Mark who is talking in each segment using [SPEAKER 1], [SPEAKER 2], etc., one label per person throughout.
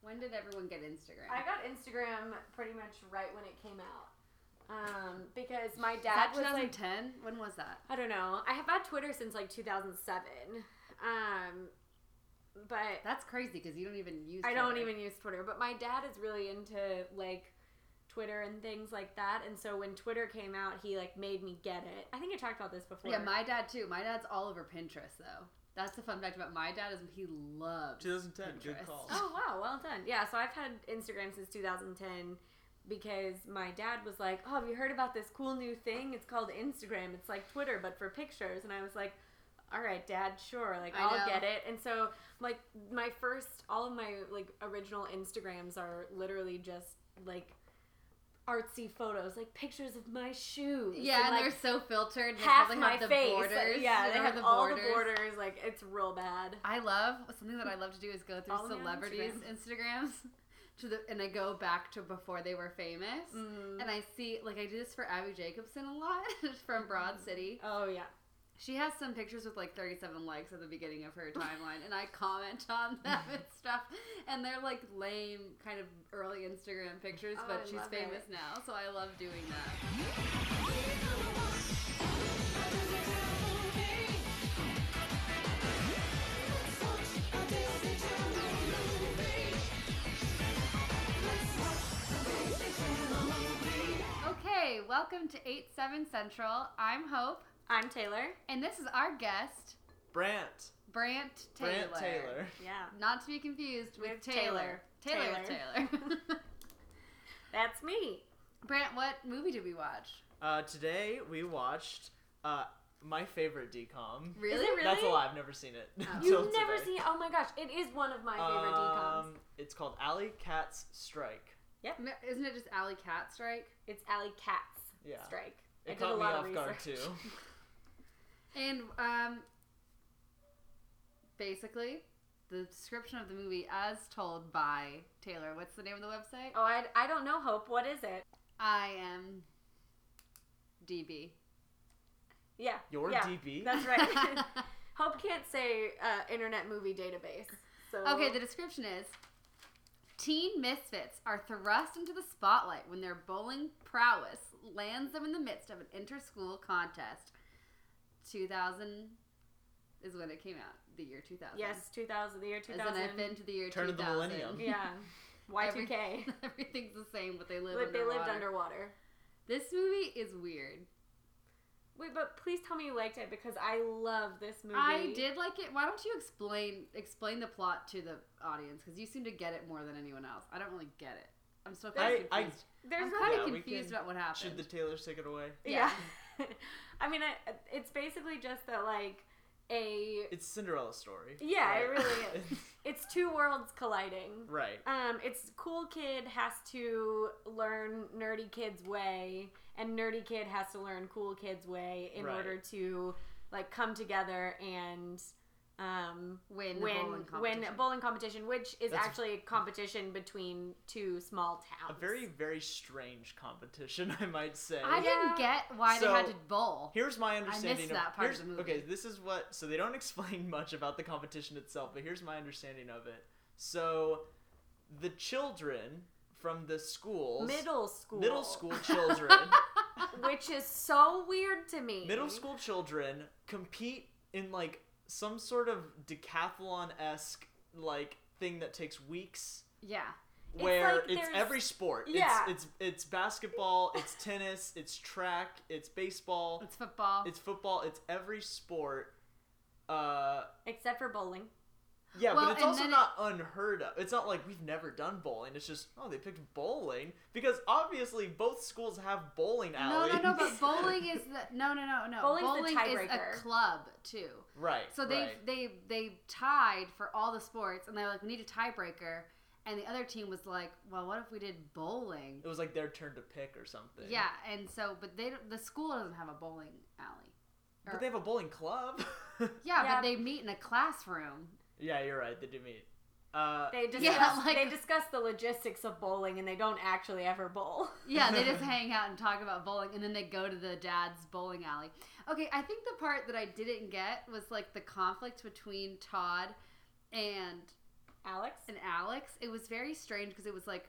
[SPEAKER 1] When did everyone get Instagram?
[SPEAKER 2] I got Instagram pretty much right when it came out. Um, because my dad was like,
[SPEAKER 1] 2010. when was that?
[SPEAKER 2] I don't know. I have had Twitter since like 2007. Um, but
[SPEAKER 1] That's crazy because you don't even use.
[SPEAKER 2] I don't
[SPEAKER 1] Twitter.
[SPEAKER 2] even use Twitter, but my dad is really into like Twitter and things like that. And so when Twitter came out, he like made me get it. I think I talked about this before.
[SPEAKER 1] Yeah, my dad too. My dad's all over Pinterest though. That's the fun fact about my dad is he loves.
[SPEAKER 3] 2010, good
[SPEAKER 1] Pinterest.
[SPEAKER 3] call.
[SPEAKER 2] Oh wow, well done. Yeah, so I've had Instagram since 2010 because my dad was like, "Oh, have you heard about this cool new thing? It's called Instagram. It's like Twitter but for pictures." And I was like, "All right, dad, sure. Like
[SPEAKER 1] I
[SPEAKER 2] I'll
[SPEAKER 1] know.
[SPEAKER 2] get it." And so like my first all of my like original Instagrams are literally just like artsy photos, like pictures of my shoes.
[SPEAKER 1] Yeah, and
[SPEAKER 2] like,
[SPEAKER 1] they're so filtered. They
[SPEAKER 2] half
[SPEAKER 1] probably
[SPEAKER 2] my
[SPEAKER 1] have the
[SPEAKER 2] face. Like,
[SPEAKER 1] borders.
[SPEAKER 2] yeah, they
[SPEAKER 1] have
[SPEAKER 2] have all the borders. Like it's real bad.
[SPEAKER 1] I love something that I love to do is go through
[SPEAKER 2] Follow Oh, me on
[SPEAKER 1] celebrities'
[SPEAKER 2] Instagram.
[SPEAKER 1] Instagrams to the and I go back to before they were famous.
[SPEAKER 2] Mm-hmm.
[SPEAKER 1] And I see like I do this for Abby Jacobson a lot from Broad City.
[SPEAKER 2] Oh yeah.
[SPEAKER 1] She has some pictures with like 37 likes at the beginning of her timeline, and I comment on them and stuff. And they're like lame, kind of early Instagram pictures,
[SPEAKER 2] Oh,
[SPEAKER 1] but
[SPEAKER 2] I
[SPEAKER 1] she's
[SPEAKER 2] love
[SPEAKER 1] famous now, so I love doing that. Okay, welcome to 8 7 Central. I'm Hope,
[SPEAKER 2] I'm Taylor.
[SPEAKER 1] and this is our guest,
[SPEAKER 3] Brant.
[SPEAKER 1] Brant Taylor.
[SPEAKER 3] Brant Taylor.
[SPEAKER 2] Yeah.
[SPEAKER 1] Not to be confused with,
[SPEAKER 2] With
[SPEAKER 1] Taylor. Taylor.
[SPEAKER 2] Taylor.
[SPEAKER 1] Taylor. Taylor.
[SPEAKER 2] That's me.
[SPEAKER 1] Brant, what movie did we watch?
[SPEAKER 3] Uh, today we watched uh, my favorite DCOM.
[SPEAKER 1] Really?
[SPEAKER 2] it really?
[SPEAKER 3] That's a lie. I've never seen it.
[SPEAKER 1] Oh.
[SPEAKER 3] until
[SPEAKER 2] You've never
[SPEAKER 3] today.
[SPEAKER 2] seen Oh my gosh, it is one of my favorite DComs.
[SPEAKER 3] Um, it's called Alley Cat's Strike.
[SPEAKER 1] No, Isn't it just Alley Cat Strike?
[SPEAKER 2] It's Alley Cat's
[SPEAKER 3] Yeah.
[SPEAKER 2] strike. I
[SPEAKER 3] It
[SPEAKER 2] did
[SPEAKER 3] caught
[SPEAKER 2] a
[SPEAKER 3] me
[SPEAKER 2] lot
[SPEAKER 3] off
[SPEAKER 2] of
[SPEAKER 3] guard too.
[SPEAKER 2] research.
[SPEAKER 1] And um, basically, the description of the movie, as told by Taylor. What's the name of the website?
[SPEAKER 2] Oh, I, I don't know, Hope. What is it?
[SPEAKER 1] I am DB.
[SPEAKER 2] Yeah.
[SPEAKER 3] Your
[SPEAKER 2] yeah,
[SPEAKER 3] DB.
[SPEAKER 2] That's right. Hope can't say uh, Internet Movie Database. So
[SPEAKER 1] okay, the description is. Teen misfits are thrust into the spotlight when their bowling prowess lands them in the midst of an inter-school contest. 2000 is when it came out, the year 2000.
[SPEAKER 2] yes, 2000, the year 2000.
[SPEAKER 1] As in I've been to the year
[SPEAKER 3] Turn
[SPEAKER 1] 2000.
[SPEAKER 3] of the millennium.
[SPEAKER 2] yeah. Y2K.
[SPEAKER 1] Every- everything's the same, but they live
[SPEAKER 2] But they
[SPEAKER 1] underwater.
[SPEAKER 2] lived underwater.
[SPEAKER 1] This movie is weird.
[SPEAKER 2] Wait, but please tell me you liked it because I love this movie.
[SPEAKER 1] I did like it. Why don't you explain explain the plot to the audience? Because you seem to get it more than anyone else. I don't really get it. I'm still kind of
[SPEAKER 3] I- I-
[SPEAKER 1] confused.
[SPEAKER 2] There's
[SPEAKER 1] am
[SPEAKER 2] no-
[SPEAKER 1] kind
[SPEAKER 3] Yeah,
[SPEAKER 1] of
[SPEAKER 3] we
[SPEAKER 1] confused
[SPEAKER 3] can-
[SPEAKER 1] about what happened.
[SPEAKER 3] Should the Taylors take it away?
[SPEAKER 2] Yeah.
[SPEAKER 1] Yeah.
[SPEAKER 2] I mean, I, it's basically just that, like, a.
[SPEAKER 3] It's Cinderella story.
[SPEAKER 2] Yeah, it
[SPEAKER 3] Right.
[SPEAKER 2] really is. It's two worlds colliding.
[SPEAKER 3] right.
[SPEAKER 2] Um, it's cool kid has to learn nerdy kid's way, and nerdy kid has to learn cool kid's way in
[SPEAKER 3] Right.
[SPEAKER 2] order to, like, come together and. Um,
[SPEAKER 1] win the
[SPEAKER 2] win
[SPEAKER 1] bowling competition?
[SPEAKER 2] win a bowling competition, which is
[SPEAKER 3] That's-
[SPEAKER 2] actually a competition between two small
[SPEAKER 3] A
[SPEAKER 2] towns.
[SPEAKER 3] very very strange competition, I might say.
[SPEAKER 1] I didn't get why they had
[SPEAKER 3] So-
[SPEAKER 1] to bowl.
[SPEAKER 3] Here's my understanding.
[SPEAKER 1] missed
[SPEAKER 3] of,
[SPEAKER 1] that part of
[SPEAKER 3] here's-
[SPEAKER 1] the movie.
[SPEAKER 3] Okay, this is what. So they don't explain much about the competition itself, but here's my understanding of it. So the children from the schools,
[SPEAKER 2] middle school,
[SPEAKER 3] middle school children,
[SPEAKER 2] which is so weird to me.
[SPEAKER 3] middle school children compete in like some sort of decathlon esque like thing that takes weeks.
[SPEAKER 1] yeah.
[SPEAKER 3] where
[SPEAKER 2] like
[SPEAKER 3] it's,
[SPEAKER 2] there's-
[SPEAKER 3] every sport.
[SPEAKER 2] Yeah.
[SPEAKER 3] It's, it's it's basketball, it's tennis, it's track, it's baseball,
[SPEAKER 1] It's football.
[SPEAKER 3] it's football, it's every sport. Uh
[SPEAKER 2] except for bowling.
[SPEAKER 3] yeah,
[SPEAKER 1] Well,
[SPEAKER 3] but it's
[SPEAKER 1] and
[SPEAKER 3] also
[SPEAKER 1] then it-
[SPEAKER 3] not unheard of. It's not like we've never done bowling. It's just oh, they picked bowling because obviously both schools have bowling
[SPEAKER 1] no,
[SPEAKER 3] alleys.
[SPEAKER 1] no, no. But bowling is the no, no, no, no.
[SPEAKER 2] Bowling's the
[SPEAKER 1] bowling is a
[SPEAKER 2] tiebreaker.
[SPEAKER 1] club too.
[SPEAKER 3] right.
[SPEAKER 1] So they
[SPEAKER 3] right.
[SPEAKER 1] they they tied for all the sports, and they're like, we need a tiebreaker. And the other team was like, well, what if we did bowling?
[SPEAKER 3] it was like their turn to pick or something.
[SPEAKER 1] Yeah, and so but they don't- the school doesn't have a bowling alley.
[SPEAKER 3] But they have a bowling club.
[SPEAKER 1] Yeah,
[SPEAKER 2] Yeah.
[SPEAKER 1] but they meet in a classroom.
[SPEAKER 3] yeah, you're right. They do meet. Uh,
[SPEAKER 2] They discuss
[SPEAKER 1] Yeah, like-
[SPEAKER 2] they discuss the logistics of bowling, and they don't actually ever bowl.
[SPEAKER 1] Yeah, they just hang out and talk about bowling, and then they go to the dad's bowling alley. Okay, I think the part that I didn't get was like the conflict between Todd and
[SPEAKER 2] Alex.
[SPEAKER 1] and Alex, it was very strange because it was like,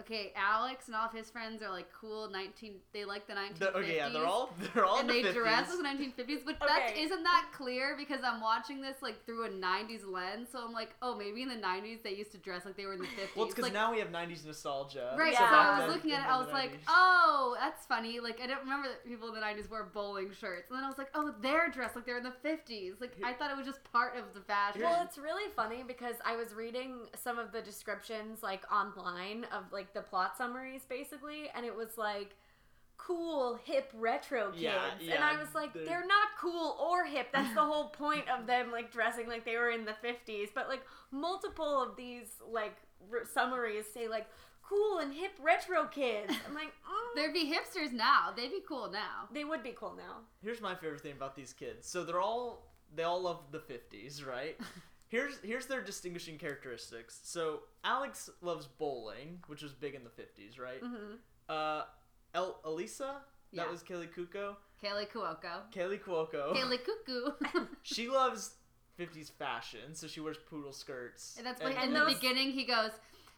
[SPEAKER 1] okay, Alex and all of his friends are like cool nineteen. They like the nineteen
[SPEAKER 3] The-
[SPEAKER 1] fifties.
[SPEAKER 3] okay, yeah, they're all they're all
[SPEAKER 1] and
[SPEAKER 3] in
[SPEAKER 1] they
[SPEAKER 3] the 50s.
[SPEAKER 1] dress as nineteen fifties, but that
[SPEAKER 2] Okay.
[SPEAKER 1] isn't that clear because I'm watching this like through a nineties lens. So I'm like, oh, maybe in the nineties they used to dress like they were in the fifties.
[SPEAKER 3] Well, it's because
[SPEAKER 1] like,
[SPEAKER 3] now we have '90s nostalgia.
[SPEAKER 1] Right,
[SPEAKER 2] Yeah.
[SPEAKER 1] so
[SPEAKER 3] back
[SPEAKER 1] I
[SPEAKER 3] then
[SPEAKER 1] was looking at
[SPEAKER 3] in
[SPEAKER 1] it, I
[SPEAKER 3] the
[SPEAKER 1] was like,
[SPEAKER 3] 90s.
[SPEAKER 1] oh, that's funny. Like, I don't remember that people in the 90s wore bowling shirts. And then I was like, oh, they're dressed like they're in the 50s. Like, I thought it was just part of the fashion.
[SPEAKER 2] Well, it's really funny because I was reading some of the descriptions like online of like the plot summaries basically, and it was like cool, hip, retro kids.
[SPEAKER 3] Yeah,
[SPEAKER 2] and
[SPEAKER 3] yeah,
[SPEAKER 2] I was like,
[SPEAKER 3] they're-
[SPEAKER 2] they're, not cool or hip. That's the whole point of them like dressing like they were in the 50s. But like multiple of these like r- summaries say like cool and hip retro kids. I'm like, mm,
[SPEAKER 1] There'd be hipsters now. They'd be cool now.
[SPEAKER 2] they would be cool now.
[SPEAKER 3] Here's my favorite thing about these kids. So they're all they all love the 50s, right? Here's here's their distinguishing characteristics. So Alex loves bowling, which was big in the 50s, right?
[SPEAKER 2] hmm
[SPEAKER 3] Uh, El- Elisa, that
[SPEAKER 1] Yeah.
[SPEAKER 3] was Kelly Kuko.
[SPEAKER 1] Kaylee Cuoco.
[SPEAKER 3] Kelly Cuoco.
[SPEAKER 1] Kaylee Cuckoo.
[SPEAKER 3] She loves 50s fashion, so she wears poodle skirts.
[SPEAKER 1] and that's when, in
[SPEAKER 2] And
[SPEAKER 1] the
[SPEAKER 2] those-
[SPEAKER 1] beginning, he goes,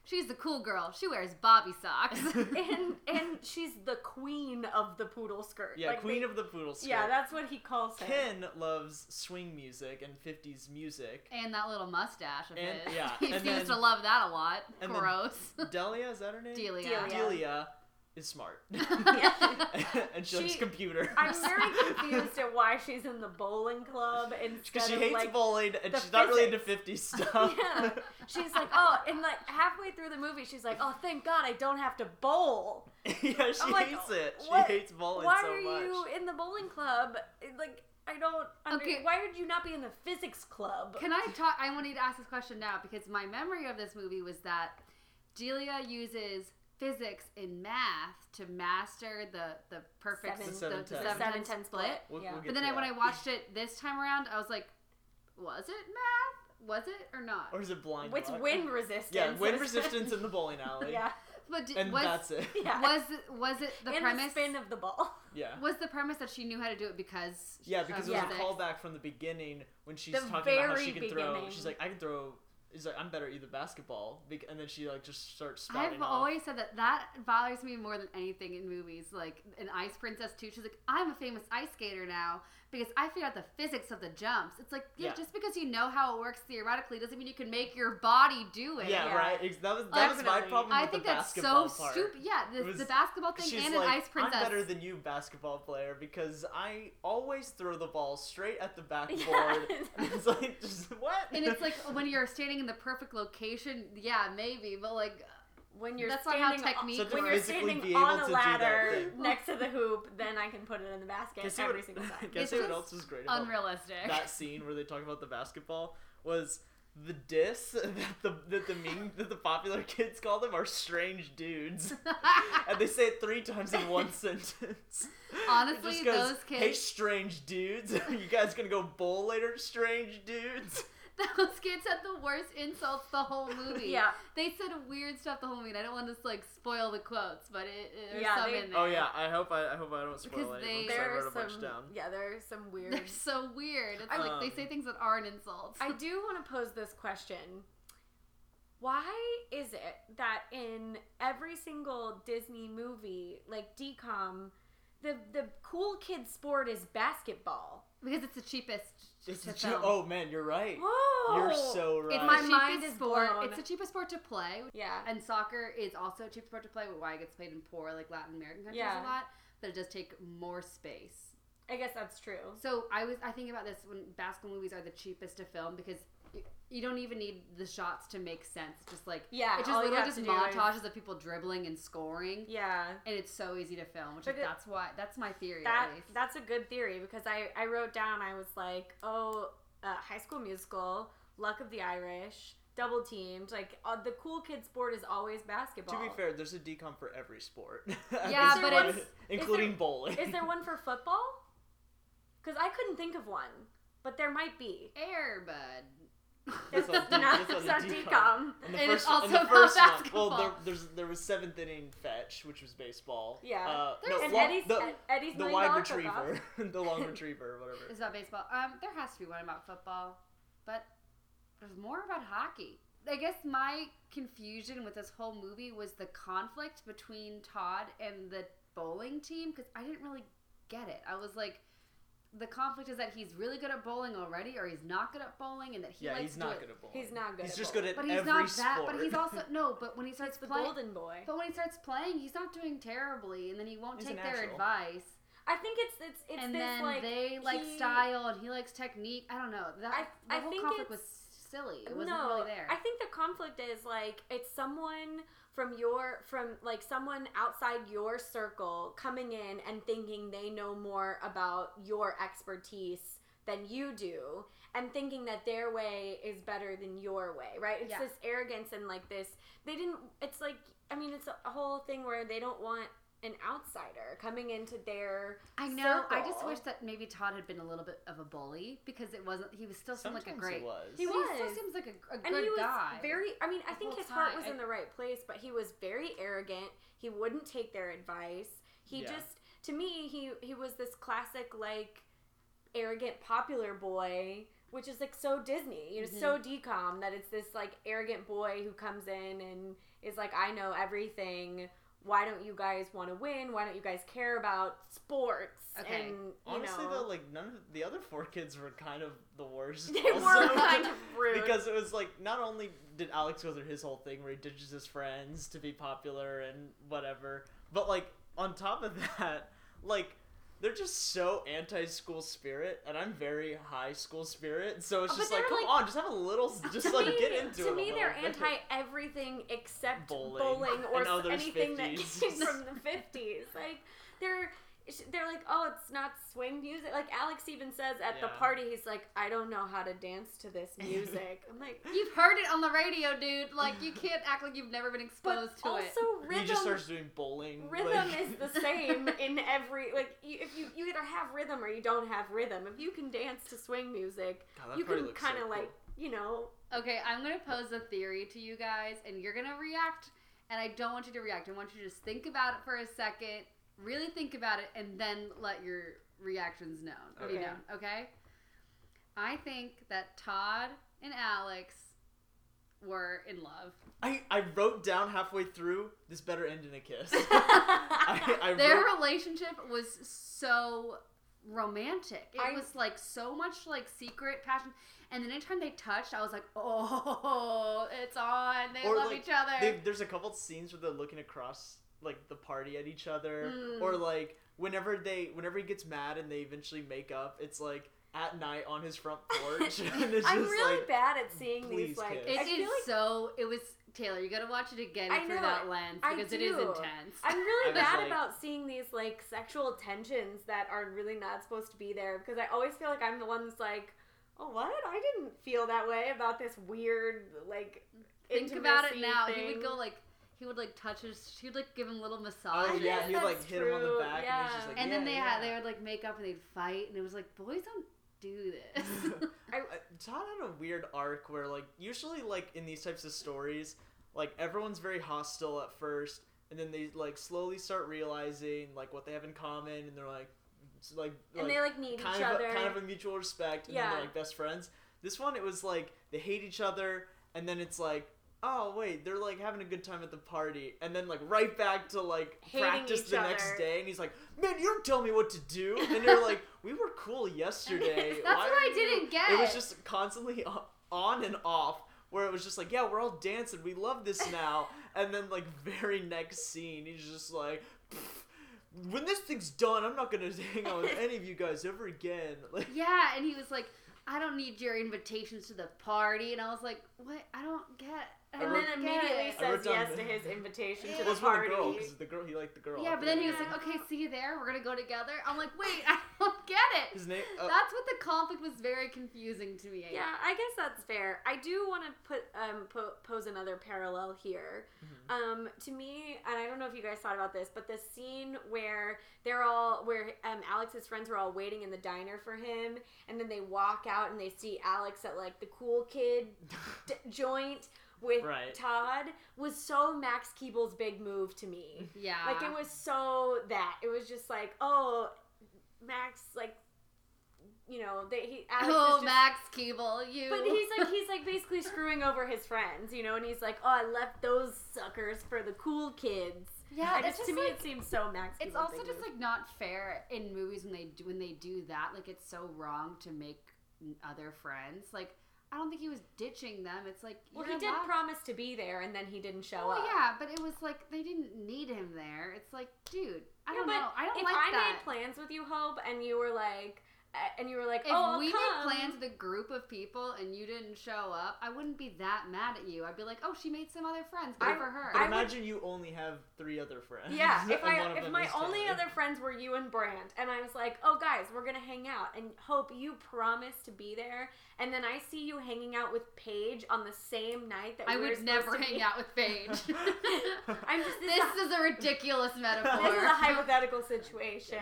[SPEAKER 1] she's the cool girl. She wears bobby socks.
[SPEAKER 2] and and she's the queen of the poodle skirt.
[SPEAKER 3] yeah,
[SPEAKER 2] Like,
[SPEAKER 3] queen
[SPEAKER 2] they-
[SPEAKER 3] of the poodle skirt.
[SPEAKER 2] Yeah, that's what he calls her.
[SPEAKER 3] Ken loves swing music and 50s music.
[SPEAKER 1] and that little mustache of
[SPEAKER 3] And-
[SPEAKER 1] his.
[SPEAKER 3] yeah,
[SPEAKER 1] he
[SPEAKER 3] and
[SPEAKER 1] seems
[SPEAKER 3] then-
[SPEAKER 1] to love that a lot.
[SPEAKER 3] and then-
[SPEAKER 1] Gross.
[SPEAKER 3] Delia, is that her name?
[SPEAKER 1] Delia.
[SPEAKER 2] Delia.
[SPEAKER 3] Delia is smart.
[SPEAKER 2] Yeah.
[SPEAKER 3] and she, likes
[SPEAKER 2] She-
[SPEAKER 3] computers.
[SPEAKER 2] I'm very confused at why she's in the bowling club
[SPEAKER 3] Because
[SPEAKER 2] instead
[SPEAKER 3] she
[SPEAKER 2] of
[SPEAKER 3] hates
[SPEAKER 2] like.
[SPEAKER 3] bowling and
[SPEAKER 2] the
[SPEAKER 3] she's not really into 50s stuff.
[SPEAKER 2] yeah, she's like, oh, and like halfway through the movie, she's like, oh, thank God I don't have to bowl.
[SPEAKER 3] yeah, she
[SPEAKER 2] I'm like,
[SPEAKER 3] hates it. She
[SPEAKER 2] what-
[SPEAKER 3] hates bowling
[SPEAKER 2] why
[SPEAKER 3] so
[SPEAKER 2] are
[SPEAKER 3] much.
[SPEAKER 2] you in the bowling club? It- Like, I don't. Under-
[SPEAKER 1] Okay.
[SPEAKER 2] Why would you not be in the physics club?
[SPEAKER 1] Can I talk? I wanted to ask this question now because my memory of this movie was that Delia uses physics in math to master the the perfect
[SPEAKER 2] Seven. The
[SPEAKER 3] seven
[SPEAKER 1] the,
[SPEAKER 3] ten.
[SPEAKER 1] the
[SPEAKER 3] The
[SPEAKER 1] seven
[SPEAKER 2] Seven
[SPEAKER 1] ten
[SPEAKER 2] ten
[SPEAKER 1] split.
[SPEAKER 3] We'll-
[SPEAKER 2] Yeah.
[SPEAKER 3] we'll get
[SPEAKER 1] But then
[SPEAKER 3] to
[SPEAKER 1] I, when I
[SPEAKER 3] that.
[SPEAKER 1] watched it this time around, I was like, was it math? Was it or not?
[SPEAKER 3] Or is it blind?
[SPEAKER 2] It's
[SPEAKER 3] luck?
[SPEAKER 2] wind resistance.
[SPEAKER 3] Yeah, wind
[SPEAKER 2] It's-
[SPEAKER 3] resistance in the bowling alley.
[SPEAKER 2] yeah,
[SPEAKER 1] but d-
[SPEAKER 3] And
[SPEAKER 1] was
[SPEAKER 3] that's it.
[SPEAKER 2] yeah.
[SPEAKER 1] was was it the
[SPEAKER 2] and
[SPEAKER 1] premise?
[SPEAKER 2] the spin of the ball.
[SPEAKER 3] Yeah.
[SPEAKER 1] was the premise that she knew how to do it because
[SPEAKER 3] Yeah, because
[SPEAKER 1] of
[SPEAKER 3] it was
[SPEAKER 1] physics?
[SPEAKER 3] a callback from the beginning when she's
[SPEAKER 2] The
[SPEAKER 3] talking about how she can
[SPEAKER 2] very
[SPEAKER 3] throw.
[SPEAKER 2] beginning.
[SPEAKER 3] She's like, I can throw. She's like, I'm better at either basketball, bec- and then she like just starts spouting
[SPEAKER 1] I've
[SPEAKER 3] off.
[SPEAKER 1] always said that that bothers me more than anything in movies. Like an ice princess too. She's like, I'm a famous ice skater now because I figured out the physics of the jumps. It's like, yeah,
[SPEAKER 3] Yeah.
[SPEAKER 1] just because you know how it works theoretically doesn't mean you can make your body do it.
[SPEAKER 3] yeah,
[SPEAKER 2] Yeah.
[SPEAKER 3] right. Ex- That was that was my
[SPEAKER 2] Definitely.
[SPEAKER 3] problem
[SPEAKER 1] I
[SPEAKER 3] with
[SPEAKER 1] think
[SPEAKER 3] the
[SPEAKER 1] that's
[SPEAKER 3] basketball
[SPEAKER 1] so
[SPEAKER 3] part.
[SPEAKER 1] stupid. Yeah, the,
[SPEAKER 3] It was-
[SPEAKER 1] the basketball thing
[SPEAKER 3] She's
[SPEAKER 1] and
[SPEAKER 3] like,
[SPEAKER 1] an ice princess.
[SPEAKER 3] I'm better than you, basketball player, because I always throw the ball straight at the backboard. And it's like, just, what?
[SPEAKER 1] and it's like oh when you're standing in the perfect location, yeah, maybe, but like
[SPEAKER 2] when you're
[SPEAKER 1] That's not how
[SPEAKER 2] standing
[SPEAKER 1] technique
[SPEAKER 3] So
[SPEAKER 2] when
[SPEAKER 3] to
[SPEAKER 2] you're
[SPEAKER 3] physically be
[SPEAKER 2] standing
[SPEAKER 3] able
[SPEAKER 2] on
[SPEAKER 3] to
[SPEAKER 2] a
[SPEAKER 3] do that
[SPEAKER 2] ladder
[SPEAKER 3] thing.
[SPEAKER 2] next to the hoop, then I can put it in the basket
[SPEAKER 3] guess
[SPEAKER 2] every
[SPEAKER 3] what,
[SPEAKER 2] single time.
[SPEAKER 3] guess
[SPEAKER 1] It's
[SPEAKER 3] what
[SPEAKER 1] just
[SPEAKER 3] else was great about
[SPEAKER 1] unrealistic.
[SPEAKER 3] that scene where they talk about the basketball was the diss that the that the mean that the popular kids call them are strange dudes, and they say it three times in one sentence. It
[SPEAKER 1] Honestly,
[SPEAKER 3] just goes,
[SPEAKER 1] those kids
[SPEAKER 3] "Hey, strange dudes, are you guys gonna go bowl later, strange dudes?"
[SPEAKER 1] Those kids had the worst insults the whole movie.
[SPEAKER 2] Yeah.
[SPEAKER 1] They said weird stuff the whole movie. And I don't want to like spoil the quotes, but it, there's
[SPEAKER 2] Yeah,
[SPEAKER 1] some
[SPEAKER 2] they-
[SPEAKER 1] in there.
[SPEAKER 3] Oh yeah, I hope I, I hope I don't spoil
[SPEAKER 1] Because
[SPEAKER 3] anything.
[SPEAKER 1] they-
[SPEAKER 3] because I
[SPEAKER 2] There
[SPEAKER 3] wrote
[SPEAKER 2] are
[SPEAKER 3] a bunch
[SPEAKER 2] some
[SPEAKER 3] down.
[SPEAKER 2] yeah, there are some weird.
[SPEAKER 1] They're so weird. It's like they say
[SPEAKER 3] Um,
[SPEAKER 1] things that aren't insults.
[SPEAKER 2] I do want to pose this question. Why is it that in every single Disney movie, like DCOM, the the cool kid sport is basketball?
[SPEAKER 1] because it's the cheapest
[SPEAKER 3] It's
[SPEAKER 1] to
[SPEAKER 3] a jo-
[SPEAKER 1] film.
[SPEAKER 3] oh man, you're right.
[SPEAKER 2] Whoa,
[SPEAKER 3] You're so
[SPEAKER 1] It's
[SPEAKER 3] right.
[SPEAKER 1] the
[SPEAKER 2] My
[SPEAKER 1] cheapest
[SPEAKER 2] mind is
[SPEAKER 1] sport.
[SPEAKER 2] blown.
[SPEAKER 1] It's the cheapest sport to play.
[SPEAKER 2] yeah.
[SPEAKER 1] And soccer is also a cheap sport to play, why it gets played in poor like Latin American countries a
[SPEAKER 2] Yeah.
[SPEAKER 1] lot. But it does take more space.
[SPEAKER 2] I guess that's true.
[SPEAKER 1] So I was I think about this when basketball movies are the cheapest to film because you, you don't even need the shots to make sense. Just like
[SPEAKER 2] Yeah,
[SPEAKER 1] it's just
[SPEAKER 2] all you
[SPEAKER 1] literally
[SPEAKER 2] have
[SPEAKER 1] just
[SPEAKER 2] to do is-
[SPEAKER 1] montages of people dribbling and scoring,
[SPEAKER 2] Yeah.
[SPEAKER 1] and it's so easy to film. Which
[SPEAKER 2] But
[SPEAKER 1] is,
[SPEAKER 2] it-
[SPEAKER 1] that's why that's my theory.
[SPEAKER 2] That
[SPEAKER 1] at least.
[SPEAKER 2] that's a good theory because I I wrote down I was like oh uh, High School Musical, Luck of the Irish, Double Teamed, like uh, the cool kid sport is always basketball.
[SPEAKER 3] To be fair, there's a decom for every sport.
[SPEAKER 1] Yeah,
[SPEAKER 3] Every
[SPEAKER 1] but
[SPEAKER 3] sport,
[SPEAKER 2] it's- is
[SPEAKER 3] including
[SPEAKER 2] there-
[SPEAKER 3] bowling.
[SPEAKER 2] is there one for football? Because I couldn't think of one, but there might be.
[SPEAKER 1] air, bud.
[SPEAKER 3] That's on-
[SPEAKER 2] No,
[SPEAKER 3] that's on
[SPEAKER 2] it's
[SPEAKER 3] the
[SPEAKER 2] not
[SPEAKER 3] decom.
[SPEAKER 2] decom.
[SPEAKER 3] And, the
[SPEAKER 1] And it's
[SPEAKER 3] first, and
[SPEAKER 1] also
[SPEAKER 3] the
[SPEAKER 1] about
[SPEAKER 3] first one- Well,
[SPEAKER 1] basketball.
[SPEAKER 3] there, there's, there was seventh inning fetch, which was baseball.
[SPEAKER 2] Yeah.
[SPEAKER 3] Uh, no,
[SPEAKER 1] There's-
[SPEAKER 2] And
[SPEAKER 3] lo-
[SPEAKER 2] Eddie's
[SPEAKER 3] the,
[SPEAKER 2] Ed- Eddie's
[SPEAKER 3] the
[SPEAKER 2] million
[SPEAKER 3] wide
[SPEAKER 2] dollar
[SPEAKER 3] retriever,
[SPEAKER 2] cook-off.
[SPEAKER 3] the long retriever, whatever.
[SPEAKER 1] it's about baseball. Um, there has to be one about football, but there's more about hockey. I guess my confusion with this whole movie was the conflict between Todd and the bowling team because I didn't really get it. I was like, the conflict is that he's really good at bowling already, or he's not good at bowling, and that he
[SPEAKER 3] yeah,
[SPEAKER 1] likes
[SPEAKER 3] he's
[SPEAKER 1] to
[SPEAKER 3] not
[SPEAKER 1] do
[SPEAKER 3] good
[SPEAKER 1] it.
[SPEAKER 3] at bowling.
[SPEAKER 2] He's not good
[SPEAKER 3] He's
[SPEAKER 2] at
[SPEAKER 3] just
[SPEAKER 2] bowling.
[SPEAKER 3] good at
[SPEAKER 1] But he's
[SPEAKER 3] every
[SPEAKER 1] not that.
[SPEAKER 3] sport.
[SPEAKER 1] But he's also no. But when he starts
[SPEAKER 2] It's the
[SPEAKER 1] playing,
[SPEAKER 2] golden boy.
[SPEAKER 1] but when he starts playing, he's not doing terribly, and then he won't
[SPEAKER 3] He's a
[SPEAKER 1] take their
[SPEAKER 3] natural.
[SPEAKER 1] advice.
[SPEAKER 2] I think it's it's it's
[SPEAKER 1] and
[SPEAKER 2] this
[SPEAKER 1] then
[SPEAKER 2] like
[SPEAKER 1] they like
[SPEAKER 2] he-
[SPEAKER 1] style, and he likes technique. I don't know. That
[SPEAKER 2] I-
[SPEAKER 1] the
[SPEAKER 2] I
[SPEAKER 1] whole
[SPEAKER 2] think
[SPEAKER 1] conflict was
[SPEAKER 2] it's-
[SPEAKER 1] silly. It wasn't
[SPEAKER 2] no,
[SPEAKER 1] really there.
[SPEAKER 2] I think the conflict is like it's someone from your from like someone outside your circle coming in and thinking they know more about your expertise than you do and thinking that their way is better than your way, right? It's
[SPEAKER 1] Yeah.
[SPEAKER 2] this arrogance and like this they didn't it's like I mean it's a whole thing where they don't want an outsider coming into their
[SPEAKER 1] I know. I just
[SPEAKER 2] circle.
[SPEAKER 1] wish that maybe Todd had been a little bit of a bully because it wasn't. He was still seemed
[SPEAKER 3] Sometimes
[SPEAKER 1] like a great.
[SPEAKER 3] he was.
[SPEAKER 1] He,
[SPEAKER 2] He
[SPEAKER 1] still
[SPEAKER 2] was.
[SPEAKER 1] seems like a, a
[SPEAKER 2] and
[SPEAKER 1] good
[SPEAKER 2] he was
[SPEAKER 1] guy.
[SPEAKER 2] very i mean i
[SPEAKER 1] The
[SPEAKER 2] think
[SPEAKER 1] whole
[SPEAKER 2] his heart was
[SPEAKER 1] time.
[SPEAKER 2] in the right place but he was very arrogant he wouldn't take their advice he
[SPEAKER 3] Yeah.
[SPEAKER 2] just to me he he was this classic like arrogant popular boy which is like so disney you know
[SPEAKER 3] Mm-hmm.
[SPEAKER 2] so decom that it's this like arrogant boy who comes in and is like i know everything why don't you guys want to win why don't you guys care about sports
[SPEAKER 1] Okay.
[SPEAKER 2] and you
[SPEAKER 3] Honestly,
[SPEAKER 2] know
[SPEAKER 3] though, like none of the other four kids were kind of the worst.
[SPEAKER 2] they were
[SPEAKER 3] also.
[SPEAKER 2] kind of rude
[SPEAKER 3] because it was like not only did Alex go through his whole thing where he ditches his friends to be popular and whatever, but like on top of that, like they're just so anti-school spirit, and I'm very high school spirit, so it's
[SPEAKER 2] Oh, But
[SPEAKER 3] just like
[SPEAKER 2] they're,
[SPEAKER 3] come
[SPEAKER 2] like-
[SPEAKER 3] on, just have a little, just
[SPEAKER 2] to
[SPEAKER 3] like
[SPEAKER 2] me,
[SPEAKER 3] get into it.
[SPEAKER 2] to
[SPEAKER 3] a
[SPEAKER 2] me,
[SPEAKER 3] little
[SPEAKER 2] they're
[SPEAKER 3] bit.
[SPEAKER 2] anti everything except
[SPEAKER 3] Bowling
[SPEAKER 2] bowling, or
[SPEAKER 3] and
[SPEAKER 2] s-
[SPEAKER 3] others
[SPEAKER 2] anything that
[SPEAKER 3] 50s.
[SPEAKER 2] came from the fifties. Like they're they're like, oh, it's not swing music. Like Alex even says at the
[SPEAKER 3] Yeah.
[SPEAKER 2] party, he's like, I don't know how to dance to this music. I'm like,
[SPEAKER 1] You've heard it on the radio, dude. Like you can't act like you've never been
[SPEAKER 2] but
[SPEAKER 1] exposed to
[SPEAKER 2] also
[SPEAKER 1] it.
[SPEAKER 2] rhythm.
[SPEAKER 3] He just starts doing bowling.
[SPEAKER 2] Rhythm
[SPEAKER 3] like-
[SPEAKER 2] is the same in every like. You, if you you either have rhythm or you don't have rhythm. If you can dance to swing music,
[SPEAKER 3] God, that
[SPEAKER 2] you
[SPEAKER 3] party
[SPEAKER 2] can
[SPEAKER 3] looks so
[SPEAKER 2] kind of
[SPEAKER 3] cool.
[SPEAKER 2] like you know
[SPEAKER 1] Okay, I'm gonna pose a theory to you guys, and you're gonna react. And I don't want you to react. I want you to just think about it for a second, really think about it, and then let your reactions known. Be
[SPEAKER 2] Okay.
[SPEAKER 1] known. Okay. I think that Todd and Alex were in love.
[SPEAKER 3] I, I wrote down halfway through this better end in a kiss. I, I
[SPEAKER 1] Their
[SPEAKER 3] wrote,
[SPEAKER 1] relationship was so romantic. It
[SPEAKER 2] I-
[SPEAKER 1] was like so much like secret passion. And then anytime they touched, I was like, oh, it's on. They
[SPEAKER 3] Or,
[SPEAKER 1] love
[SPEAKER 3] like,
[SPEAKER 1] each other.
[SPEAKER 3] They, there's a couple scenes where they're looking across like the party at each other,
[SPEAKER 2] Mm.
[SPEAKER 3] or like whenever they whenever he gets mad and they eventually make up, it's like at night on his front porch. and it's
[SPEAKER 2] I'm
[SPEAKER 3] just
[SPEAKER 2] really
[SPEAKER 3] like,
[SPEAKER 2] bad at seeing
[SPEAKER 3] "Please
[SPEAKER 2] these like.
[SPEAKER 3] kiss."
[SPEAKER 1] It
[SPEAKER 2] I
[SPEAKER 1] is
[SPEAKER 2] feel like
[SPEAKER 1] so. It was Taylor. You got to watch it again
[SPEAKER 2] I
[SPEAKER 1] through
[SPEAKER 2] know,
[SPEAKER 1] that lens
[SPEAKER 2] I
[SPEAKER 1] because it is
[SPEAKER 2] do.
[SPEAKER 1] intense.
[SPEAKER 2] I'm really
[SPEAKER 3] I was
[SPEAKER 2] bad
[SPEAKER 3] like-
[SPEAKER 2] about seeing these like sexual tensions that are really not supposed to be there because I always feel like I'm the one that's like, oh what? I didn't feel that way about this weird like.
[SPEAKER 1] Think about it
[SPEAKER 2] intimacy
[SPEAKER 1] now. He
[SPEAKER 2] thing."
[SPEAKER 1] would go like he would like touch his. She would like give him little
[SPEAKER 3] Oh
[SPEAKER 1] massages.
[SPEAKER 3] yeah,
[SPEAKER 2] Yes,
[SPEAKER 3] he would like
[SPEAKER 2] that's
[SPEAKER 3] hit him on the
[SPEAKER 2] true,
[SPEAKER 3] back, and he's just
[SPEAKER 2] yeah.
[SPEAKER 3] like,
[SPEAKER 1] And
[SPEAKER 3] yeah,
[SPEAKER 1] then they
[SPEAKER 3] yeah.
[SPEAKER 1] had they would like make up and they'd fight and it was like boys don't do this.
[SPEAKER 3] I, Todd had a weird arc where, like, usually, like in these types of stories, like everyone's very hostile at first, and then they like slowly start realizing like what they have in common, and they're like, it's, like,
[SPEAKER 2] and they like need
[SPEAKER 3] kind
[SPEAKER 2] each
[SPEAKER 3] of
[SPEAKER 2] other.
[SPEAKER 3] A, kind of a mutual respect, and then
[SPEAKER 2] Yeah.
[SPEAKER 3] they're like best friends. This one, it was like they hate each other, and then it's like. Oh wait, they're like having a good time at the party, and then like right back to like
[SPEAKER 2] Hating
[SPEAKER 3] practice
[SPEAKER 2] each
[SPEAKER 3] the next
[SPEAKER 2] other.
[SPEAKER 3] day, and he's like, "Man, you don't tell me what to do," and you're like, "We were cool yesterday."
[SPEAKER 2] That's
[SPEAKER 1] That's
[SPEAKER 3] Why
[SPEAKER 1] what
[SPEAKER 3] are
[SPEAKER 1] I
[SPEAKER 3] you-
[SPEAKER 1] didn't get.
[SPEAKER 3] it was just constantly o- on and off, where it was just like, yeah, we're all dancing, we love this now, and then like very next scene, he's just like, "Pfft, when this thing's done, I'm not gonna hang out with any of you guys ever again. Like,
[SPEAKER 1] yeah, and he was like, I don't need your invitations to the party, and I was like, what? I don't get. I
[SPEAKER 2] and
[SPEAKER 1] don't
[SPEAKER 2] then
[SPEAKER 1] get
[SPEAKER 2] immediately
[SPEAKER 1] it."
[SPEAKER 3] I wrote
[SPEAKER 2] says
[SPEAKER 3] down
[SPEAKER 2] yes
[SPEAKER 3] the-
[SPEAKER 2] to his invitation to
[SPEAKER 3] it
[SPEAKER 2] the
[SPEAKER 3] was for the
[SPEAKER 2] party.
[SPEAKER 3] girl because the girl he liked the girl.
[SPEAKER 1] Yeah, but then he was like,
[SPEAKER 2] Yeah.
[SPEAKER 1] okay, see you there. We're gonna go together. I'm like, wait, I don't get it.
[SPEAKER 3] his name. Uh,
[SPEAKER 1] That's what the conflict was very confusing to me.
[SPEAKER 2] Yeah, I guess that's fair. I do want to put um, po- pose another parallel here. Um, to me, and I don't know if you guys thought about this, but the scene where they're all where um, Alex's friends were all waiting in the diner for him, and then they walk out and they see Alex at like the cool kid d- joint with
[SPEAKER 3] Right.
[SPEAKER 2] Todd was so Max Keeble's big move to me.
[SPEAKER 1] Yeah.
[SPEAKER 2] Like it was so that it was just like, oh, Max like you know, they he Alex is
[SPEAKER 1] Oh,
[SPEAKER 2] just-
[SPEAKER 1] Max Keeble, you.
[SPEAKER 2] But he's like he's like basically screwing over his friends, you know, and he's like, "Oh, I left those suckers for the cool kids."
[SPEAKER 1] Yeah,
[SPEAKER 2] I
[SPEAKER 1] it's
[SPEAKER 2] just, to
[SPEAKER 1] just
[SPEAKER 2] me
[SPEAKER 1] like-
[SPEAKER 2] it seems so Max.
[SPEAKER 1] It's
[SPEAKER 2] Keeble
[SPEAKER 1] also
[SPEAKER 2] thing
[SPEAKER 1] just
[SPEAKER 2] to-
[SPEAKER 1] like not fair in movies when they do when they do that. Like it's so wrong to make n- other friends. Like I don't think he was ditching them. It's like
[SPEAKER 2] well, he
[SPEAKER 1] you're
[SPEAKER 2] did
[SPEAKER 1] allowed-
[SPEAKER 2] promise to be there, and then he didn't show
[SPEAKER 1] Well,
[SPEAKER 2] up.
[SPEAKER 1] yeah, but it was like they didn't need him there. It's like, dude, I
[SPEAKER 2] Yeah,
[SPEAKER 1] don't
[SPEAKER 2] but
[SPEAKER 1] know. I don't
[SPEAKER 2] if
[SPEAKER 1] like
[SPEAKER 2] I
[SPEAKER 1] that.
[SPEAKER 2] made plans with you, Hope, and you were like, uh, and you were like,
[SPEAKER 1] if
[SPEAKER 2] "Oh, I'll
[SPEAKER 1] we
[SPEAKER 2] come."
[SPEAKER 1] made plans with a group of people and you didn't show up, I wouldn't be that mad at you. I'd be like, oh, she made some other friends. Good
[SPEAKER 2] I-
[SPEAKER 1] for her.
[SPEAKER 3] But
[SPEAKER 2] I would-
[SPEAKER 3] imagine you only have three other friends.
[SPEAKER 2] Yeah, if
[SPEAKER 3] and one
[SPEAKER 2] I
[SPEAKER 3] of
[SPEAKER 2] if
[SPEAKER 3] them
[SPEAKER 2] my
[SPEAKER 3] is
[SPEAKER 2] only
[SPEAKER 3] Taylor.
[SPEAKER 2] other friends were you and Brandt, and I was like, "Oh guys, we're gonna hang out," and Hope, you promised to be there, and then I see you hanging out with Paige on the same night that
[SPEAKER 1] I
[SPEAKER 2] we were
[SPEAKER 1] would
[SPEAKER 2] supposed
[SPEAKER 1] never
[SPEAKER 2] to
[SPEAKER 1] hang
[SPEAKER 2] be.
[SPEAKER 1] out with Paige.
[SPEAKER 2] I'm just this,
[SPEAKER 1] this is a ridiculous metaphor.
[SPEAKER 2] this is a hypothetical situation.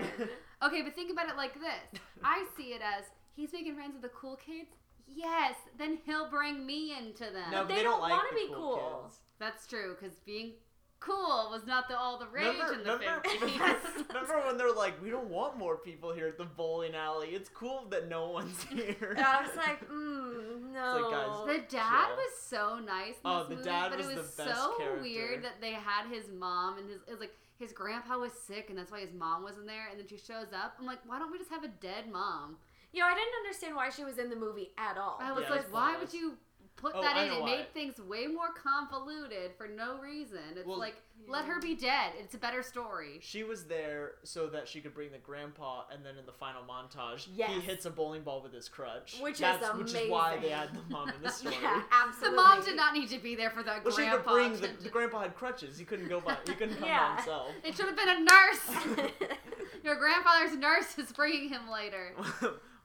[SPEAKER 1] Okay, but think about it like this. I see it as he's making friends with the cool kids. Yes, then he'll bring me into them.
[SPEAKER 3] No,
[SPEAKER 2] But they don't
[SPEAKER 3] want
[SPEAKER 2] wanna
[SPEAKER 3] to
[SPEAKER 2] be cool.
[SPEAKER 1] That's true, because being cool was not the, all the rage
[SPEAKER 3] Remember,
[SPEAKER 1] in the
[SPEAKER 3] remember,
[SPEAKER 1] 50s.
[SPEAKER 3] remember when they're like, we don't want more people here at the bowling alley. It's cool that no one's here.
[SPEAKER 2] And I was like, mm, no.
[SPEAKER 3] guys,
[SPEAKER 1] the dad
[SPEAKER 3] Chill.
[SPEAKER 1] was so nice in
[SPEAKER 3] Oh,
[SPEAKER 1] this
[SPEAKER 3] the
[SPEAKER 1] movie,
[SPEAKER 3] dad
[SPEAKER 1] but
[SPEAKER 3] was
[SPEAKER 1] it was
[SPEAKER 3] the best
[SPEAKER 1] so
[SPEAKER 3] character.
[SPEAKER 1] weird that they had his mom and his it was like his grandpa was sick and that's why his mom wasn't there and then she shows up. I'm like, why don't we just have a dead mom?
[SPEAKER 2] you know, I didn't understand why she was in the movie at all.
[SPEAKER 1] I was
[SPEAKER 3] Oh, Yeah,
[SPEAKER 1] like,
[SPEAKER 3] it's
[SPEAKER 1] why
[SPEAKER 3] not
[SPEAKER 1] would
[SPEAKER 3] us.
[SPEAKER 1] you put
[SPEAKER 3] Oh,
[SPEAKER 1] that
[SPEAKER 3] I
[SPEAKER 1] in?
[SPEAKER 3] know
[SPEAKER 1] It
[SPEAKER 3] why.
[SPEAKER 1] made things way more convoluted for no reason. It's
[SPEAKER 3] Well-
[SPEAKER 1] like, let her be dead. It's a better story.
[SPEAKER 3] She was there so that she could bring the grandpa, and then in the final montage, he
[SPEAKER 2] Yes.
[SPEAKER 3] hits a bowling ball with his crutch.
[SPEAKER 2] Which is
[SPEAKER 3] That's, Which is why
[SPEAKER 2] amazing.
[SPEAKER 3] they add the mom in the story.
[SPEAKER 2] yeah,
[SPEAKER 1] The
[SPEAKER 2] absolutely.
[SPEAKER 1] mom did not need to be there for that
[SPEAKER 3] Well, she had to
[SPEAKER 1] grandpa.
[SPEAKER 3] bring
[SPEAKER 1] to
[SPEAKER 3] the,
[SPEAKER 1] do-
[SPEAKER 3] the grandpa had crutches. He couldn't go by. He couldn't come
[SPEAKER 2] Yeah.
[SPEAKER 3] by himself.
[SPEAKER 1] it should have been a nurse. Your grandfather's nurse is bringing him later.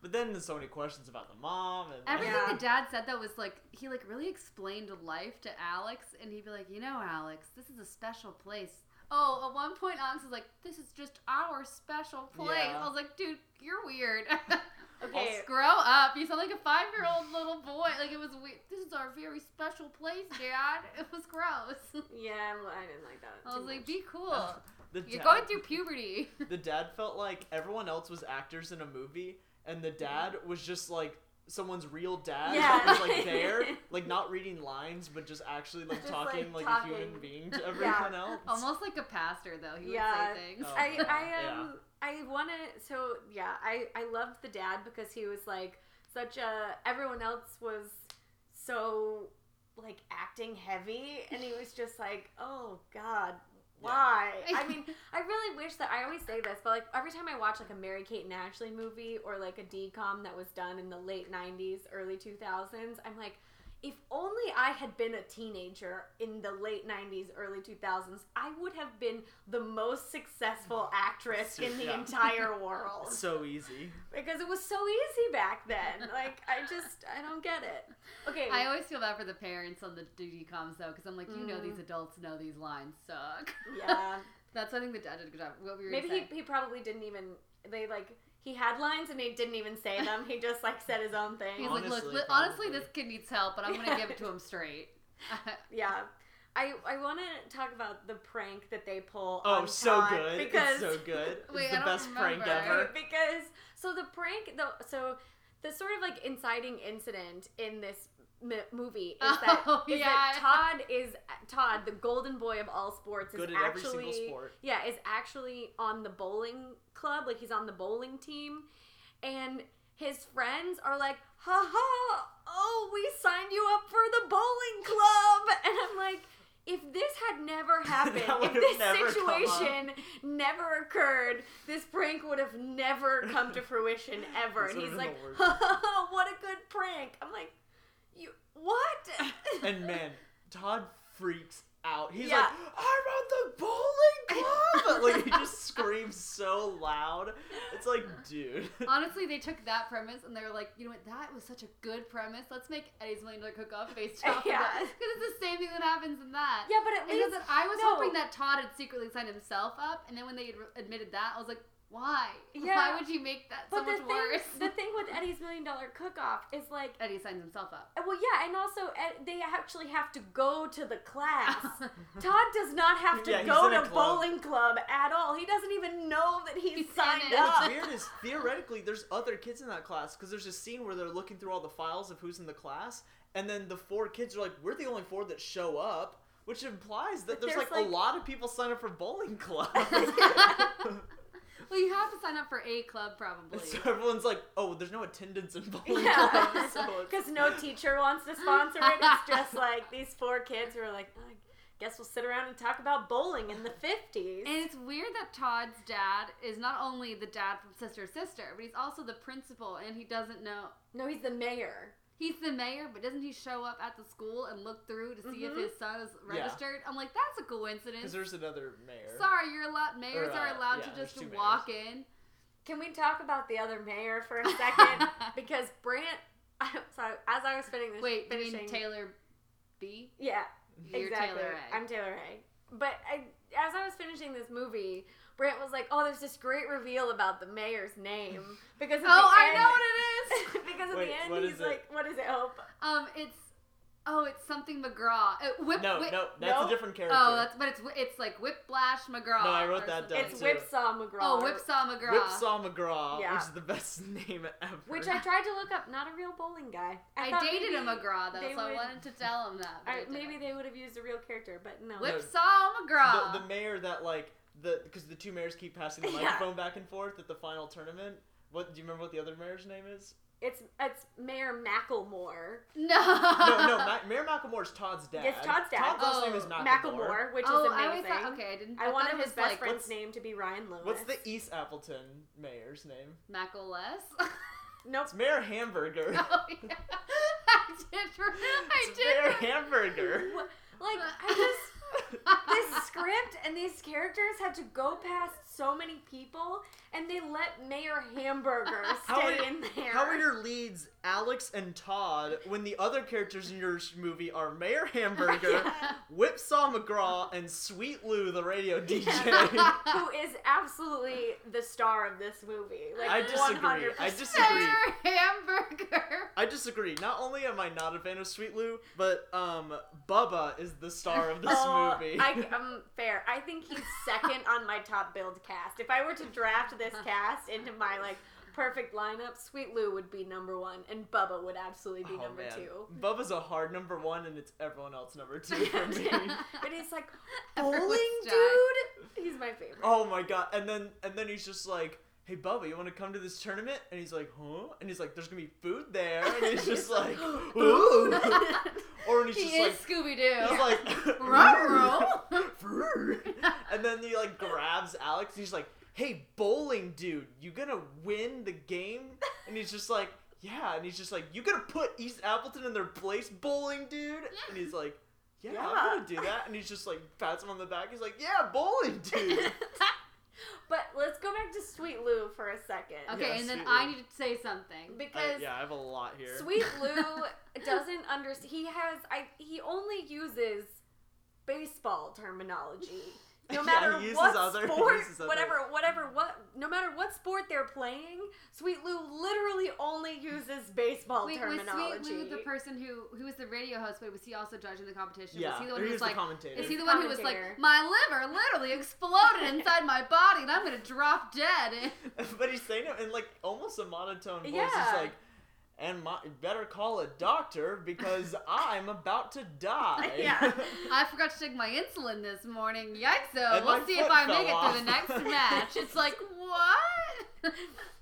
[SPEAKER 3] but then there's so many questions about the mom and
[SPEAKER 1] Everything
[SPEAKER 2] Yeah.
[SPEAKER 1] the dad said though was like he like really explained life to Alex, and he'd be like, you know, Alex, this is a special place. Oh, at one point Alex was like, this is just our special place.
[SPEAKER 3] Yeah.
[SPEAKER 1] I was like, dude, you're weird.
[SPEAKER 2] okay.
[SPEAKER 1] Grow up. You sound like a five year old little boy. Like it was weird. This is our very special place, Dad. It was gross.
[SPEAKER 2] Yeah, I'm- I didn't like that.
[SPEAKER 1] I
[SPEAKER 2] too
[SPEAKER 1] was like,
[SPEAKER 2] much.
[SPEAKER 1] be cool.
[SPEAKER 3] the
[SPEAKER 1] You're
[SPEAKER 3] dad,
[SPEAKER 1] going through puberty.
[SPEAKER 3] the dad felt like everyone else was actors in a movie, and the dad was just like someone's real dad
[SPEAKER 2] Yeah.
[SPEAKER 3] that was like there, like not reading lines, but just actually like
[SPEAKER 2] Just,
[SPEAKER 3] talking
[SPEAKER 2] like,
[SPEAKER 3] like, a
[SPEAKER 2] talking.
[SPEAKER 3] human being to everyone else.
[SPEAKER 1] Almost like a pastor though. He
[SPEAKER 2] Yeah.
[SPEAKER 1] would say things.
[SPEAKER 3] Oh.
[SPEAKER 2] I,
[SPEAKER 3] Yeah,
[SPEAKER 2] I um I want to so yeah I I loved the dad because he was like such a everyone else was so like acting heavy and he was just like oh god why I mean I really wish that I always say this but like every time I watch like a Mary Kate and Ashley movie or like a DCOM that was done in the late 90s early 2000s I'm like if only I had been a teenager in the late 90s, early 2000s, I would have been the most successful actress in the
[SPEAKER 3] Yeah.
[SPEAKER 2] entire world.
[SPEAKER 3] so easy.
[SPEAKER 2] Because it was so easy back then. Like, I just, I don't get it. Okay.
[SPEAKER 1] I always feel bad for the parents on the duty comms though, because I'm like, you know,
[SPEAKER 2] Mhm.
[SPEAKER 1] these adults know these lines suck.
[SPEAKER 2] yeah.
[SPEAKER 1] That's I think the dad did a good job. What were you
[SPEAKER 2] Maybe
[SPEAKER 1] saying?
[SPEAKER 2] he, he probably didn't even, they like, he had lines and he didn't even say them. He just, like, said his own thing.
[SPEAKER 1] He's like, look,
[SPEAKER 3] Honestly,
[SPEAKER 1] li- honestly,
[SPEAKER 3] probably.
[SPEAKER 1] this kid needs help, but I'm gonna give it to him straight.
[SPEAKER 2] yeah. I, I want to talk about the prank that they pull.
[SPEAKER 3] Oh,
[SPEAKER 2] on
[SPEAKER 3] so
[SPEAKER 2] Todd
[SPEAKER 3] good.
[SPEAKER 2] Because
[SPEAKER 3] it's so good. It's
[SPEAKER 1] Wait,
[SPEAKER 3] the
[SPEAKER 1] I don't
[SPEAKER 3] best prank
[SPEAKER 1] remember.
[SPEAKER 3] ever.
[SPEAKER 2] Right, because so the prank though so the sort of like inciting incident in this m- movie is that,
[SPEAKER 1] Oh,
[SPEAKER 2] is that Todd is Todd the golden boy of all sports
[SPEAKER 3] Good
[SPEAKER 2] is
[SPEAKER 3] at every
[SPEAKER 2] actually
[SPEAKER 3] single sport.
[SPEAKER 2] yeah is actually on the bowling club like he's on the bowling team and his friends are like ha ha oh we signed you up for the bowling club and I'm like if this had never happened,
[SPEAKER 3] That
[SPEAKER 2] if
[SPEAKER 3] would've
[SPEAKER 2] this
[SPEAKER 3] never come up.
[SPEAKER 2] situation never occurred, this prank would have never come to fruition ever.
[SPEAKER 3] This
[SPEAKER 2] and he's
[SPEAKER 3] would've been
[SPEAKER 2] like,
[SPEAKER 3] the worst.
[SPEAKER 2] what a good prank. I'm like, you what?
[SPEAKER 3] And man, Todd freaks out. He's
[SPEAKER 2] Yeah.
[SPEAKER 3] like, I'm at the bowling club! like, he just screams so loud. It's like, dude.
[SPEAKER 1] Honestly, they took that premise and they were like, you know what, that was such a good premise. Let's make Eddie's Million Dollar Cook Off based off
[SPEAKER 2] Yeah.
[SPEAKER 1] of Because it's the same thing that happens in that.
[SPEAKER 2] yeah, but at
[SPEAKER 1] Because
[SPEAKER 2] least
[SPEAKER 1] I was
[SPEAKER 2] no.
[SPEAKER 1] hoping that Todd had secretly signed himself up, and then when they ad- admitted that, I was like, Why?
[SPEAKER 2] Yeah.
[SPEAKER 1] Why would you make that so
[SPEAKER 2] But the
[SPEAKER 1] much
[SPEAKER 2] thing,
[SPEAKER 1] worse?
[SPEAKER 2] the thing with Eddie's Million Dollar Cook Off is like, uh,
[SPEAKER 1] Eddie signs himself up.
[SPEAKER 2] well, yeah, and also Ed, they actually have to go to the class. Todd does not have to
[SPEAKER 3] Yeah, he's
[SPEAKER 2] go
[SPEAKER 3] in a
[SPEAKER 2] to
[SPEAKER 3] club.
[SPEAKER 2] bowling club at all. He doesn't even know that he's,
[SPEAKER 1] He's in
[SPEAKER 2] signed
[SPEAKER 1] it.
[SPEAKER 2] up.
[SPEAKER 3] What's weird is theoretically there's other kids in that class because there's a scene where they're looking through all the files of who's in the class, and then the four kids are like, "We're the only four that show up," which implies that
[SPEAKER 2] But
[SPEAKER 3] there's,
[SPEAKER 2] there's,
[SPEAKER 3] like,
[SPEAKER 2] like-
[SPEAKER 3] a lot of people sign up for bowling club.
[SPEAKER 1] well, you have to sign up for a club probably.
[SPEAKER 3] And so everyone's like, "Oh, there's no attendance in bowling
[SPEAKER 2] Yeah,
[SPEAKER 3] club." So it's-
[SPEAKER 2] because no teacher wants to sponsor it. It's just like these four kids who are like, I guess we'll sit around and talk about bowling in the fifties.
[SPEAKER 1] And it's weird that Todd's dad is not only the dad from Sister Sister, but he's also the principal, and he doesn't know.
[SPEAKER 2] No, he's the mayor.
[SPEAKER 1] He's the mayor, but doesn't he show up at the school and look through to see
[SPEAKER 2] Mhm.
[SPEAKER 1] if his son is registered? I'm like, that's a
[SPEAKER 3] Mm-hmm. 'cause
[SPEAKER 1] coincidence.
[SPEAKER 3] there's another mayor.
[SPEAKER 1] Sorry, you're allowed. Mayors
[SPEAKER 3] Or, uh,
[SPEAKER 1] are allowed
[SPEAKER 3] yeah,
[SPEAKER 1] to just
[SPEAKER 3] there's two
[SPEAKER 1] walk in.
[SPEAKER 2] Can we talk about the other mayor for a second? because Brant, I'm sorry, as I was spinning this,
[SPEAKER 1] Wait, you
[SPEAKER 2] finishing,
[SPEAKER 1] mean Taylor B?
[SPEAKER 2] Yeah,
[SPEAKER 1] You're
[SPEAKER 2] exactly.
[SPEAKER 1] Taylor A.
[SPEAKER 2] I'm Taylor A. But I, as I was finishing this movie, Brant was like, "Oh, there's this great reveal about the mayor's name because
[SPEAKER 1] Oh,
[SPEAKER 2] at the
[SPEAKER 1] I
[SPEAKER 2] end-
[SPEAKER 1] know what it is.
[SPEAKER 2] because at
[SPEAKER 3] Wait,
[SPEAKER 2] the end
[SPEAKER 3] what
[SPEAKER 2] he's
[SPEAKER 3] is it?
[SPEAKER 2] like, "What is it, Hope?"
[SPEAKER 1] Um, it's oh, it's something McGraw. Uh, whip,
[SPEAKER 3] No,
[SPEAKER 1] whip-
[SPEAKER 3] no, that's
[SPEAKER 2] no?
[SPEAKER 3] a different character.
[SPEAKER 1] Oh, that's but it's it's like Whiplash McGraw.
[SPEAKER 3] No, I wrote
[SPEAKER 1] or
[SPEAKER 3] that
[SPEAKER 1] something.
[SPEAKER 3] down,
[SPEAKER 2] It's
[SPEAKER 3] too.
[SPEAKER 2] Whipsaw McGraw.
[SPEAKER 1] Oh, Whipsaw McGraw.
[SPEAKER 3] Whipsaw McGraw,
[SPEAKER 2] Yeah.
[SPEAKER 3] which is the best name ever.
[SPEAKER 2] Which I tried to look up. Not a real bowling guy.
[SPEAKER 1] I,
[SPEAKER 2] thought
[SPEAKER 1] dated
[SPEAKER 2] maybe-
[SPEAKER 1] a McGraw though,
[SPEAKER 2] they
[SPEAKER 1] so I
[SPEAKER 2] would-
[SPEAKER 1] wanted to tell him that. but I
[SPEAKER 2] I,
[SPEAKER 1] didn't.
[SPEAKER 2] maybe they would have used a real character, but no.
[SPEAKER 3] Whip-
[SPEAKER 1] Whipsaw McGraw.
[SPEAKER 3] the, the mayor that like the because the two mayors keep passing the
[SPEAKER 2] Yeah.
[SPEAKER 3] microphone back and forth at the final tournament. What do you remember what the other mayor's name is?
[SPEAKER 2] It's it's Mayor Macklemore.
[SPEAKER 1] no,
[SPEAKER 3] No, no, Ma- Mayor Macklemore's Todd's dad.
[SPEAKER 2] Yes, Todd's dad.
[SPEAKER 3] Todd's last
[SPEAKER 1] Oh.
[SPEAKER 3] name is Macklemore.
[SPEAKER 2] Macklemore, which
[SPEAKER 1] oh,
[SPEAKER 2] is
[SPEAKER 1] I always
[SPEAKER 2] amazing. I,
[SPEAKER 1] thought okay, I didn't. I,
[SPEAKER 2] wanted
[SPEAKER 1] thought it
[SPEAKER 2] his
[SPEAKER 1] was
[SPEAKER 2] best
[SPEAKER 1] like
[SPEAKER 2] friend's
[SPEAKER 3] what's-
[SPEAKER 2] name to be Ryan Lewis.
[SPEAKER 3] What's the East Appleton mayor's name?
[SPEAKER 1] Mackleless.
[SPEAKER 2] Nope.
[SPEAKER 3] It's Mayor Hamburger.
[SPEAKER 1] oh yeah, I did. re- I did.
[SPEAKER 3] it's Mayor
[SPEAKER 1] re-
[SPEAKER 3] Hamburger.
[SPEAKER 2] What- Like I just this script and these characters had to go past so many people, and they let Mayor Hamburger
[SPEAKER 3] How
[SPEAKER 2] stay
[SPEAKER 3] are-
[SPEAKER 2] in there.
[SPEAKER 3] How are your leads Alex and Todd when the other characters in your sh- movie are Mayor Hamburger, Whipsaw McGraw, and Sweet Lou the radio DJ?
[SPEAKER 2] who is absolutely the star of this movie. Like
[SPEAKER 3] I disagree.
[SPEAKER 2] 100%.
[SPEAKER 3] I disagree.
[SPEAKER 1] Mayor Hamburger.
[SPEAKER 3] I disagree. Not only am I not a fan of Sweet Lou, but um, Bubba is the star of this
[SPEAKER 2] Oh,
[SPEAKER 3] movie.
[SPEAKER 2] I, um, fair. I think he's second on my top build cast. If I were to draft this cast into my like perfect lineup, Sweet Lou would be number one, and Bubba would absolutely be
[SPEAKER 3] Oh,
[SPEAKER 2] number
[SPEAKER 3] man.
[SPEAKER 2] two.
[SPEAKER 3] Bubba's a hard number one, and it's everyone else number two for me.
[SPEAKER 2] but he's like
[SPEAKER 1] Everyone's
[SPEAKER 2] bowling
[SPEAKER 1] dying.
[SPEAKER 2] dude. He's my favorite.
[SPEAKER 3] oh my god! And then and then he's just like, "Hey Bubba, you want to come to this tournament?" And he's like, "Huh?" And he's like, "There's gonna be food there." And he's just like, "Ooh!" or when he's
[SPEAKER 1] He
[SPEAKER 3] just
[SPEAKER 1] is
[SPEAKER 3] like,
[SPEAKER 1] Scooby
[SPEAKER 3] He's
[SPEAKER 1] Doo.
[SPEAKER 3] like,
[SPEAKER 1] Ruh-roh.
[SPEAKER 3] "Frrr." and then he like grabs Alex and he's like, "Hey, bowling dude, you gonna win the game?" And he's just like, "Yeah," and he's just like, "You gonna put East Appleton in their place, bowling dude?" And he's like, "Yeah,
[SPEAKER 2] Yeah.
[SPEAKER 3] I'm gonna do that." And he's just like pats him on the back. He's like, "Yeah, bowling dude."
[SPEAKER 2] But let's go back to Sweet Lou for a second.
[SPEAKER 1] Okay,
[SPEAKER 3] Yeah,
[SPEAKER 1] and then
[SPEAKER 3] Sweet
[SPEAKER 1] I
[SPEAKER 3] Lou.
[SPEAKER 1] need to say something.
[SPEAKER 3] I,
[SPEAKER 2] Because
[SPEAKER 3] yeah, I have a lot here.
[SPEAKER 2] Sweet Lou doesn't understand. He has. I. He only uses baseball terminology. No
[SPEAKER 3] Yeah,
[SPEAKER 2] matter
[SPEAKER 3] he uses
[SPEAKER 2] what
[SPEAKER 3] other- he
[SPEAKER 2] sport,
[SPEAKER 3] uses other-
[SPEAKER 2] whatever, whatever, what, no matter what sport they're playing, Sweet Lou literally only uses baseball
[SPEAKER 1] Wait, was
[SPEAKER 2] terminology.
[SPEAKER 1] Sweet Lou the person who who was the radio host? Wait, was he also judging the competition?
[SPEAKER 3] yeah,
[SPEAKER 1] was he the one
[SPEAKER 3] or
[SPEAKER 1] who
[SPEAKER 3] he's
[SPEAKER 1] was
[SPEAKER 3] the
[SPEAKER 1] like?
[SPEAKER 3] commentator.
[SPEAKER 1] Is he the one who was like,
[SPEAKER 2] Commentator.
[SPEAKER 1] my liver literally exploded inside my body, and I'm gonna drop dead?
[SPEAKER 3] but he's saying it in like almost a monotone voice.
[SPEAKER 2] Yeah.
[SPEAKER 3] He's like, and my, better call a doctor because I'm about to die.
[SPEAKER 2] Yeah.
[SPEAKER 1] I forgot to take my insulin this morning. Yikes! So
[SPEAKER 3] And
[SPEAKER 1] we'll
[SPEAKER 3] my
[SPEAKER 1] see if
[SPEAKER 3] foot
[SPEAKER 1] I
[SPEAKER 3] fell
[SPEAKER 1] make it through the
[SPEAKER 3] off.
[SPEAKER 1] next match. It's like what?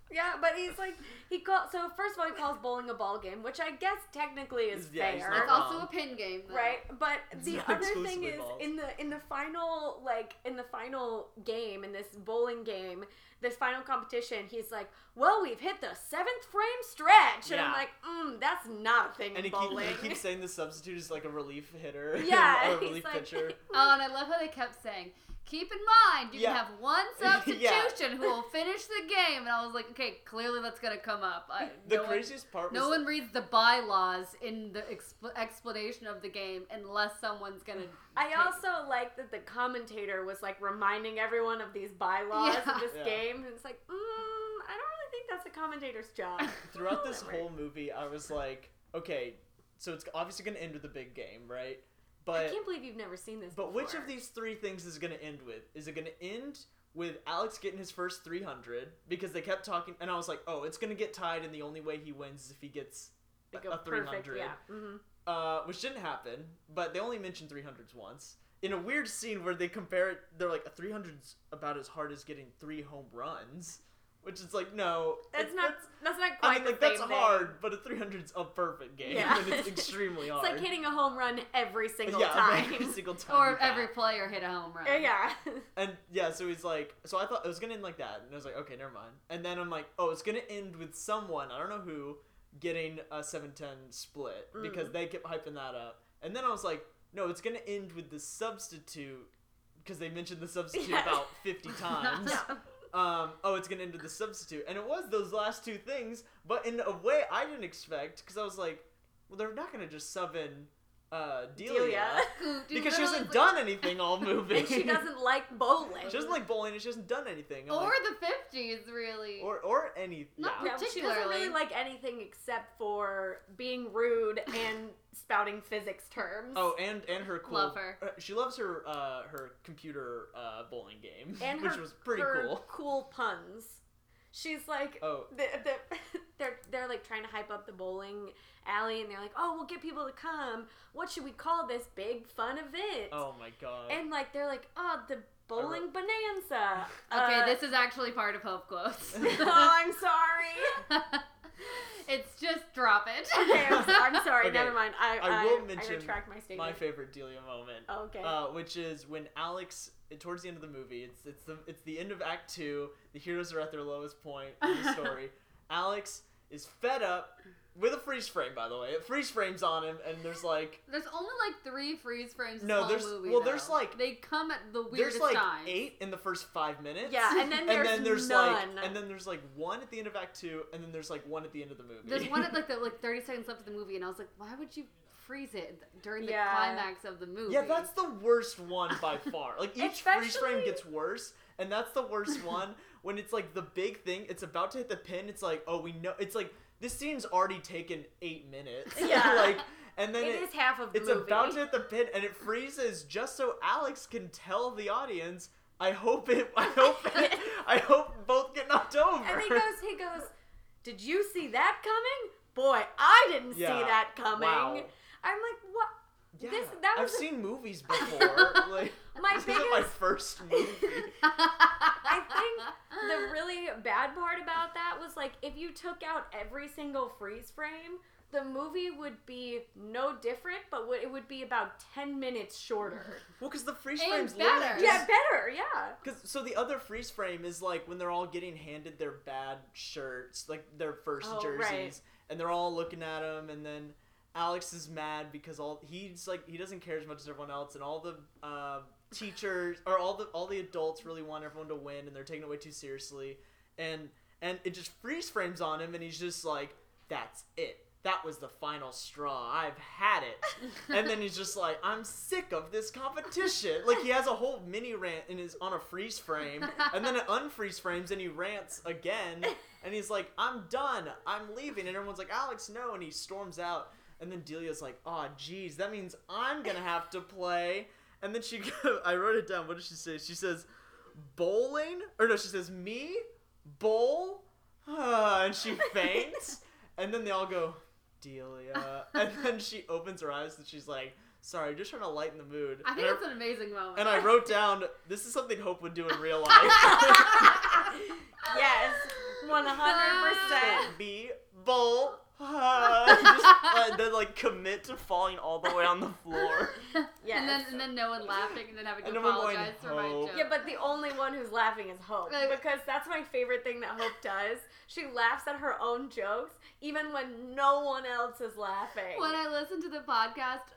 [SPEAKER 2] Yeah, but he's like he call so first of all he calls bowling a ball game, which I guess technically is
[SPEAKER 3] Yeah, he's
[SPEAKER 2] fair.
[SPEAKER 1] It's
[SPEAKER 3] not
[SPEAKER 1] also
[SPEAKER 3] wrong.
[SPEAKER 1] a pin game, though.
[SPEAKER 2] Right, but
[SPEAKER 3] It's
[SPEAKER 2] the
[SPEAKER 3] not
[SPEAKER 2] other thing
[SPEAKER 3] exclusively
[SPEAKER 2] is
[SPEAKER 3] balls.
[SPEAKER 2] in the in the final like in the final game in this bowling game, this final competition, he's like, "Well, we've hit the seventh frame stretch," and I'm
[SPEAKER 3] Yeah.
[SPEAKER 2] like, mm, "That's not a thing
[SPEAKER 3] And
[SPEAKER 2] in
[SPEAKER 3] he, keep,
[SPEAKER 2] bowling."
[SPEAKER 3] he keeps saying the substitute is like a relief hitter.
[SPEAKER 2] yeah,
[SPEAKER 3] or a
[SPEAKER 2] he's
[SPEAKER 3] relief
[SPEAKER 2] like,
[SPEAKER 3] pitcher.
[SPEAKER 1] Oh, and I love how they kept saying, Keep in mind, you
[SPEAKER 3] Yeah.
[SPEAKER 1] can have one
[SPEAKER 3] Yeah.
[SPEAKER 1] substitution who will finish the game. And I was like, okay, clearly that's going to come up. I,
[SPEAKER 3] The
[SPEAKER 1] no one-
[SPEAKER 3] craziest part was
[SPEAKER 1] no one reads the bylaws in the expl- explanation of the game unless someone's gonna.
[SPEAKER 2] I
[SPEAKER 1] take-
[SPEAKER 2] also like that the commentator was like reminding everyone of these bylaws
[SPEAKER 1] Yeah.
[SPEAKER 2] of this
[SPEAKER 3] Yeah.
[SPEAKER 2] game, and it's like, mm, I don't really think that's a commentator's job.
[SPEAKER 3] throughout this
[SPEAKER 2] Whatever.
[SPEAKER 3] whole movie, I was like, okay, so it's obviously going to end with a big game, right?
[SPEAKER 2] I
[SPEAKER 3] But
[SPEAKER 2] can't believe you've never seen this.
[SPEAKER 3] but which of
[SPEAKER 2] before.
[SPEAKER 3] these three things is it going to end with? Is it going to end with Alex getting his first 300 because they kept talking and I was like, "Oh, it's going to get tied and the only way he wins is if he gets
[SPEAKER 2] Like
[SPEAKER 3] a, a 300."
[SPEAKER 2] Perfect, yeah. hmm
[SPEAKER 3] uh, which didn't happen, but they only mentioned 300s once. In a weird scene where they compare it, they're like, a 300's about as hard as getting three home runs, which is like, no.
[SPEAKER 2] That's
[SPEAKER 3] it-
[SPEAKER 2] not. That's not quite
[SPEAKER 3] I mean,
[SPEAKER 2] the
[SPEAKER 3] like, that's
[SPEAKER 2] same thing.
[SPEAKER 3] hard, but a 300's a perfect game,
[SPEAKER 2] Yeah.
[SPEAKER 3] and it's extremely
[SPEAKER 2] It's
[SPEAKER 3] hard.
[SPEAKER 2] like hitting a home run every single
[SPEAKER 3] yeah,
[SPEAKER 2] time.
[SPEAKER 3] every single time.
[SPEAKER 1] or
[SPEAKER 3] you
[SPEAKER 1] if every
[SPEAKER 3] bat.
[SPEAKER 1] player hit a home run.
[SPEAKER 2] yeah.
[SPEAKER 3] And yeah, so he's like, so I thought it was gonna end like that, and I was like, okay, never mind. And then I'm like, oh, it's gonna end with someone I don't know who getting a seven ten split because they kept hyping that up. And then I was like, no, it's gonna end with the substitute because they mentioned the substitute
[SPEAKER 2] Yeah.
[SPEAKER 3] about fifty times.
[SPEAKER 1] Yeah.
[SPEAKER 3] Um, oh, it's gonna end with the substitute, and it was those last two things, but in a way I didn't expect because I was like, well, they're not gonna just sub in uh, Delia,
[SPEAKER 2] Delia.
[SPEAKER 1] Who- dude,
[SPEAKER 3] because she
[SPEAKER 1] literally,
[SPEAKER 3] hasn't
[SPEAKER 1] like-
[SPEAKER 3] done anything all movie.
[SPEAKER 2] and she doesn't like bowling.
[SPEAKER 3] She doesn't like bowling and she hasn't done anything. I'm
[SPEAKER 1] Or
[SPEAKER 3] like,
[SPEAKER 1] the fifties, really.
[SPEAKER 3] or or any yeah.
[SPEAKER 1] Not
[SPEAKER 2] Yeah, well, she doesn't
[SPEAKER 1] particularly.
[SPEAKER 2] really like anything except for being rude and spouting physics terms.
[SPEAKER 3] Oh, and and her cool.
[SPEAKER 1] Love her.
[SPEAKER 3] uh, She loves her uh her computer uh bowling game,
[SPEAKER 2] and
[SPEAKER 3] which
[SPEAKER 2] her-
[SPEAKER 3] was pretty
[SPEAKER 2] her
[SPEAKER 3] cool.
[SPEAKER 2] Cool puns. She's like,
[SPEAKER 3] Oh.
[SPEAKER 2] the, the, they're they're like trying to hype up the bowling alley, and they're like, oh, we'll get people to come. What should we call this big fun event?
[SPEAKER 3] Oh my god.
[SPEAKER 2] And like they're like, oh, the bowling bonanza.
[SPEAKER 1] okay,
[SPEAKER 2] Uh,
[SPEAKER 1] this is actually part of Hope Quotes.
[SPEAKER 2] oh, I'm sorry.
[SPEAKER 1] it's just drop it.
[SPEAKER 2] Okay, I'm, so- I'm sorry.
[SPEAKER 3] Okay,
[SPEAKER 2] Never mind. I,
[SPEAKER 3] I
[SPEAKER 2] I
[SPEAKER 3] will
[SPEAKER 2] I
[SPEAKER 3] mention
[SPEAKER 2] retract my statement.
[SPEAKER 3] my favorite Delia moment.
[SPEAKER 2] Okay.
[SPEAKER 3] Uh, which is when Alex, towards the end of the movie, it's it's the it's the end of Act Two. The heroes are at their lowest point in the story. Alex is fed up with a freeze frame, by the way. It freeze frames on him, and there's like
[SPEAKER 1] There's only like three freeze frames. This
[SPEAKER 3] No,
[SPEAKER 1] whole
[SPEAKER 3] there's-
[SPEAKER 1] movie,
[SPEAKER 3] well, there's,
[SPEAKER 1] though.
[SPEAKER 3] like-
[SPEAKER 1] they come at the weirdest
[SPEAKER 3] there's like
[SPEAKER 1] times.
[SPEAKER 3] eight in the first five minutes.
[SPEAKER 2] yeah, and then
[SPEAKER 3] and
[SPEAKER 2] there's,
[SPEAKER 3] then there's
[SPEAKER 2] none.
[SPEAKER 3] like and then there's like one at the end of act two and then there's like one at the end of the movie
[SPEAKER 1] There's one at like the like 30 seconds left of the movie, and I was like, why would you freeze it during the
[SPEAKER 2] Yeah.
[SPEAKER 1] climax of the movie?
[SPEAKER 3] yeah that's the worst one by far like each freeze frame
[SPEAKER 2] Especially-
[SPEAKER 3] gets worse and that's the worst one when it's like the big thing it's about to hit the pin it's like oh we know it's like this scene's already taken eight minutes
[SPEAKER 2] Yeah.
[SPEAKER 3] like and then
[SPEAKER 2] it is half of the
[SPEAKER 3] it's
[SPEAKER 2] movie.
[SPEAKER 3] about to hit the pin and it freezes just so alex can tell the audience i hope it i hope it, i hope both get knocked over
[SPEAKER 2] And he goes, he goes, did you see that coming? Boy, I didn't
[SPEAKER 3] Yeah,
[SPEAKER 2] see that coming.
[SPEAKER 3] wow.
[SPEAKER 2] I'm like, what?
[SPEAKER 3] Yeah,
[SPEAKER 2] This- that
[SPEAKER 3] I've
[SPEAKER 2] was a-
[SPEAKER 3] seen movies before. like
[SPEAKER 2] My
[SPEAKER 3] this isn't my
[SPEAKER 2] biggest-
[SPEAKER 3] first movie.
[SPEAKER 2] I think the really bad part about that was like if you took out every single freeze frame, the movie would be no different, but w- it would be about ten minutes shorter.
[SPEAKER 3] Well, because the freeze
[SPEAKER 1] And
[SPEAKER 3] frames literally
[SPEAKER 1] better.
[SPEAKER 3] just-
[SPEAKER 2] yeah, better. Yeah.
[SPEAKER 3] Cause so the other freeze frame is like when they're all getting handed their bad shirts, like their first
[SPEAKER 2] Oh,
[SPEAKER 3] jerseys,
[SPEAKER 2] right.
[SPEAKER 3] and they're all looking at them, and then Alex is mad because all he's like he doesn't care as much as everyone else, and all the uh, teachers or all the all the adults really want everyone to win, and they're taking it way too seriously, and and it just freeze frames on him, and he's just like, that's it. That was the final straw. I've had it. and then he's just like, I'm sick of this competition. Like he has a whole mini rant and is on a freeze frame, and then it unfreeze frames and he rants again, and he's like, I'm done. I'm leaving. And everyone's like, Alex, no, and he storms out. And then Delia's like, oh, geez, that means I'm gonna have to play. And then she, I wrote it down. What did she say? She says, bowling, or no, she says me bowl, Ah, and she faints. And then they all go, Delia. And then she opens her eyes and she's like, sorry, just trying to lighten the mood.
[SPEAKER 1] I think
[SPEAKER 3] and,
[SPEAKER 1] that's an amazing moment.
[SPEAKER 3] I, and I wrote down, this is something Hope would do in real life.
[SPEAKER 2] Yes, one hundred percent.
[SPEAKER 3] Be bowl. Ah, just, uh, then like commit to falling all the way on the floor.
[SPEAKER 2] Yes.
[SPEAKER 1] And then and then no one laughing and then having to
[SPEAKER 3] And no one going,
[SPEAKER 1] apologize for my
[SPEAKER 3] "Hope."
[SPEAKER 1] joke.
[SPEAKER 2] Yeah, but the only one who's laughing is Hope
[SPEAKER 1] Like-
[SPEAKER 2] because that's my favorite thing that Hope does. She laughs at her own jokes even when no one else is laughing.
[SPEAKER 1] when I listened to the podcast,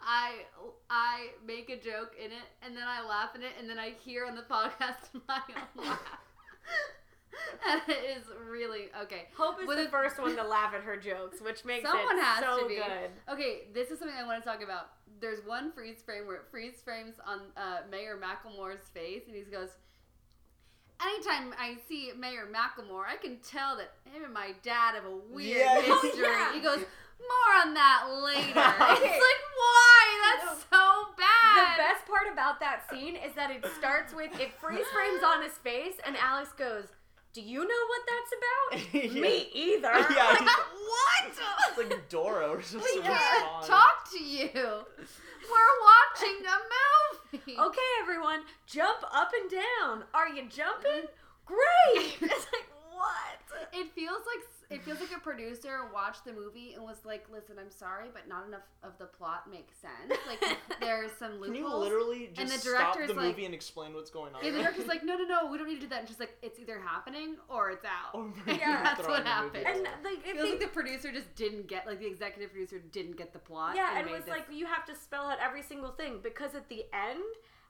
[SPEAKER 1] I I make a joke in it, and then I laugh in it, and then I hear on the podcast my own laugh. and it is really okay.
[SPEAKER 2] Hope is
[SPEAKER 1] Well,
[SPEAKER 2] the
[SPEAKER 1] the-
[SPEAKER 2] first one to laugh at her jokes, which makes
[SPEAKER 1] Someone
[SPEAKER 2] it
[SPEAKER 1] has
[SPEAKER 2] so
[SPEAKER 1] to be.
[SPEAKER 2] good.
[SPEAKER 1] Okay, this is something I want to talk about. There's one freeze frame where it freeze frames on uh, Mayor Macklemore's face, and he goes, Anytime I see Mayor Macklemore, I can tell that him and my dad have a weird
[SPEAKER 3] Yes.
[SPEAKER 2] Oh,
[SPEAKER 1] history.
[SPEAKER 2] yeah.
[SPEAKER 1] He goes, More on that later.
[SPEAKER 2] Okay.
[SPEAKER 1] It's like, why? That's so bad.
[SPEAKER 2] The best part about that scene is that it starts with it freeze frames on his face, and Alex goes, "Do you know what that's about?
[SPEAKER 3] Yeah.
[SPEAKER 2] Me either."
[SPEAKER 3] Yeah,
[SPEAKER 2] Like,
[SPEAKER 1] what?
[SPEAKER 3] It's like Dora or
[SPEAKER 1] we
[SPEAKER 3] something.
[SPEAKER 1] can't talk to you. We're watching a movie.
[SPEAKER 2] okay, everyone, jump up and down. Are you jumping?
[SPEAKER 3] Mm-hmm.
[SPEAKER 2] Great. It's like what?
[SPEAKER 1] It feels like it feels like a producer watched the movie and was like, "Listen, I'm sorry, but not enough of the plot makes sense. Like, there's some
[SPEAKER 3] Can you
[SPEAKER 1] loopholes."
[SPEAKER 3] literally just
[SPEAKER 1] the
[SPEAKER 3] stop
[SPEAKER 1] director's
[SPEAKER 3] the
[SPEAKER 1] like-
[SPEAKER 3] movie and explain what's going on?
[SPEAKER 1] yeah, the director's like, "No, no, no, we don't need to do that." And she's like, "It's either happening or it's out."
[SPEAKER 3] Or
[SPEAKER 1] yeah,
[SPEAKER 3] we're
[SPEAKER 1] that's
[SPEAKER 3] throwing
[SPEAKER 1] what
[SPEAKER 3] the movie
[SPEAKER 1] happened.
[SPEAKER 2] And
[SPEAKER 3] Yeah.
[SPEAKER 2] like, if
[SPEAKER 1] It feels
[SPEAKER 2] they
[SPEAKER 1] like the producer just didn't get, like the executive producer didn't get the plot.
[SPEAKER 2] Yeah, and
[SPEAKER 1] and
[SPEAKER 2] it
[SPEAKER 1] made
[SPEAKER 2] was
[SPEAKER 1] this-
[SPEAKER 2] like you have to spell out every single thing because at the end,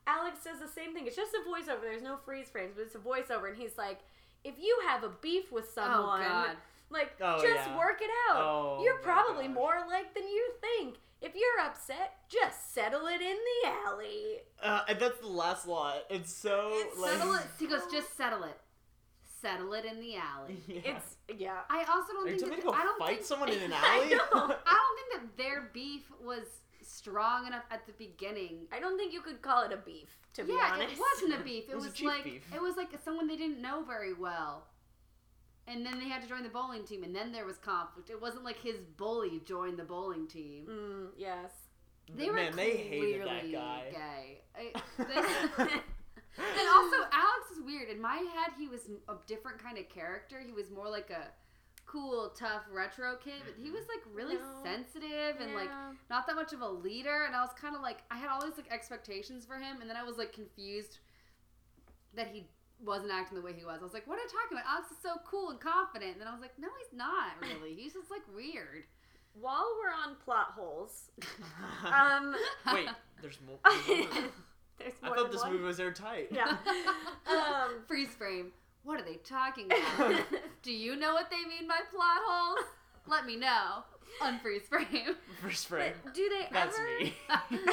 [SPEAKER 2] Alex says the same thing. It's just a voiceover. There's no freeze frames, but it's a voiceover, and he's like, "If you have a beef with someone,
[SPEAKER 1] Oh, God.
[SPEAKER 2] like
[SPEAKER 3] Oh,
[SPEAKER 2] just
[SPEAKER 3] yeah.
[SPEAKER 2] work it out.
[SPEAKER 3] Oh,
[SPEAKER 2] You're
[SPEAKER 3] my
[SPEAKER 2] probably
[SPEAKER 3] gosh.
[SPEAKER 2] more alike than you think. If you're upset, just settle it in the alley."
[SPEAKER 3] Uh, and that's the last lot. It's so
[SPEAKER 2] It's
[SPEAKER 3] like.
[SPEAKER 1] settle it. He goes, "Just settle it, settle it in the alley."
[SPEAKER 3] Yeah.
[SPEAKER 2] It's yeah.
[SPEAKER 1] I also don't
[SPEAKER 3] Are you
[SPEAKER 1] think
[SPEAKER 3] telling me to
[SPEAKER 1] that-
[SPEAKER 3] go
[SPEAKER 1] I don't
[SPEAKER 3] fight
[SPEAKER 1] think
[SPEAKER 3] someone in an alley?
[SPEAKER 2] I know.
[SPEAKER 1] I don't think that their beef was strong enough at the beginning
[SPEAKER 2] I don't think you could call it a beef, to be
[SPEAKER 1] yeah,
[SPEAKER 2] honest.
[SPEAKER 1] it wasn't a beef. It,
[SPEAKER 3] It was
[SPEAKER 1] was,
[SPEAKER 3] a cheap
[SPEAKER 1] like
[SPEAKER 3] beef.
[SPEAKER 1] it was like someone they didn't know very well. And then they had to join the bowling team, and then there was conflict. It wasn't like his bully joined the bowling team.
[SPEAKER 2] Mm, yes.
[SPEAKER 1] They were
[SPEAKER 3] Mm, Man, they hated that
[SPEAKER 1] clearly
[SPEAKER 3] guy.
[SPEAKER 1] Gay. I- they- and also, Alex is weird. In my head, he was a different kind of character. He was more like a cool, tough retro kid, but he was like really
[SPEAKER 2] No.
[SPEAKER 1] sensitive and like
[SPEAKER 2] Yeah.
[SPEAKER 1] not that much of a leader and i was kind of like i had all these like expectations for him and then i was like confused that he wasn't acting the way he was i was like what are you talking about alex is so cool and confident and then i was like no he's not really he's just like weird
[SPEAKER 2] While we're on plot holes,
[SPEAKER 3] Uh-huh.
[SPEAKER 2] um,
[SPEAKER 3] Wait, there's more. There's more.
[SPEAKER 2] there's
[SPEAKER 3] I
[SPEAKER 2] more
[SPEAKER 3] thought
[SPEAKER 2] than
[SPEAKER 3] this
[SPEAKER 2] one.
[SPEAKER 3] movie was airtight.
[SPEAKER 2] Yeah. Um,
[SPEAKER 1] freeze frame what are they talking about do you know what they mean by plot holes let me know unfreeze frame
[SPEAKER 3] First frame.
[SPEAKER 2] but do they
[SPEAKER 3] That's
[SPEAKER 2] ever?
[SPEAKER 3] me.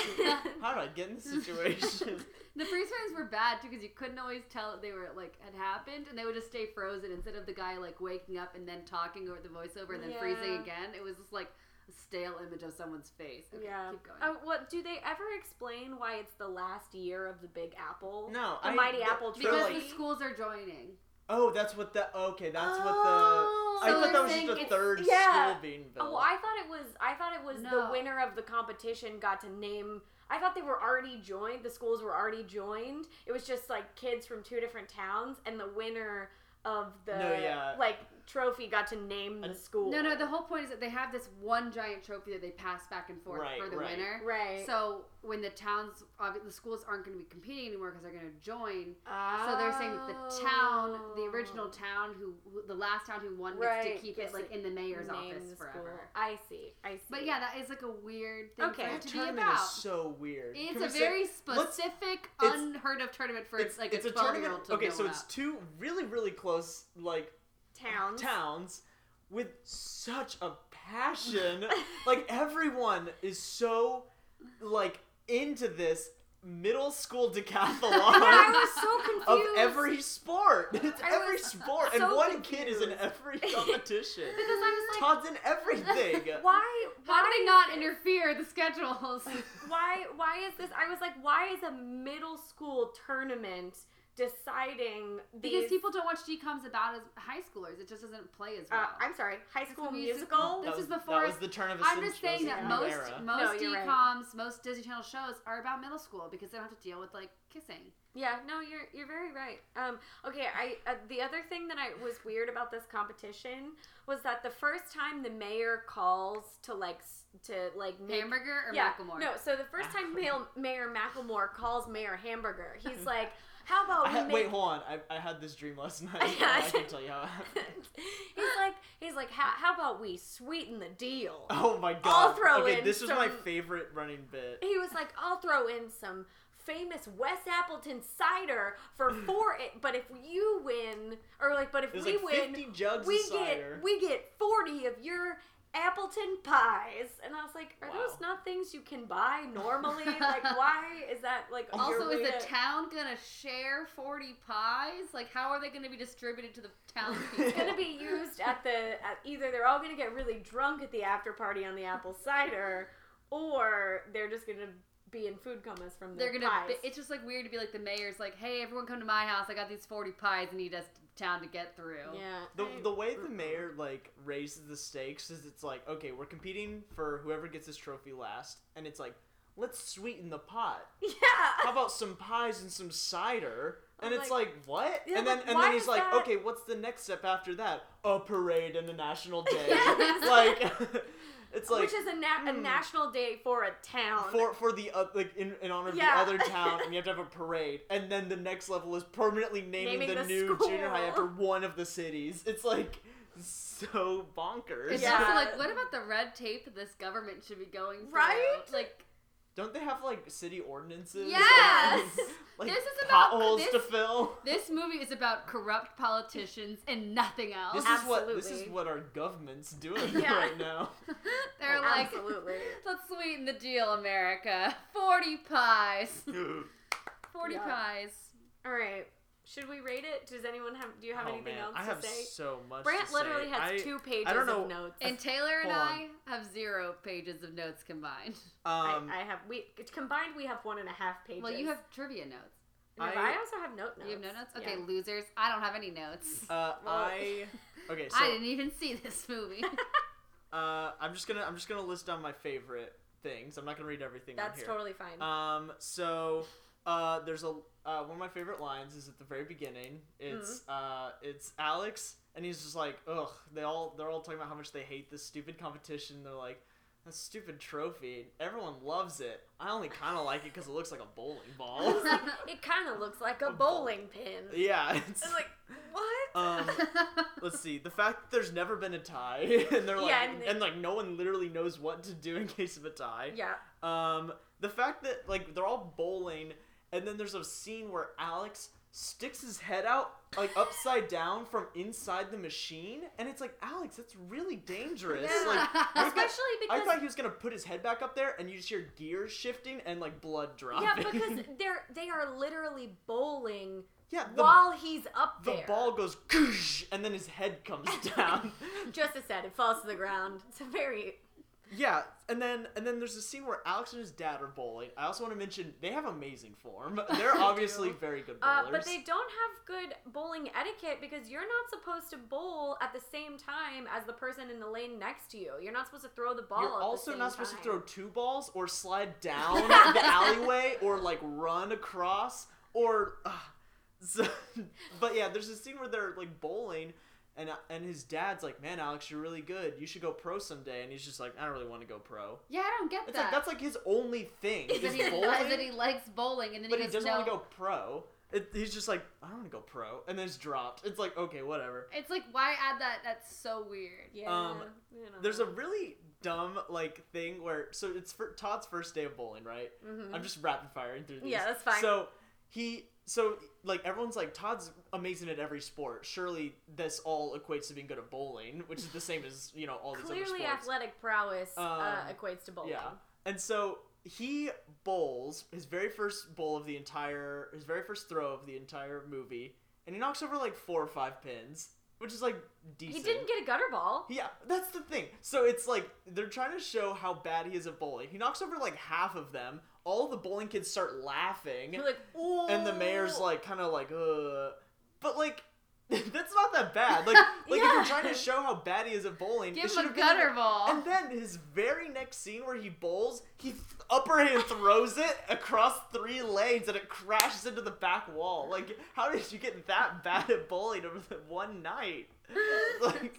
[SPEAKER 3] How did I get in this situation?
[SPEAKER 1] The freeze frames were bad too because you couldn't always tell that they were like had happened, and they would just stay frozen instead of the guy like waking up and then talking over the voiceover and then freezing
[SPEAKER 2] Yeah.
[SPEAKER 1] again. It was just like a stale image of someone's face. Okay,
[SPEAKER 2] yeah.
[SPEAKER 1] keep going.
[SPEAKER 2] Uh, what do they ever explain why it's the last year of the Big Apple?
[SPEAKER 3] No,
[SPEAKER 2] the
[SPEAKER 3] I-
[SPEAKER 2] Mighty
[SPEAKER 3] they're-
[SPEAKER 2] Apple
[SPEAKER 3] they're
[SPEAKER 1] because
[SPEAKER 2] trilogy.
[SPEAKER 1] the schools are joining.
[SPEAKER 3] oh, that's what the. Okay, that's
[SPEAKER 2] Oh.
[SPEAKER 3] what
[SPEAKER 1] So
[SPEAKER 3] the. I thought
[SPEAKER 1] they're
[SPEAKER 3] that was
[SPEAKER 1] saying
[SPEAKER 3] just the
[SPEAKER 1] it's-
[SPEAKER 3] third
[SPEAKER 2] yeah.
[SPEAKER 3] school being built.
[SPEAKER 2] Oh, I thought it was. I thought it was
[SPEAKER 1] No.
[SPEAKER 2] the winner of the competition got to name. I thought they were already joined. The schools were already joined. It was just like kids from two different towns, and the winner of the
[SPEAKER 3] No, yeah.
[SPEAKER 2] like trophy got to name the
[SPEAKER 3] And-
[SPEAKER 2] school.
[SPEAKER 1] No, no. The whole point is that they have this one giant trophy that they pass back and forth
[SPEAKER 3] Right,
[SPEAKER 1] for the
[SPEAKER 3] right.
[SPEAKER 1] winner.
[SPEAKER 2] right.
[SPEAKER 1] So when the towns, obvi- the schools aren't going to be competing anymore because they're going to join.
[SPEAKER 2] Oh.
[SPEAKER 1] So they're saying that the town, the original town, who, who the last town who won, gets to
[SPEAKER 2] Right,
[SPEAKER 1] keep
[SPEAKER 2] gets
[SPEAKER 1] it like
[SPEAKER 2] to
[SPEAKER 1] in the mayor's
[SPEAKER 2] Name
[SPEAKER 1] office
[SPEAKER 2] the
[SPEAKER 1] forever.
[SPEAKER 2] school. I see. I see.
[SPEAKER 1] But yeah, that is like a weird thing
[SPEAKER 2] Okay.
[SPEAKER 1] for it
[SPEAKER 3] that
[SPEAKER 1] to be
[SPEAKER 3] tournament
[SPEAKER 1] about.
[SPEAKER 3] is so weird. Can
[SPEAKER 1] it's
[SPEAKER 3] we
[SPEAKER 1] a
[SPEAKER 3] say-
[SPEAKER 1] very
[SPEAKER 3] let's-
[SPEAKER 1] specific,
[SPEAKER 3] it's-
[SPEAKER 1] unheard of tournament for it's, like
[SPEAKER 3] it's
[SPEAKER 1] a
[SPEAKER 3] a
[SPEAKER 1] twelve year
[SPEAKER 3] tournament.
[SPEAKER 1] old to
[SPEAKER 3] Okay,
[SPEAKER 1] know
[SPEAKER 3] so it's
[SPEAKER 1] about.
[SPEAKER 3] two really, really close like
[SPEAKER 2] towns.
[SPEAKER 3] towns with such a passion. like everyone is so like into this middle school
[SPEAKER 2] I
[SPEAKER 3] decathlon
[SPEAKER 2] was so
[SPEAKER 3] of
[SPEAKER 2] confused.
[SPEAKER 3] every sport. It's
[SPEAKER 2] I
[SPEAKER 3] every
[SPEAKER 2] was
[SPEAKER 3] sport, and
[SPEAKER 2] so
[SPEAKER 3] one kid is in
[SPEAKER 2] confused.
[SPEAKER 3] every competition.
[SPEAKER 2] because I was like,
[SPEAKER 3] Todd's in everything.
[SPEAKER 2] why?
[SPEAKER 1] How
[SPEAKER 2] Why
[SPEAKER 1] did
[SPEAKER 2] is
[SPEAKER 1] it not
[SPEAKER 2] this-
[SPEAKER 1] interfere the schedules?
[SPEAKER 2] Why? Why is this? I was like, why is a middle school tournament deciding these?
[SPEAKER 1] because people don't watch DComs about as high schoolers. It just doesn't play as
[SPEAKER 2] uh,
[SPEAKER 1] well.
[SPEAKER 2] I'm sorry, High
[SPEAKER 1] It's
[SPEAKER 2] School
[SPEAKER 1] a
[SPEAKER 2] Musical.
[SPEAKER 1] musical. this
[SPEAKER 3] that
[SPEAKER 1] is
[SPEAKER 3] was,
[SPEAKER 1] before-
[SPEAKER 3] That was the turn of a
[SPEAKER 1] I'm
[SPEAKER 3] cin-
[SPEAKER 1] just saying
[SPEAKER 3] was
[SPEAKER 1] that
[SPEAKER 3] a
[SPEAKER 2] new
[SPEAKER 1] most
[SPEAKER 3] era.
[SPEAKER 1] most
[SPEAKER 2] No, you're right.
[SPEAKER 1] DComs, most Disney Channel shows are about middle school because they don't have to deal with like kissing.
[SPEAKER 2] Yeah, no, you're you're very right. Um, okay, I uh, the other thing that I was weird about this competition was that the first time the mayor calls to like s- to like make
[SPEAKER 1] Hamburger or Macklemore?
[SPEAKER 3] Ah.
[SPEAKER 2] No, so the first time Mayor, Mayor Macklemore calls Mayor Hamburger, he's like, How about
[SPEAKER 3] I
[SPEAKER 2] we
[SPEAKER 3] had,
[SPEAKER 2] make
[SPEAKER 3] wait, hold on. I, I had this dream last night. and
[SPEAKER 2] Yeah.
[SPEAKER 3] I can tell you how it happened.
[SPEAKER 2] he's like he's like how, how about we sweeten the deal
[SPEAKER 3] Oh my god.
[SPEAKER 2] throw
[SPEAKER 3] okay,
[SPEAKER 2] in
[SPEAKER 3] this was my
[SPEAKER 2] some-
[SPEAKER 3] favorite running bit.
[SPEAKER 2] he was like i'll throw in some famous wes appleton cider for four but if you win or like but if
[SPEAKER 3] It was
[SPEAKER 2] we
[SPEAKER 3] like
[SPEAKER 2] win
[SPEAKER 3] 50 jugs
[SPEAKER 2] we
[SPEAKER 3] of cider.
[SPEAKER 2] get we get 40 of your appleton pies and i was like are
[SPEAKER 3] Wow.
[SPEAKER 2] those not things you can buy normally like why is that like your
[SPEAKER 1] Also,
[SPEAKER 2] way
[SPEAKER 1] is the
[SPEAKER 2] to-
[SPEAKER 1] town gonna share forty pies? Like, how are they gonna be distributed to the
[SPEAKER 2] It's
[SPEAKER 1] townspeople?
[SPEAKER 2] gonna be used at the at either they're all gonna get really drunk at the after party on the apple cider, or they're just gonna be in food comas from the
[SPEAKER 1] They're gonna.
[SPEAKER 2] pies.
[SPEAKER 1] It's just like weird to be like the mayor's like, "Hey, everyone, come to my house. I got these forty pies and need us town to get through."
[SPEAKER 2] yeah.
[SPEAKER 3] The,
[SPEAKER 2] I-
[SPEAKER 3] the way the mayor like raises the stakes is it's like okay we're competing for whoever gets this trophy last and it's like let's sweeten the pot how
[SPEAKER 2] yeah.
[SPEAKER 3] about some pies and some cider and
[SPEAKER 2] I'm
[SPEAKER 3] it's
[SPEAKER 2] like-
[SPEAKER 3] like, what
[SPEAKER 2] Yeah,
[SPEAKER 3] and then
[SPEAKER 2] like,
[SPEAKER 3] and
[SPEAKER 2] why
[SPEAKER 3] then he's
[SPEAKER 2] is
[SPEAKER 3] like
[SPEAKER 2] that-
[SPEAKER 3] okay what's the next step after that a parade and a national day
[SPEAKER 2] Yes.
[SPEAKER 3] like it's like hmm.
[SPEAKER 2] Which is a, na- a national day for a town.
[SPEAKER 3] for for the uh, like in, in honor of
[SPEAKER 2] Yeah.
[SPEAKER 3] the other town, and you have to have a parade, and then the next level is permanently naming,
[SPEAKER 2] Naming
[SPEAKER 3] the,
[SPEAKER 2] the
[SPEAKER 3] new junior high after
[SPEAKER 2] school.
[SPEAKER 3] one of the cities. It's like so bonkers.
[SPEAKER 1] It's
[SPEAKER 2] Yeah.
[SPEAKER 1] also like, what about the red tape that this government should be going through?
[SPEAKER 2] Right?
[SPEAKER 1] Like,
[SPEAKER 3] Don't they have like city ordinances?
[SPEAKER 1] Yes!
[SPEAKER 3] like
[SPEAKER 1] This is about-
[SPEAKER 3] potholes to
[SPEAKER 1] this-
[SPEAKER 3] fill.
[SPEAKER 1] this movie is about corrupt politicians and nothing else.
[SPEAKER 3] This is what this is
[SPEAKER 2] Absolutely.
[SPEAKER 3] what our government's doing
[SPEAKER 2] Yeah.
[SPEAKER 3] right now.
[SPEAKER 1] They're like,
[SPEAKER 2] Absolutely.
[SPEAKER 1] let's sweeten the deal, America. Forty pies. Forty
[SPEAKER 2] Yeah.
[SPEAKER 1] pies.
[SPEAKER 2] All right. Should we rate it? Does anyone have? Do you have
[SPEAKER 3] oh,
[SPEAKER 2] anything
[SPEAKER 3] man,
[SPEAKER 2] else
[SPEAKER 3] I
[SPEAKER 2] to
[SPEAKER 3] have
[SPEAKER 2] say?
[SPEAKER 3] so much.
[SPEAKER 2] Brant
[SPEAKER 3] to
[SPEAKER 2] literally
[SPEAKER 3] say.
[SPEAKER 2] has
[SPEAKER 3] I-
[SPEAKER 2] two pages
[SPEAKER 3] I don't know.
[SPEAKER 2] of notes.
[SPEAKER 1] And Taylor and
[SPEAKER 3] Hold
[SPEAKER 1] I have zero pages of notes combined.
[SPEAKER 3] Um,
[SPEAKER 2] I, I have we combined we have one and a half pages.
[SPEAKER 1] Well, you have trivia notes.
[SPEAKER 2] No, but
[SPEAKER 3] I-
[SPEAKER 2] I, also have note notes.
[SPEAKER 1] You have no notes?
[SPEAKER 2] Yeah.
[SPEAKER 1] Okay, losers. I don't have any notes.
[SPEAKER 3] uh,
[SPEAKER 2] well-
[SPEAKER 3] I okay. So
[SPEAKER 1] I didn't even see this movie.
[SPEAKER 3] Uh, I'm just gonna I'm just gonna list down my favorite things. I'm not gonna read everything on
[SPEAKER 2] That's
[SPEAKER 3] here.
[SPEAKER 2] totally fine.
[SPEAKER 3] Um, so uh, there's a uh, one of my favorite lines is at the very beginning. It's
[SPEAKER 2] Mm-hmm.
[SPEAKER 3] uh, it's Alex, and he's just like, ugh. They all they're all talking about how much they hate this stupid competition. They're like. That stupid trophy. Everyone loves it. I only kind of like it because it looks like a bowling ball.
[SPEAKER 2] It's like, it kind of looks like a
[SPEAKER 3] A bowl-
[SPEAKER 2] bowling pin.
[SPEAKER 3] yeah. It's,
[SPEAKER 2] It's like, what?
[SPEAKER 3] Oh, um, let's see. The fact that there's never been a tie, and they're like,
[SPEAKER 2] Yeah,
[SPEAKER 3] and,
[SPEAKER 2] and-
[SPEAKER 3] like no one literally knows what to do in case of a tie.
[SPEAKER 2] yeah.
[SPEAKER 3] Um, the fact that like they're all bowling, and then there's a scene where Alex sticks his head out like upside down from inside the machine, and it's like Alex, that's really dangerous.
[SPEAKER 2] Yeah.
[SPEAKER 3] Like, I thought-
[SPEAKER 2] Especially
[SPEAKER 3] I
[SPEAKER 2] because.
[SPEAKER 3] thought he was gonna put his head back up there, and you just hear gears shifting and like blood dropping.
[SPEAKER 2] yeah, because they're they are literally bowling
[SPEAKER 3] yeah, the,
[SPEAKER 2] while he's up
[SPEAKER 3] the
[SPEAKER 2] there.
[SPEAKER 3] ball goes "Goosh," and then his head comes down.
[SPEAKER 2] Just as said, it falls to the ground. It's a very
[SPEAKER 3] Yeah, and then and then there's a scene where Alex and his dad are bowling. I also want to mention they have amazing form. They're obviously
[SPEAKER 1] do.
[SPEAKER 3] very good bowlers.
[SPEAKER 2] uh, but they don't have good bowling etiquette because you're not supposed to bowl at the same time as the person in the lane next to you. You're not supposed to throw the ball. at
[SPEAKER 3] You're
[SPEAKER 2] the
[SPEAKER 3] also
[SPEAKER 2] same
[SPEAKER 3] not supposed to
[SPEAKER 2] time.
[SPEAKER 3] throw two balls or slide down the alleyway or like run across or. Uh, so, but yeah, there's a scene where they're like bowling, and uh, and his dad's like, "Man, Alex, you're really good. You should go pro someday." And he's just like, "I don't really want to go pro."
[SPEAKER 1] yeah, I don't get
[SPEAKER 3] It's
[SPEAKER 1] that.
[SPEAKER 3] like that's like his only thing is
[SPEAKER 1] that he,
[SPEAKER 3] bowling.
[SPEAKER 1] that he likes bowling, and then
[SPEAKER 3] but
[SPEAKER 1] he
[SPEAKER 3] he
[SPEAKER 1] goes,
[SPEAKER 3] doesn't
[SPEAKER 1] no.
[SPEAKER 3] want to go pro. It, he's just like, "I don't want to go pro," and then it's dropped. It's like, okay, whatever.
[SPEAKER 1] It's like, why add that? That's so weird.
[SPEAKER 2] Yeah.
[SPEAKER 3] Um,
[SPEAKER 2] you know.
[SPEAKER 3] There's a really dumb like thing where so it's for Todd's first day of bowling, right?
[SPEAKER 2] Mhm.
[SPEAKER 3] I'm just rapid firing through these.
[SPEAKER 2] Yeah, that's fine.
[SPEAKER 3] So he so like everyone's like Todd's amazing at every sport. Surely this all equates to being good at bowling, which is the same as you know all these other
[SPEAKER 2] Clearly,
[SPEAKER 3] sports.
[SPEAKER 2] athletic prowess uh,
[SPEAKER 3] Um,
[SPEAKER 2] equates to bowling.
[SPEAKER 3] Yeah. And so he bowls his very first bowl of the entire his very first throw of the entire movie, and he knocks over like four or five pins, which is like decent.
[SPEAKER 2] He didn't get a gutter ball.
[SPEAKER 3] Yeah, that's the thing. So it's like they're trying to show how bad he is at bowling. He knocks over like half of them. All the bowling kids start laughing,
[SPEAKER 2] You're like, ooh.
[SPEAKER 3] and the mayor's like, kind of like, ugh. "Uh." But like, That's not that bad. Like, like if
[SPEAKER 2] Yeah.
[SPEAKER 3] you're trying to show how bad he is at bowling, it
[SPEAKER 1] Give him a
[SPEAKER 3] should've been-
[SPEAKER 1] gutter ball.
[SPEAKER 3] And then his very next scene where he bowls, he th- upper hand throws it across three lanes and it crashes into the back wall. Like, how did you get that bad at bowling over the one night? Like,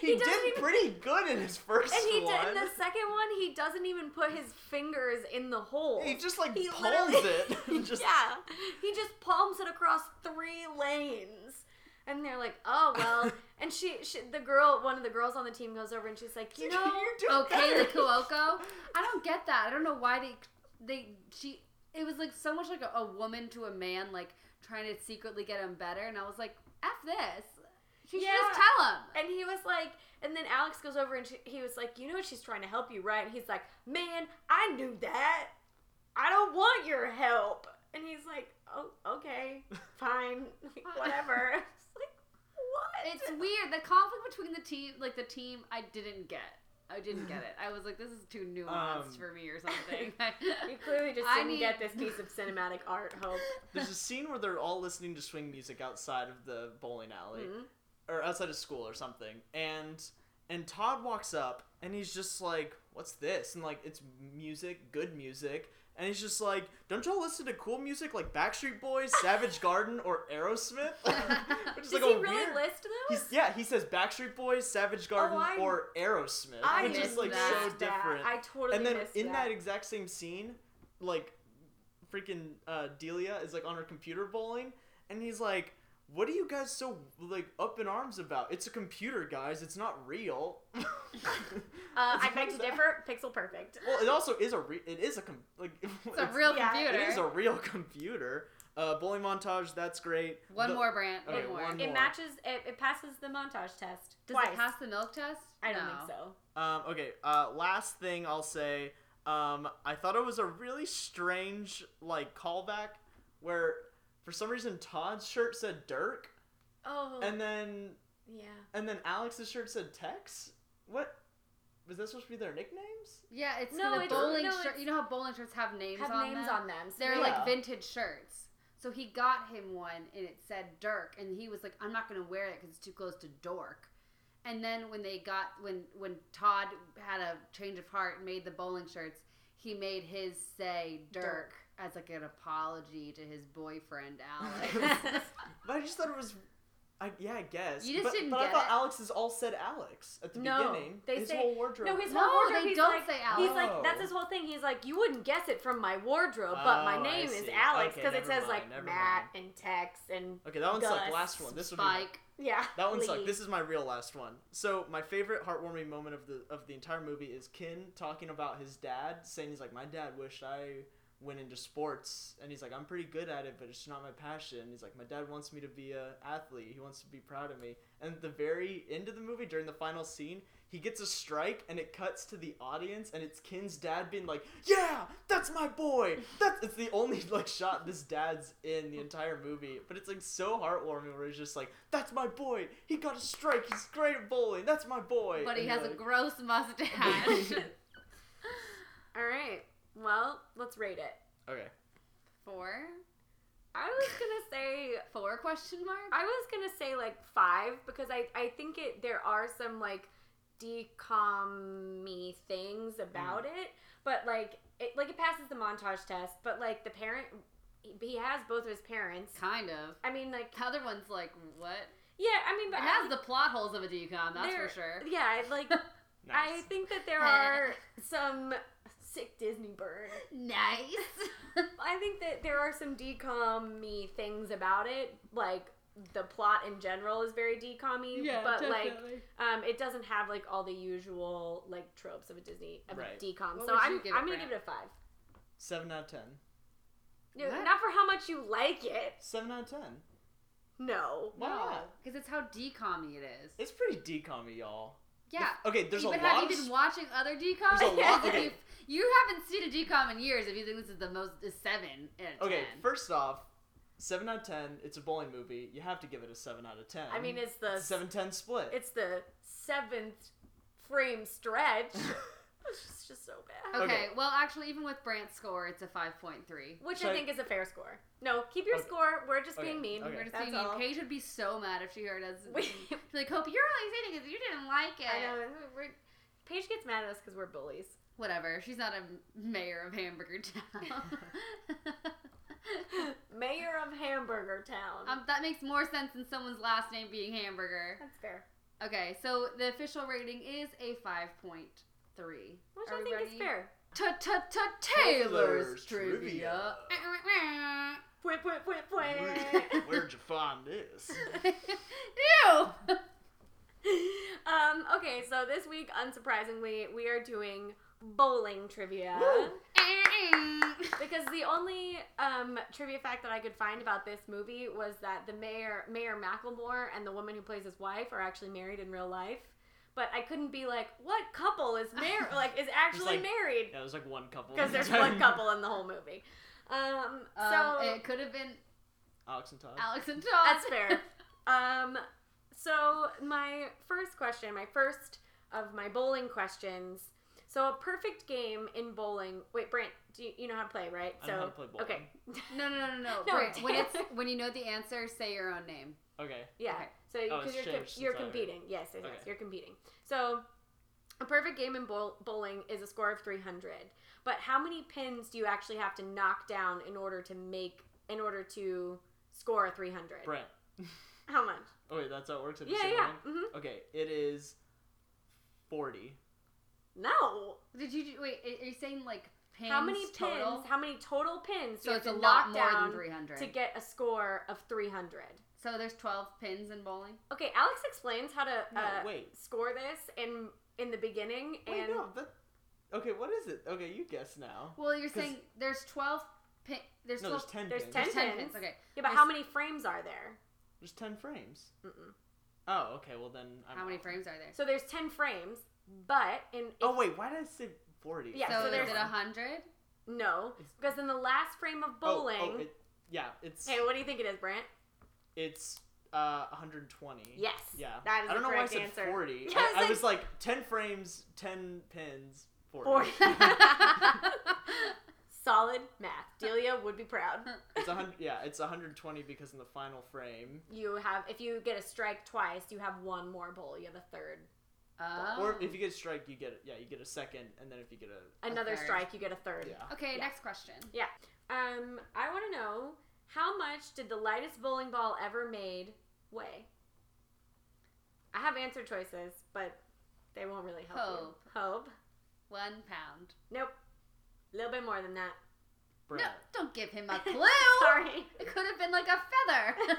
[SPEAKER 3] he,
[SPEAKER 2] He
[SPEAKER 3] did
[SPEAKER 2] doesn't even-
[SPEAKER 3] pretty good in his first
[SPEAKER 2] And he
[SPEAKER 3] one.
[SPEAKER 2] did in the second one. He doesn't even put his fingers in the hole.
[SPEAKER 3] he just like
[SPEAKER 2] He
[SPEAKER 3] pulls
[SPEAKER 2] literally-
[SPEAKER 3] it. and just
[SPEAKER 2] yeah, he just palms it across three lanes, and they're like, "Oh well." and she, she, the girl, one of the girls on the team goes over and she's like, "You
[SPEAKER 3] You're
[SPEAKER 2] know,
[SPEAKER 3] doing
[SPEAKER 1] Okay,
[SPEAKER 3] better.
[SPEAKER 1] the Kuoko. I don't get that. I don't know why they they she. It was like so much like a, a woman to a man, like trying to secretly get him better, and I was like, f this. She should just
[SPEAKER 2] Yeah.
[SPEAKER 1] tell him.
[SPEAKER 2] And he was like, and then Alex goes over and she, he was like, you know, she's trying to help you, right? And he's like, man, I knew that. I don't want your help. And he's like, oh, okay, fine, whatever. It's like, what?
[SPEAKER 1] It's weird. The conflict between the team, like the team, I didn't get. I didn't get it. I was like, this is too nuanced
[SPEAKER 3] Um,
[SPEAKER 1] for me or something.
[SPEAKER 2] you clearly just
[SPEAKER 1] I
[SPEAKER 2] didn't
[SPEAKER 1] need-
[SPEAKER 2] get this piece of cinematic art, Hope.
[SPEAKER 3] There's a scene where they're all listening to swing music outside of the bowling alley.
[SPEAKER 2] Mhm.
[SPEAKER 3] or outside of school or something and and todd walks up and he's just like what's this and like it's music good music and he's just like don't y'all listen to cool music like backstreet boys savage garden or aerosmith which is
[SPEAKER 2] Does he really list those?
[SPEAKER 3] he's, yeah he says backstreet boys savage garden
[SPEAKER 2] Oh, I-
[SPEAKER 3] or aerosmith
[SPEAKER 2] I
[SPEAKER 3] which is
[SPEAKER 1] missed
[SPEAKER 3] like
[SPEAKER 1] that.
[SPEAKER 3] so different
[SPEAKER 2] I totally
[SPEAKER 3] and then
[SPEAKER 2] missed
[SPEAKER 3] in that.
[SPEAKER 2] that.
[SPEAKER 3] exact same scene, like freaking uh, Delia is like on her computer bowling, and he's like, "What are you guys so like up in arms about? It's a computer, guys. It's not real." well,
[SPEAKER 2] uh, I
[SPEAKER 3] What
[SPEAKER 2] beg
[SPEAKER 3] is
[SPEAKER 2] to
[SPEAKER 3] that?
[SPEAKER 2] differ. Pixel perfect.
[SPEAKER 3] it also is a re- it is a com- like
[SPEAKER 1] it's a real
[SPEAKER 2] yeah, it
[SPEAKER 1] computer.
[SPEAKER 3] It is a real computer. Uh, bowling montage. That's great.
[SPEAKER 1] one
[SPEAKER 3] The-
[SPEAKER 1] more brand.
[SPEAKER 3] okay,
[SPEAKER 1] one more.
[SPEAKER 3] one-
[SPEAKER 2] It matches. It, it passes the montage test.
[SPEAKER 1] Does
[SPEAKER 2] twice.
[SPEAKER 1] it pass the milk test?
[SPEAKER 2] I don't
[SPEAKER 1] No.
[SPEAKER 2] think so.
[SPEAKER 3] Um, okay. Uh, last thing I'll say. Um, I thought it was a really strange like callback where for some reason Todd's shirt said Dirk
[SPEAKER 2] Oh,
[SPEAKER 3] and then
[SPEAKER 2] yeah.
[SPEAKER 3] and then Alex's shirt said Tex. What was that supposed to be their nicknames?
[SPEAKER 1] Yeah, it's
[SPEAKER 2] No,
[SPEAKER 1] the
[SPEAKER 2] it's-
[SPEAKER 1] bowling
[SPEAKER 2] no,
[SPEAKER 1] shirt.
[SPEAKER 2] it's-
[SPEAKER 1] You know how bowling shirts have names
[SPEAKER 2] Have
[SPEAKER 1] on
[SPEAKER 2] names
[SPEAKER 1] them?
[SPEAKER 2] on them. So
[SPEAKER 1] They're
[SPEAKER 2] they-
[SPEAKER 3] Yeah.
[SPEAKER 1] like vintage shirts. So he got him one, and it said Dirk, and he was like, "I'm not gonna wear it because it's too close to dork." And then when they got when when Todd had a change of heart and made the bowling shirts, he made his say Dirk,
[SPEAKER 2] Dirk.
[SPEAKER 1] as like an apology to his boyfriend Alex.
[SPEAKER 3] But I just thought it was. I, yeah, I guess.
[SPEAKER 1] You just
[SPEAKER 3] but,
[SPEAKER 1] didn't
[SPEAKER 3] but
[SPEAKER 1] get
[SPEAKER 3] I thought
[SPEAKER 1] it.
[SPEAKER 3] Alex's all said Alex at the
[SPEAKER 2] No,
[SPEAKER 3] beginning.
[SPEAKER 2] they
[SPEAKER 3] his
[SPEAKER 2] say-
[SPEAKER 3] whole wardrobe.
[SPEAKER 2] no, his
[SPEAKER 1] No,
[SPEAKER 2] whole wardrobe.
[SPEAKER 1] they
[SPEAKER 2] he's
[SPEAKER 1] don't
[SPEAKER 2] like,
[SPEAKER 1] say
[SPEAKER 2] He's
[SPEAKER 1] Alex.
[SPEAKER 2] like, that's his whole thing. He's like, you wouldn't guess it from my wardrobe, but
[SPEAKER 3] Oh,
[SPEAKER 2] my
[SPEAKER 3] I
[SPEAKER 2] name is
[SPEAKER 3] see.
[SPEAKER 2] Alex
[SPEAKER 3] Okay,
[SPEAKER 2] because it
[SPEAKER 3] never
[SPEAKER 2] says
[SPEAKER 3] mind,
[SPEAKER 2] like
[SPEAKER 3] never
[SPEAKER 2] Matt and Tex and
[SPEAKER 3] okay, that one's like
[SPEAKER 2] Gus.
[SPEAKER 3] last one. This would be my-
[SPEAKER 1] Spike.
[SPEAKER 2] yeah.
[SPEAKER 3] That one
[SPEAKER 2] Lee.
[SPEAKER 3] sucked. This is my real last one. So my favorite heartwarming moment of the of the entire movie is Ken talking about his dad, saying he's like, My dad wished I went into sports and he's like, I'm pretty good at it, but it's not my passion. He's like, My dad wants me to be a athlete. He wants to be proud of me. And at the very end of the movie, during the final scene, he gets a strike and it cuts to the audience and it's Ken's dad being like, Yeah, that's my boy. That's it's the only like shot this dad's in the entire movie. But it's like so heartwarming where he's just like, That's my boy. He got a strike, he's great at bowling, that's my boy.
[SPEAKER 1] But he
[SPEAKER 3] And
[SPEAKER 1] has a
[SPEAKER 3] like-
[SPEAKER 1] gross mustache.
[SPEAKER 2] All right. Well, let's rate it.
[SPEAKER 3] Okay.
[SPEAKER 1] four,
[SPEAKER 2] I was gonna say.
[SPEAKER 1] four question mark.
[SPEAKER 2] I was gonna say like five because I I think it there are some like decommy things about it, but like it like it passes the montage test, but like the parent he- he has both of his parents.
[SPEAKER 1] Kind of.
[SPEAKER 2] I mean, like
[SPEAKER 1] The other one's like, what?
[SPEAKER 2] yeah, I mean,
[SPEAKER 1] It
[SPEAKER 2] but
[SPEAKER 1] has the plot holes of a decom, that's
[SPEAKER 2] there-
[SPEAKER 1] for sure.
[SPEAKER 2] Yeah, I- like I
[SPEAKER 3] Nice.
[SPEAKER 2] think that there are some sick Disney bird.
[SPEAKER 1] Nice.
[SPEAKER 2] I think that there are some decommy things about it, like the plot in general is very decommy, but like Um, it doesn't have like all the usual like tropes of a Disney of
[SPEAKER 3] Right.
[SPEAKER 2] a decom.
[SPEAKER 1] What
[SPEAKER 2] so
[SPEAKER 1] would you
[SPEAKER 2] I'm
[SPEAKER 1] give it,
[SPEAKER 2] I'm gonna
[SPEAKER 1] Brant?
[SPEAKER 2] give it a five.
[SPEAKER 3] Seven out of ten.
[SPEAKER 2] No,
[SPEAKER 1] What?
[SPEAKER 2] not for how much you like it.
[SPEAKER 3] Seven out of ten.
[SPEAKER 2] No.
[SPEAKER 3] Why not?
[SPEAKER 1] because it's how decommy it is.
[SPEAKER 3] It's pretty decommy, y'all.
[SPEAKER 1] yeah.
[SPEAKER 3] Okay, there's
[SPEAKER 1] Even
[SPEAKER 3] a
[SPEAKER 1] have
[SPEAKER 3] lot
[SPEAKER 1] you
[SPEAKER 3] of
[SPEAKER 1] been
[SPEAKER 3] s-
[SPEAKER 1] watching other decoms?
[SPEAKER 3] There's a lot-
[SPEAKER 1] If
[SPEAKER 3] okay.
[SPEAKER 1] you've- You haven't seen a decom in years if you think this is the most is seven out of
[SPEAKER 3] Okay,
[SPEAKER 1] ten.
[SPEAKER 3] first off, seven out of ten. It's a bowling movie. You have to give it a seven out of ten.
[SPEAKER 2] I mean it's the
[SPEAKER 3] seven ten split.
[SPEAKER 2] it's the seventh frame stretch. was just, just so bad.
[SPEAKER 1] Okay,
[SPEAKER 3] Okay.
[SPEAKER 1] well, actually, even with Brant's score, it's a 5.3.
[SPEAKER 2] Which
[SPEAKER 3] Should
[SPEAKER 2] I
[SPEAKER 3] I-
[SPEAKER 2] think is a fair score. No, keep your
[SPEAKER 3] Okay.
[SPEAKER 2] score. We're just
[SPEAKER 3] Okay,
[SPEAKER 2] being mean.
[SPEAKER 3] okay.
[SPEAKER 1] We're just
[SPEAKER 2] That's
[SPEAKER 1] being mean.
[SPEAKER 2] all.
[SPEAKER 1] Paige would be so mad if she heard us.
[SPEAKER 2] We,
[SPEAKER 1] She's like, Hope, you're only saying it because you didn't like it.
[SPEAKER 2] I know. We're, Paige gets mad at us because we're bullies.
[SPEAKER 1] Whatever. She's not a mayor of Hamburger Town.
[SPEAKER 2] Mayor of Hamburger Town.
[SPEAKER 1] um, that makes more sense than someone's last name being Hamburger.
[SPEAKER 2] That's fair.
[SPEAKER 1] Okay, so the official rating is a 5.3.
[SPEAKER 2] Which
[SPEAKER 1] Are
[SPEAKER 2] I
[SPEAKER 1] we
[SPEAKER 2] think
[SPEAKER 1] ready?
[SPEAKER 2] is fair.
[SPEAKER 1] Ta ta ta Taylor's
[SPEAKER 3] Taylor's trivia.
[SPEAKER 1] trivia.
[SPEAKER 2] Point, point, point, point.
[SPEAKER 3] Where- Where'd you find this?
[SPEAKER 1] Ew.
[SPEAKER 2] um, okay, so this week, unsurprisingly, we are doing bowling trivia.
[SPEAKER 3] Woo.
[SPEAKER 2] Because the only um, trivia fact that I could find about this movie was that the mayor, Mayor Macklemore, and the woman who plays his wife are actually married in real life. But I couldn't be like, what couple is married? Like, is actually
[SPEAKER 3] like-
[SPEAKER 2] married?
[SPEAKER 3] Yeah, there's like one couple.
[SPEAKER 2] Because there's one couple in the whole movie. Um, so
[SPEAKER 1] Um, it could have been
[SPEAKER 3] Alex and Todd.
[SPEAKER 1] Alex and Todd.
[SPEAKER 2] That's fair. Um, so my first question, my first of my bowling questions. So a perfect game in bowling. Wait, Brant, do you, you know how to play, right?
[SPEAKER 3] I
[SPEAKER 2] So
[SPEAKER 3] know how to play bowling.
[SPEAKER 2] okay,
[SPEAKER 1] No, no, no, no, no.
[SPEAKER 2] No,
[SPEAKER 1] Brant, when it's
[SPEAKER 2] Taylor.
[SPEAKER 1] when you know the answer, say your own name.
[SPEAKER 3] Okay.
[SPEAKER 2] yeah.
[SPEAKER 1] Okay.
[SPEAKER 2] So you-
[SPEAKER 3] Oh,
[SPEAKER 2] because
[SPEAKER 3] it's
[SPEAKER 2] you're, com-
[SPEAKER 3] changed since
[SPEAKER 2] you're
[SPEAKER 3] I heard.
[SPEAKER 2] competing, yes, yes, yes,
[SPEAKER 3] Okay.
[SPEAKER 2] you're competing. So a perfect game in bowl- bowling is a score of three hundred. But how many pins do you actually have to knock down in order to make in order to score a three hundred?
[SPEAKER 3] Brent.
[SPEAKER 2] How much?
[SPEAKER 3] Oh wait, that's how it works. in a
[SPEAKER 2] Yeah,
[SPEAKER 3] single
[SPEAKER 2] yeah.
[SPEAKER 3] hand?
[SPEAKER 2] hmm
[SPEAKER 3] Okay, it is forty.
[SPEAKER 2] No.
[SPEAKER 1] Did you do- wait? Are you saying like pins?
[SPEAKER 2] How many pins?
[SPEAKER 1] total?
[SPEAKER 2] How many total pins? do
[SPEAKER 1] so
[SPEAKER 2] you
[SPEAKER 1] it's a
[SPEAKER 2] have to
[SPEAKER 1] lot
[SPEAKER 2] knock
[SPEAKER 1] more than
[SPEAKER 2] down
[SPEAKER 1] three hundred.
[SPEAKER 2] to get a score of three hundred.
[SPEAKER 1] so there's twelve pins in bowling.
[SPEAKER 2] Okay, Alex explains how to
[SPEAKER 3] No,
[SPEAKER 2] uh,
[SPEAKER 3] wait.
[SPEAKER 2] score this in in the beginning,
[SPEAKER 3] Wait,
[SPEAKER 2] and
[SPEAKER 3] no. That... Okay, what is it? Okay, you guess now.
[SPEAKER 1] Well, you're
[SPEAKER 3] 'Cause-
[SPEAKER 1] saying there's twelve pin. There's
[SPEAKER 3] no,
[SPEAKER 1] twelve.
[SPEAKER 3] there's ten.
[SPEAKER 2] there's
[SPEAKER 3] pins.
[SPEAKER 2] ten-
[SPEAKER 1] There's ten
[SPEAKER 2] pins.
[SPEAKER 1] pins. Okay.
[SPEAKER 2] yeah, but
[SPEAKER 1] I
[SPEAKER 2] how
[SPEAKER 1] s-
[SPEAKER 2] many frames are there?
[SPEAKER 3] There's ten frames.
[SPEAKER 2] Mm-mm.
[SPEAKER 3] Oh, okay. Well then. I'm
[SPEAKER 1] How many
[SPEAKER 3] out.
[SPEAKER 1] frames are there?
[SPEAKER 2] So there's ten frames, but in
[SPEAKER 3] Oh wait, why did I say forty?
[SPEAKER 2] Yeah,
[SPEAKER 1] so
[SPEAKER 2] so
[SPEAKER 1] is
[SPEAKER 2] there's-
[SPEAKER 1] it a hundred?
[SPEAKER 2] no,
[SPEAKER 3] It's-
[SPEAKER 2] because in the last frame of
[SPEAKER 3] Oh,
[SPEAKER 2] bowling.
[SPEAKER 3] Oh, it, yeah, it's
[SPEAKER 2] Hey, what do you think it is, Brant?
[SPEAKER 3] it's uh 120.
[SPEAKER 2] Yes.
[SPEAKER 3] Yeah.
[SPEAKER 2] That is
[SPEAKER 3] I don't
[SPEAKER 2] the
[SPEAKER 3] know why I
[SPEAKER 2] correct
[SPEAKER 3] said
[SPEAKER 2] answer.
[SPEAKER 3] 40.
[SPEAKER 2] Yeah,
[SPEAKER 3] I,
[SPEAKER 2] I
[SPEAKER 3] I
[SPEAKER 2] was
[SPEAKER 3] was like 10 frames, 10 pins, 40.
[SPEAKER 2] Forty.
[SPEAKER 1] okay.
[SPEAKER 2] Solid math. Delia would be proud.
[SPEAKER 3] It's 100 yeah, it's 120 because in the final frame
[SPEAKER 2] You have if you get a strike twice, you have one more bowl. You have a third
[SPEAKER 1] Uh,
[SPEAKER 3] or
[SPEAKER 2] Oh.
[SPEAKER 3] if you get a strike you get yeah, you get a second and then if you get a
[SPEAKER 2] another
[SPEAKER 1] third.
[SPEAKER 2] strike, you get a third.
[SPEAKER 3] yeah.
[SPEAKER 1] Okay,
[SPEAKER 2] Yeah.
[SPEAKER 1] next question.
[SPEAKER 2] Um, I want to know how much did the lightest bowling ball ever made weigh? I have answer choices, but they won't really help
[SPEAKER 1] Hope.
[SPEAKER 2] you. Hope.
[SPEAKER 1] One pound.
[SPEAKER 2] Nope. A little bit more than that.
[SPEAKER 3] Brent,
[SPEAKER 1] No, don't give him a clue.
[SPEAKER 2] Sorry.
[SPEAKER 1] It could have been like a feather.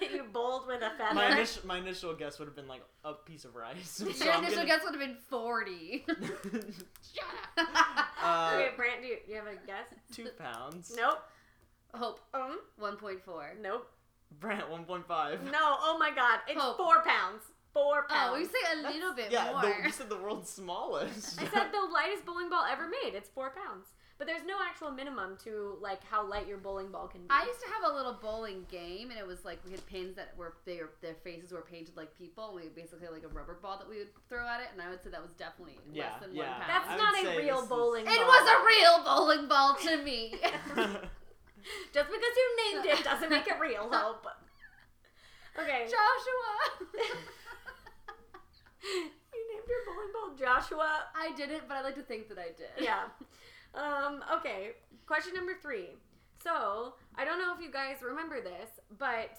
[SPEAKER 2] you bowled with a feather.
[SPEAKER 3] My initial my initial guess would have been like a piece of rice. So
[SPEAKER 1] Your
[SPEAKER 3] I'm
[SPEAKER 1] initial
[SPEAKER 3] gonna-
[SPEAKER 1] guess would have been forty. Shut up.
[SPEAKER 3] uh,
[SPEAKER 2] okay, Brant, do you, do you have a guess?
[SPEAKER 3] 2 pounds.
[SPEAKER 2] Nope.
[SPEAKER 1] Hope
[SPEAKER 2] Um,
[SPEAKER 1] one point four.
[SPEAKER 2] nope.
[SPEAKER 3] Brent 1.5.
[SPEAKER 2] No. Oh my God. It's
[SPEAKER 1] Hope.
[SPEAKER 2] four pounds. Four pounds.
[SPEAKER 1] Oh, you say a little bit
[SPEAKER 3] Yeah,
[SPEAKER 1] more.
[SPEAKER 3] the, you said the world's smallest.
[SPEAKER 2] I said the lightest bowling ball ever made. It's four pounds. But there's no actual minimum to like how light your bowling ball can be.
[SPEAKER 1] I used to have a little bowling game, and it was like we had pins that were they were, their faces were painted like people. And we basically had like a rubber ball that we would throw at it, and I would say that was definitely
[SPEAKER 3] Yeah,
[SPEAKER 1] less than one
[SPEAKER 3] yeah.
[SPEAKER 1] pound.
[SPEAKER 2] That's
[SPEAKER 3] I would
[SPEAKER 2] not a
[SPEAKER 3] say
[SPEAKER 2] real
[SPEAKER 3] this is-
[SPEAKER 2] bowling ball.
[SPEAKER 1] it was a real bowling ball to me.
[SPEAKER 2] Just because you named it doesn't make it real, Hope. Okay.
[SPEAKER 1] Joshua.
[SPEAKER 2] you named your bowling ball Joshua.
[SPEAKER 1] I didn't, but I like to think that I did.
[SPEAKER 2] Yeah. Um, okay. Question number three. So, I don't know if you guys remember this, but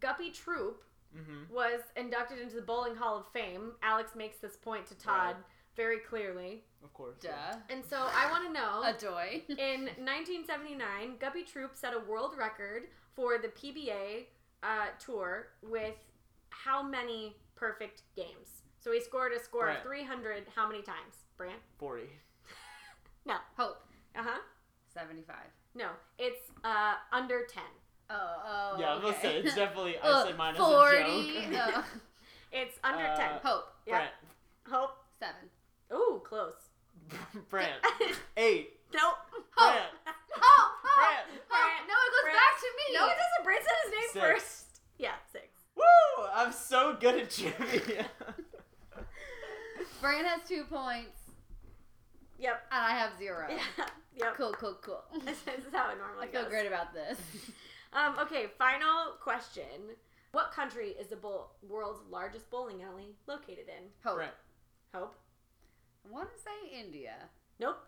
[SPEAKER 2] Guppy Troop
[SPEAKER 3] mm-hmm.
[SPEAKER 2] was inducted into the Bowling Hall of Fame. Alex makes this point to Todd
[SPEAKER 3] Right.
[SPEAKER 2] very clearly.
[SPEAKER 3] Of course.
[SPEAKER 1] Duh.
[SPEAKER 3] yeah.
[SPEAKER 2] And so I want to know
[SPEAKER 1] A joy.
[SPEAKER 2] In 1979, Guppy Troop set a world record for the PBA uh, tour with how many perfect games? So he scored a score
[SPEAKER 3] Brant.
[SPEAKER 2] of 300 how many times? Brant?
[SPEAKER 3] 40.
[SPEAKER 1] Hope.
[SPEAKER 2] Uh huh.
[SPEAKER 1] Seventy-five.
[SPEAKER 2] No, it's uh, under 10.
[SPEAKER 1] Oh, oh.
[SPEAKER 3] yeah, I'm
[SPEAKER 1] okay.
[SPEAKER 3] gonna say it's definitely I
[SPEAKER 1] Uh,
[SPEAKER 3] say mine as a
[SPEAKER 1] Forty.
[SPEAKER 3] joke.
[SPEAKER 1] uh,
[SPEAKER 2] It's under
[SPEAKER 3] Uh,
[SPEAKER 2] 10.
[SPEAKER 1] hope.
[SPEAKER 2] Yeah.
[SPEAKER 3] Brent.
[SPEAKER 2] Hope.
[SPEAKER 1] Seven.
[SPEAKER 2] Ooh, close.
[SPEAKER 3] Brent. Eight.
[SPEAKER 2] nope.
[SPEAKER 1] Hope.
[SPEAKER 3] Brent.
[SPEAKER 1] Oh, hope.
[SPEAKER 3] Brant.
[SPEAKER 1] Hope. No, it goes
[SPEAKER 2] Brant.
[SPEAKER 1] back to me.
[SPEAKER 2] No, it doesn't. Brant said his name
[SPEAKER 3] Six.
[SPEAKER 2] first. Yeah, six.
[SPEAKER 3] Woo! I'm so good at trivia.
[SPEAKER 1] Brant has two points.
[SPEAKER 2] Yep.
[SPEAKER 1] and I have zero.
[SPEAKER 2] Yeah. Yep.
[SPEAKER 1] Cool, cool, cool.
[SPEAKER 2] This is how it normally
[SPEAKER 1] I feel
[SPEAKER 2] goes.
[SPEAKER 1] great about this.
[SPEAKER 2] Um, okay, final question. What country is the bowl- world's largest bowling alley located in?
[SPEAKER 1] Hope.
[SPEAKER 3] Brant.
[SPEAKER 2] Hope.
[SPEAKER 1] I want to say India.
[SPEAKER 2] Nope.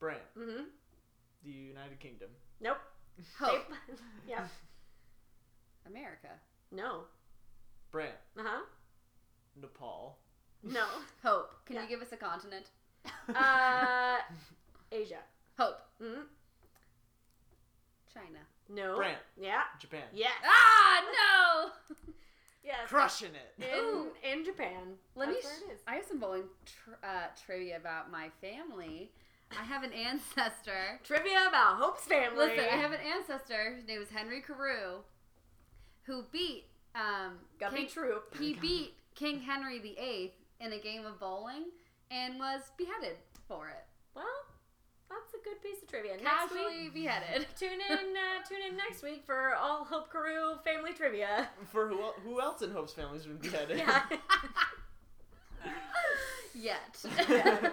[SPEAKER 3] Brant.
[SPEAKER 2] Mm-hmm.
[SPEAKER 3] The United Kingdom.
[SPEAKER 2] Nope.
[SPEAKER 1] Hope.
[SPEAKER 2] Nope. yep.
[SPEAKER 1] America.
[SPEAKER 2] No.
[SPEAKER 3] Brant.
[SPEAKER 2] Uh-huh.
[SPEAKER 3] Nepal.
[SPEAKER 2] No.
[SPEAKER 1] Hope. Can
[SPEAKER 2] Yeah.
[SPEAKER 1] you give us a continent?
[SPEAKER 2] Uh, Asia.
[SPEAKER 1] Hope.
[SPEAKER 2] Mm-hmm.
[SPEAKER 1] China.
[SPEAKER 2] No.
[SPEAKER 3] Brant.
[SPEAKER 2] Yeah.
[SPEAKER 3] Japan.
[SPEAKER 2] Yes.
[SPEAKER 1] Ah, no!
[SPEAKER 2] Yes.
[SPEAKER 3] Crushing it.
[SPEAKER 2] In,
[SPEAKER 1] Ooh.
[SPEAKER 2] in Japan.
[SPEAKER 1] Let
[SPEAKER 2] That's
[SPEAKER 1] me.
[SPEAKER 2] where
[SPEAKER 1] Sh-
[SPEAKER 2] it is.
[SPEAKER 1] I have some bowling tr- uh, trivia about my family. I have an ancestor.
[SPEAKER 2] Trivia about Hope's family.
[SPEAKER 1] Listen, I have an ancestor. His name is Henry Carew, who beat um,
[SPEAKER 2] Guppy
[SPEAKER 1] King,
[SPEAKER 2] Troop.
[SPEAKER 1] he beat King Henry VIII in a game of bowling and was beheaded for it.
[SPEAKER 2] Well, that's a good piece of trivia. Next week,
[SPEAKER 1] Casually beheaded.
[SPEAKER 2] tune in uh, tune in next week for all Hope Carew family trivia.
[SPEAKER 3] For who, el- who else in Hope's family's been beheaded?
[SPEAKER 2] Yeah.
[SPEAKER 1] Yet.
[SPEAKER 3] Yeah.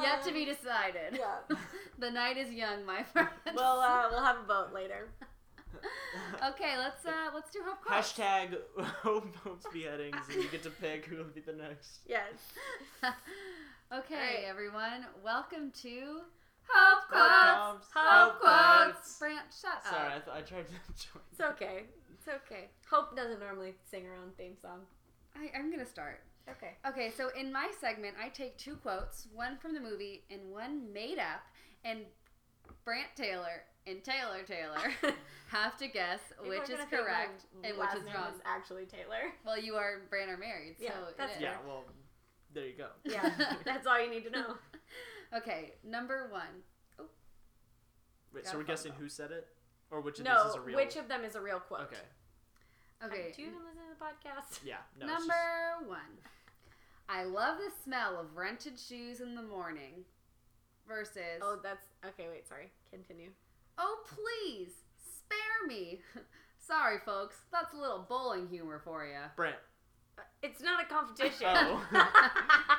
[SPEAKER 1] Yet to be
[SPEAKER 2] Um,
[SPEAKER 1] decided.
[SPEAKER 2] yeah.
[SPEAKER 1] The night is young, my friends.
[SPEAKER 2] Well, uh, we'll have a vote later.
[SPEAKER 1] okay, let's uh, let's do hope quotes.
[SPEAKER 3] Hashtag Hope, Hope's beheadings, and you get to pick who will be the next.
[SPEAKER 2] Yes.
[SPEAKER 1] okay,
[SPEAKER 2] Alright.
[SPEAKER 1] everyone, welcome to hope quotes.
[SPEAKER 3] Hope
[SPEAKER 1] Hope quotes.
[SPEAKER 3] quotes.
[SPEAKER 1] Branch, shut
[SPEAKER 3] Sorry, I,
[SPEAKER 1] up.
[SPEAKER 3] th- I tried to join.
[SPEAKER 2] It's okay. It's okay. Hope doesn't normally sing her own theme song.
[SPEAKER 1] I, I'm gonna start.
[SPEAKER 2] Okay.
[SPEAKER 1] Okay, so in my segment, I take two quotes, one from the movie and one made up, and Brant Taylor and Taylor Taylor have to guess
[SPEAKER 2] People are
[SPEAKER 1] which is
[SPEAKER 2] gonna think my
[SPEAKER 1] correct and which
[SPEAKER 2] last
[SPEAKER 1] is
[SPEAKER 2] name
[SPEAKER 1] wrong.
[SPEAKER 2] is actually Taylor.
[SPEAKER 1] Well, you are Brant are married,
[SPEAKER 2] Yeah,
[SPEAKER 1] so it
[SPEAKER 2] that's
[SPEAKER 1] is.
[SPEAKER 3] Yeah, well, there you go.
[SPEAKER 2] Yeah, that's all you need to know.
[SPEAKER 1] Okay, number one.
[SPEAKER 3] Wait,
[SPEAKER 1] Gotta
[SPEAKER 3] so we're
[SPEAKER 1] find
[SPEAKER 3] guessing
[SPEAKER 1] out.
[SPEAKER 3] who said it? Or which of these
[SPEAKER 2] no,
[SPEAKER 3] is a real
[SPEAKER 2] which of them is a real quote?
[SPEAKER 3] Okay,
[SPEAKER 1] Okay,
[SPEAKER 2] Do you even listen to the podcast?
[SPEAKER 3] yeah. No, it's
[SPEAKER 1] Number one. I love the smell of rented shoes in the morning. Versus,
[SPEAKER 2] Oh,
[SPEAKER 1] oh,
[SPEAKER 2] that's okay. Wait, sorry. Continue.
[SPEAKER 1] please, spare me. Sorry, folks, that's a little bowling humor for you.
[SPEAKER 3] just Brant.
[SPEAKER 2] Uh, It's not a competition.
[SPEAKER 3] Oh.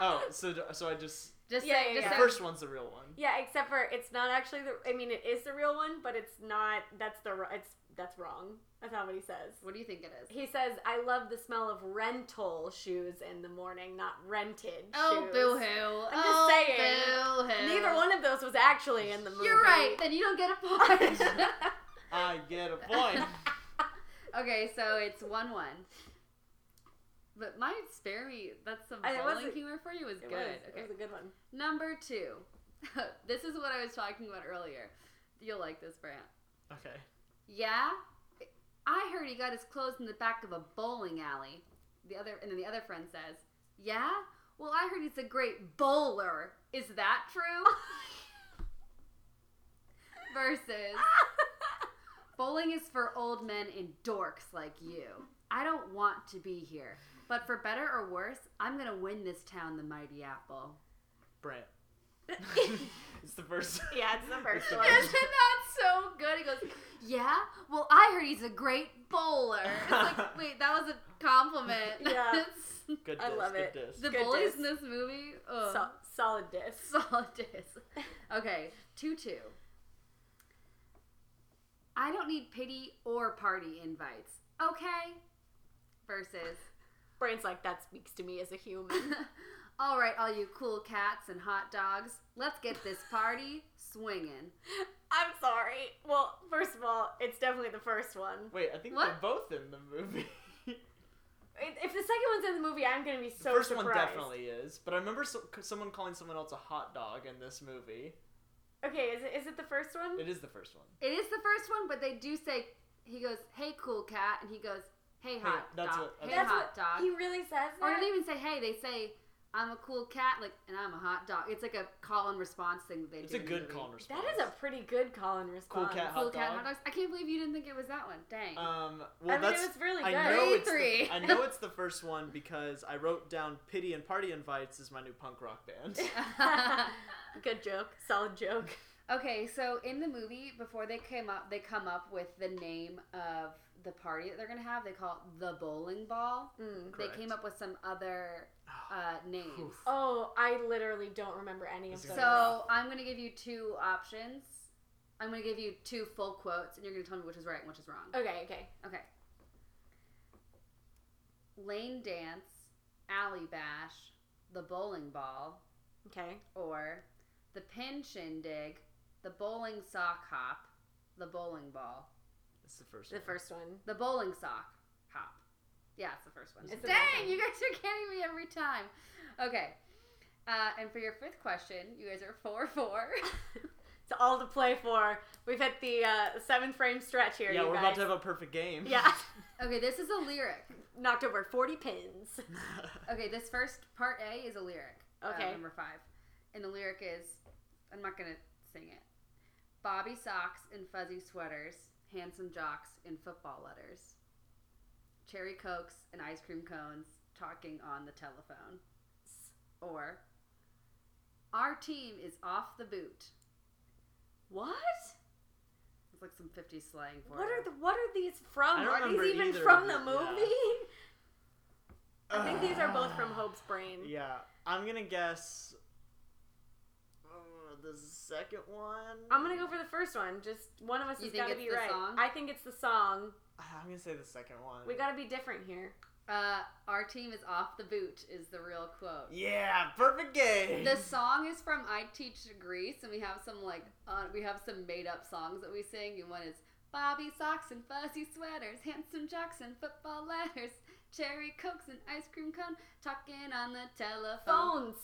[SPEAKER 3] Oh, so d- so I just
[SPEAKER 1] Just
[SPEAKER 2] Yeah,
[SPEAKER 1] say, just
[SPEAKER 2] yeah,
[SPEAKER 3] the
[SPEAKER 2] yeah.
[SPEAKER 1] say,
[SPEAKER 3] first one's the real one.
[SPEAKER 2] yeah, except for it's not actually the. I mean, it is the real one, but it's not. That's the. wr- It's that's wrong. That's not what he says.
[SPEAKER 1] what do you think it is?
[SPEAKER 2] He says, "I love the smell of rental shoes in the morning, not rented."
[SPEAKER 1] Oh,
[SPEAKER 2] shoes."
[SPEAKER 1] boo hoo.
[SPEAKER 2] I'm just
[SPEAKER 1] oh,
[SPEAKER 2] saying.
[SPEAKER 1] Boo hoo.
[SPEAKER 2] Neither one of those was actually in the movie.
[SPEAKER 1] You're right. Then you don't get a point.
[SPEAKER 3] I get a point.
[SPEAKER 1] okay, so it's one one. But my spare me. That's some
[SPEAKER 2] I- it
[SPEAKER 1] bowling
[SPEAKER 2] wasn't-
[SPEAKER 1] humor for you. Is
[SPEAKER 2] It
[SPEAKER 1] good.
[SPEAKER 2] was.
[SPEAKER 1] Okay.
[SPEAKER 2] It was a good one.
[SPEAKER 1] Number two. this is what I was talking about earlier. You'll like this, Brant.
[SPEAKER 3] Okay.
[SPEAKER 1] Yeah? I heard he got his clothes in the back of a bowling alley. The other and then the other friend says, Yeah? Well I heard he's a great bowler. Is that true? Versus Bowling is for old men and dorks like you. I don't want to be here. But for better or worse, I'm gonna win this town the mighty apple.
[SPEAKER 3] Brant. it's the first.
[SPEAKER 2] yeah, it's the first
[SPEAKER 3] the
[SPEAKER 2] one.
[SPEAKER 1] Isn't that so good? He goes, Yeah? Well, I heard he's a great bowler. It's like, wait, that was a compliment.
[SPEAKER 2] Yeah.
[SPEAKER 1] It's-
[SPEAKER 3] Good
[SPEAKER 2] I
[SPEAKER 3] diss,
[SPEAKER 2] love
[SPEAKER 3] good
[SPEAKER 2] it.
[SPEAKER 3] diss.
[SPEAKER 1] the
[SPEAKER 2] Good
[SPEAKER 1] bullies
[SPEAKER 2] diss.
[SPEAKER 1] in this movie, ugh.
[SPEAKER 2] So, solid diss.
[SPEAKER 1] solid diss. Okay, 2 2. I don't need pity or party invites. Okay? Versus,
[SPEAKER 2] Brain's like that speaks to me as a human.
[SPEAKER 1] All right, all you cool cats and hot dogs, let's get this party swinging.
[SPEAKER 2] I'm sorry. Well, first of all, it's definitely the first one.
[SPEAKER 3] Wait, I think they're
[SPEAKER 1] What?
[SPEAKER 3] both in the movie.
[SPEAKER 2] If if the second one's in the movie, I'm gonna be
[SPEAKER 3] the
[SPEAKER 2] so
[SPEAKER 3] first
[SPEAKER 2] surprised.
[SPEAKER 3] one definitely is, but I remember so, someone calling someone else a hot dog in this movie.
[SPEAKER 2] Okay, is it, is it the first one?
[SPEAKER 3] It is the first one.
[SPEAKER 1] It is the first one, but they do say he goes, "Hey, cool cat," and he goes, "Hey, hot
[SPEAKER 3] that's
[SPEAKER 1] dog."
[SPEAKER 3] what- that's
[SPEAKER 1] hey,
[SPEAKER 3] what-
[SPEAKER 1] hot dog.
[SPEAKER 2] He really says that.
[SPEAKER 1] or they don't even say "Hey." They say, "I'm a cool cat," like, and I'm a hot dog. It's like a call and response thing that they
[SPEAKER 3] It's
[SPEAKER 1] do.
[SPEAKER 3] a
[SPEAKER 1] in the
[SPEAKER 3] good
[SPEAKER 1] movie.
[SPEAKER 3] call and response.
[SPEAKER 2] that is a pretty good call and response.
[SPEAKER 3] cat,
[SPEAKER 1] Cool
[SPEAKER 3] Hot
[SPEAKER 1] cat,
[SPEAKER 3] dog.
[SPEAKER 1] hot dogs. I can't believe you didn't think it was that one. Dang.
[SPEAKER 3] Um, well,
[SPEAKER 2] I mean,
[SPEAKER 3] that's
[SPEAKER 2] it was really
[SPEAKER 3] I
[SPEAKER 2] good.
[SPEAKER 3] know it's
[SPEAKER 1] Three.
[SPEAKER 3] The, I know it's the first one because I wrote down "Pity and Party Invites" is my new punk rock band.
[SPEAKER 2] good joke. Solid joke.
[SPEAKER 1] Okay, so in the movie, before they came up, they come up with the name of the party that they're gonna have. They call it the bowling ball.
[SPEAKER 2] Mm.
[SPEAKER 1] They came
[SPEAKER 3] Correct. Ah,
[SPEAKER 1] up with some other uh, names.
[SPEAKER 3] Oof.
[SPEAKER 2] Oh, I literally don't remember any of
[SPEAKER 3] This
[SPEAKER 2] those.
[SPEAKER 3] is gonna
[SPEAKER 1] So I'm gonna give you two options. I'm gonna give you two full quotes, and you're gonna tell me which is right and which is wrong.
[SPEAKER 2] okay, okay.
[SPEAKER 1] Okay. Lane dance, alley bash, the bowling ball,
[SPEAKER 2] Okay.
[SPEAKER 1] or the pin shindig, the bowling sock hop, the bowling ball,
[SPEAKER 3] It's the first
[SPEAKER 2] The
[SPEAKER 3] one.
[SPEAKER 2] first one.
[SPEAKER 1] the bowling sock hop. Yeah, it's the first one.
[SPEAKER 2] It's the first
[SPEAKER 1] Dang,
[SPEAKER 2] one.
[SPEAKER 1] you guys are getting me every time. Okay. Uh, and for your fifth question, you guys are four four.
[SPEAKER 2] It's all to play for. We've hit the uh, seven frame stretch here.
[SPEAKER 3] Yeah,
[SPEAKER 2] you
[SPEAKER 3] we're
[SPEAKER 2] guys.
[SPEAKER 3] about to have a perfect game.
[SPEAKER 2] Yeah.
[SPEAKER 1] okay, this is a lyric.
[SPEAKER 2] Knocked over 40 pins.
[SPEAKER 1] Okay, this first part A is a lyric. uh,
[SPEAKER 2] Okay.
[SPEAKER 1] number five. And the lyric is I'm not going to sing it. Bobby socks and fuzzy sweaters, handsome jocks in football letters, cherry cokes and ice cream cones talking on the telephone. Or our team is off the boot.
[SPEAKER 2] What?
[SPEAKER 1] It's like some 50s slang for
[SPEAKER 2] What are
[SPEAKER 1] it.
[SPEAKER 2] the What are these from?
[SPEAKER 3] I don't
[SPEAKER 2] Are these
[SPEAKER 3] remember
[SPEAKER 2] even
[SPEAKER 3] either
[SPEAKER 2] from
[SPEAKER 3] of
[SPEAKER 2] the
[SPEAKER 3] the- yeah.
[SPEAKER 2] movie? I think these are both from Hope's brain.
[SPEAKER 3] Yeah, I'm gonna guess uh, the second one.
[SPEAKER 2] I'm gonna go for the first one. Just one of us
[SPEAKER 1] You
[SPEAKER 2] has
[SPEAKER 1] think
[SPEAKER 2] got to
[SPEAKER 1] it's
[SPEAKER 2] be
[SPEAKER 1] the
[SPEAKER 2] right.
[SPEAKER 1] song?
[SPEAKER 2] I think it's the song.
[SPEAKER 3] I'm gonna say the second one.
[SPEAKER 2] We got to be different here.
[SPEAKER 1] Uh, our team is off the boot is the real quote.
[SPEAKER 3] Yeah, perfect game.
[SPEAKER 1] The song is from I Teach Greece, and we have some like uh, we have some made up songs that we sing. And one is Bobby socks and fuzzy sweaters, handsome jocks and football letters, cherry cokes and ice cream cone, talking on the telephone.
[SPEAKER 2] Phones.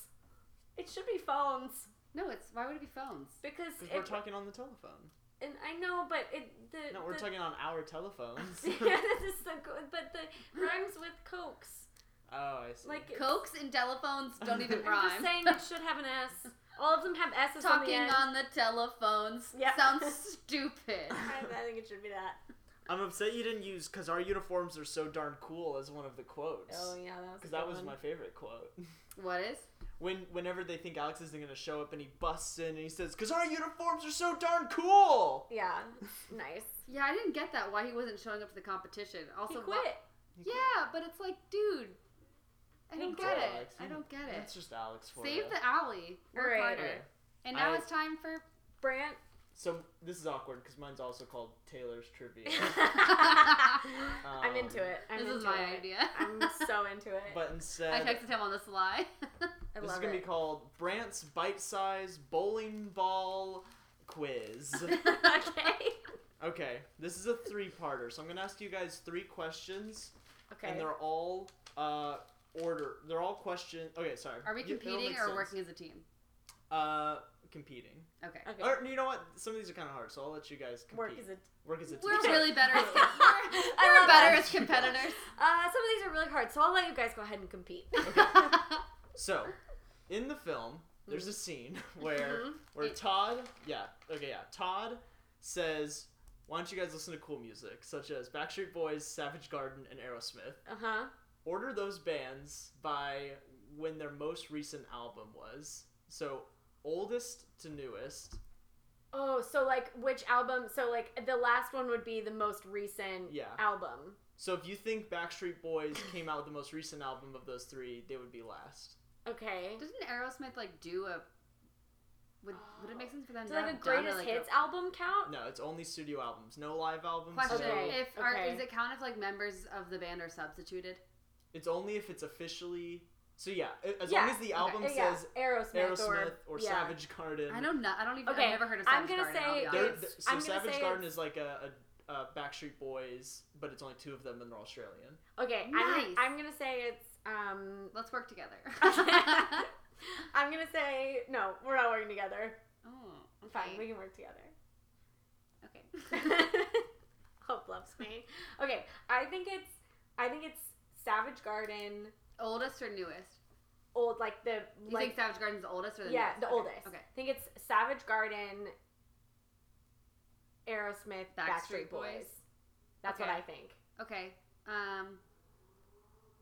[SPEAKER 2] It should be phones
[SPEAKER 1] No, it's why would it be phones?
[SPEAKER 2] because
[SPEAKER 3] 'Cause
[SPEAKER 2] it,
[SPEAKER 3] we're talking on the telephone.
[SPEAKER 2] and I know, but it the
[SPEAKER 3] No, we're
[SPEAKER 2] the,
[SPEAKER 3] talking on our telephones.
[SPEAKER 2] yeah, this is the go- but the rhymes with cokes.
[SPEAKER 3] oh, I see.
[SPEAKER 2] Like
[SPEAKER 1] Cokes and telephones don't even
[SPEAKER 2] I'm just
[SPEAKER 1] rhyme.
[SPEAKER 2] saying it should have an S. All of them have S's on the
[SPEAKER 1] Talking
[SPEAKER 2] end.
[SPEAKER 1] on the telephones
[SPEAKER 2] Yeah.
[SPEAKER 1] sounds stupid.
[SPEAKER 2] I, I think it should be that.
[SPEAKER 3] I'm upset you didn't use "cause our uniforms are so darn cool" as one of the quotes.
[SPEAKER 2] Oh yeah, that was. a
[SPEAKER 3] Because that
[SPEAKER 2] good
[SPEAKER 3] was
[SPEAKER 2] one.
[SPEAKER 3] my favorite quote.
[SPEAKER 1] What is?
[SPEAKER 3] When, whenever they think Alex isn't gonna show up, and he busts in and he says, "Cause our uniforms are so darn cool."
[SPEAKER 2] Yeah, nice.
[SPEAKER 1] Yeah, I didn't get that why he wasn't showing up to the competition. Also,
[SPEAKER 2] He
[SPEAKER 1] why-
[SPEAKER 2] quit.
[SPEAKER 1] Yeah, but it's like, dude, I
[SPEAKER 2] Hey,
[SPEAKER 1] don't
[SPEAKER 2] cool,
[SPEAKER 1] get it.
[SPEAKER 3] Alex,
[SPEAKER 1] I
[SPEAKER 3] you-
[SPEAKER 1] don't get
[SPEAKER 3] That's
[SPEAKER 1] it.
[SPEAKER 3] just Alex for
[SPEAKER 1] Save
[SPEAKER 3] ya.
[SPEAKER 1] the alley. Work
[SPEAKER 2] Alright.
[SPEAKER 1] harder.
[SPEAKER 3] Okay.
[SPEAKER 1] And now
[SPEAKER 3] I-
[SPEAKER 1] it's time for.
[SPEAKER 2] Brant.
[SPEAKER 3] So this is awkward because mine's also called Taylor's trivia.
[SPEAKER 2] I'm into it. I'm
[SPEAKER 1] this
[SPEAKER 2] into
[SPEAKER 1] is my
[SPEAKER 2] it.
[SPEAKER 1] idea.
[SPEAKER 2] I'm so into it.
[SPEAKER 3] but
[SPEAKER 1] I
[SPEAKER 3] instead,
[SPEAKER 1] texted him on the sly.
[SPEAKER 2] I
[SPEAKER 3] this is
[SPEAKER 2] love
[SPEAKER 3] gonna be
[SPEAKER 2] it.
[SPEAKER 3] called Brant's bite-size bowling ball quiz.
[SPEAKER 2] okay.
[SPEAKER 3] okay, this is a three-parter, so I'm gonna ask you guys three questions,
[SPEAKER 2] Okay.
[SPEAKER 3] and they're all uh order. They're all question. Okay, sorry.
[SPEAKER 1] Are we
[SPEAKER 3] You- it'll
[SPEAKER 1] competing
[SPEAKER 3] make
[SPEAKER 1] or
[SPEAKER 3] sense.
[SPEAKER 1] working as a team?
[SPEAKER 3] Uh, competing.
[SPEAKER 1] Okay.
[SPEAKER 2] Okay.
[SPEAKER 3] Or you know what? Some of these are kind of hard, so I'll let you guys compete.
[SPEAKER 2] Work is a.
[SPEAKER 3] Work as a team.
[SPEAKER 1] We're really better. As, we're
[SPEAKER 2] I
[SPEAKER 1] we're
[SPEAKER 2] love
[SPEAKER 1] better
[SPEAKER 2] that.
[SPEAKER 1] as competitors.
[SPEAKER 2] Uh, some of these are really hard, so I'll let you guys go ahead and compete.
[SPEAKER 3] So, in the film, there's a scene where
[SPEAKER 2] Mhm.
[SPEAKER 1] Mm-hmm.
[SPEAKER 3] where
[SPEAKER 1] It-
[SPEAKER 3] Todd, yeah, okay, yeah, Todd says, "Why don't you guys listen to cool music such as Backstreet Boys, Savage Garden, and Aerosmith?
[SPEAKER 2] Uh huh.
[SPEAKER 3] Order those bands by when their most recent album was. So, oldest to newest.
[SPEAKER 2] Oh, so like which album? So like the last one would be the most recent
[SPEAKER 3] Yeah.
[SPEAKER 2] album.
[SPEAKER 3] So, if you think Backstreet Boys came out with the most recent album of those three, they would be last.
[SPEAKER 2] Okay.
[SPEAKER 1] Doesn't Aerosmith like do a? Would Would it make sense for them
[SPEAKER 2] So
[SPEAKER 1] to
[SPEAKER 2] like a
[SPEAKER 1] have done
[SPEAKER 2] greatest
[SPEAKER 1] like,
[SPEAKER 2] hits
[SPEAKER 1] a-
[SPEAKER 2] album count?
[SPEAKER 3] No, it's only studio albums, no live albums.
[SPEAKER 1] Question:
[SPEAKER 3] no-
[SPEAKER 2] Okay.
[SPEAKER 1] If are,
[SPEAKER 2] okay.
[SPEAKER 1] is it count if like members of the band are substituted?
[SPEAKER 3] It's only if it's officially. So yeah, a- as
[SPEAKER 2] Yeah,
[SPEAKER 3] long as the album
[SPEAKER 2] okay, yeah,
[SPEAKER 3] says
[SPEAKER 2] Aerosmith,
[SPEAKER 3] Aerosmith or,
[SPEAKER 2] yeah.
[SPEAKER 3] Savage Garden,
[SPEAKER 1] I don't know. I don't even.
[SPEAKER 2] Okay,
[SPEAKER 1] I've never heard of.
[SPEAKER 2] I'm
[SPEAKER 1] Savage
[SPEAKER 2] gonna
[SPEAKER 1] Garden, I'll
[SPEAKER 2] say
[SPEAKER 1] be
[SPEAKER 3] They're,
[SPEAKER 1] honest.
[SPEAKER 2] it's-
[SPEAKER 3] so
[SPEAKER 2] I'm gonna
[SPEAKER 3] Savage
[SPEAKER 2] say
[SPEAKER 3] Garden is like a, a, a Backstreet Boys, but it's only two of them and they're Australian.
[SPEAKER 2] Okay.
[SPEAKER 1] Nice.
[SPEAKER 2] I'm, I'm gonna say it's um.
[SPEAKER 1] Let's work together.
[SPEAKER 2] I'm gonna say no. We're not working together.
[SPEAKER 1] oh,
[SPEAKER 2] Fine, we
[SPEAKER 1] okay.
[SPEAKER 2] can work together.
[SPEAKER 1] okay.
[SPEAKER 2] Hope loves me. Okay, I think it's I think it's Savage Garden
[SPEAKER 1] oldest or newest?
[SPEAKER 2] old like the
[SPEAKER 1] You
[SPEAKER 2] like
[SPEAKER 1] think Savage Garden's the oldest or the
[SPEAKER 2] yeah
[SPEAKER 1] newest?
[SPEAKER 2] the
[SPEAKER 1] Okay,
[SPEAKER 2] oldest.
[SPEAKER 1] Okay.
[SPEAKER 2] I think it's Savage Garden, Aerosmith, Backstreet,
[SPEAKER 1] Backstreet
[SPEAKER 2] Boys.
[SPEAKER 1] Boys.
[SPEAKER 2] That's
[SPEAKER 1] Okay.
[SPEAKER 2] what I think.
[SPEAKER 1] Okay. Um.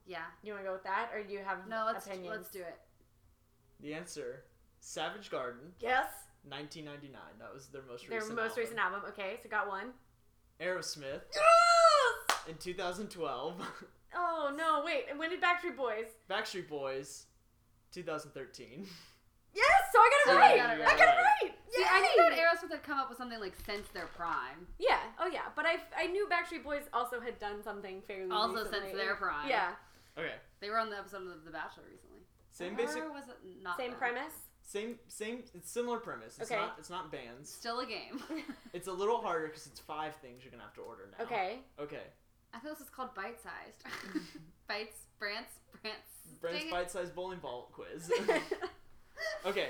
[SPEAKER 1] Yeah.
[SPEAKER 2] You want to go with that, or do you have
[SPEAKER 1] No. Let's
[SPEAKER 2] Um, opinions?
[SPEAKER 1] let's do it.
[SPEAKER 3] The answer Savage Garden,
[SPEAKER 2] Yes.
[SPEAKER 3] 1999. That was their most
[SPEAKER 2] Their
[SPEAKER 3] recent.
[SPEAKER 2] most
[SPEAKER 3] album.
[SPEAKER 2] recent album. Okay, so got one.
[SPEAKER 3] Aerosmith
[SPEAKER 2] Yes!
[SPEAKER 3] in 2012.
[SPEAKER 2] Oh no! Wait, and when did Backstreet Boys?
[SPEAKER 3] Backstreet Boys, 2013.
[SPEAKER 2] Yes, so I got it
[SPEAKER 1] So
[SPEAKER 2] right.
[SPEAKER 1] you got it
[SPEAKER 2] I got it
[SPEAKER 3] right.
[SPEAKER 2] right.
[SPEAKER 1] See, I knew that Aerosmith had come up with something like since their prime.
[SPEAKER 2] Yeah. Oh yeah. But I, I knew Backstreet Boys also had done something fairly
[SPEAKER 1] Also
[SPEAKER 2] recently.
[SPEAKER 1] since their prime.
[SPEAKER 2] Yeah.
[SPEAKER 3] Okay.
[SPEAKER 1] They were on the episode of The Bachelor recently.
[SPEAKER 3] Same
[SPEAKER 2] Uh,
[SPEAKER 1] Or
[SPEAKER 3] basic,
[SPEAKER 1] was it not
[SPEAKER 2] Same
[SPEAKER 1] them?
[SPEAKER 2] premise.
[SPEAKER 3] same, same. It's similar premise. It's
[SPEAKER 2] Okay.
[SPEAKER 3] not. It's not bands.
[SPEAKER 1] Still a game.
[SPEAKER 3] It's a little harder because it's five things you're gonna have to order now.
[SPEAKER 2] Okay.
[SPEAKER 3] Okay.
[SPEAKER 1] I thought this was called bite sized. Bites, Brants, Brants.
[SPEAKER 3] Brent's
[SPEAKER 1] Dang it.
[SPEAKER 3] bite-sized bowling ball quiz.
[SPEAKER 2] Uh-huh.
[SPEAKER 3] okay.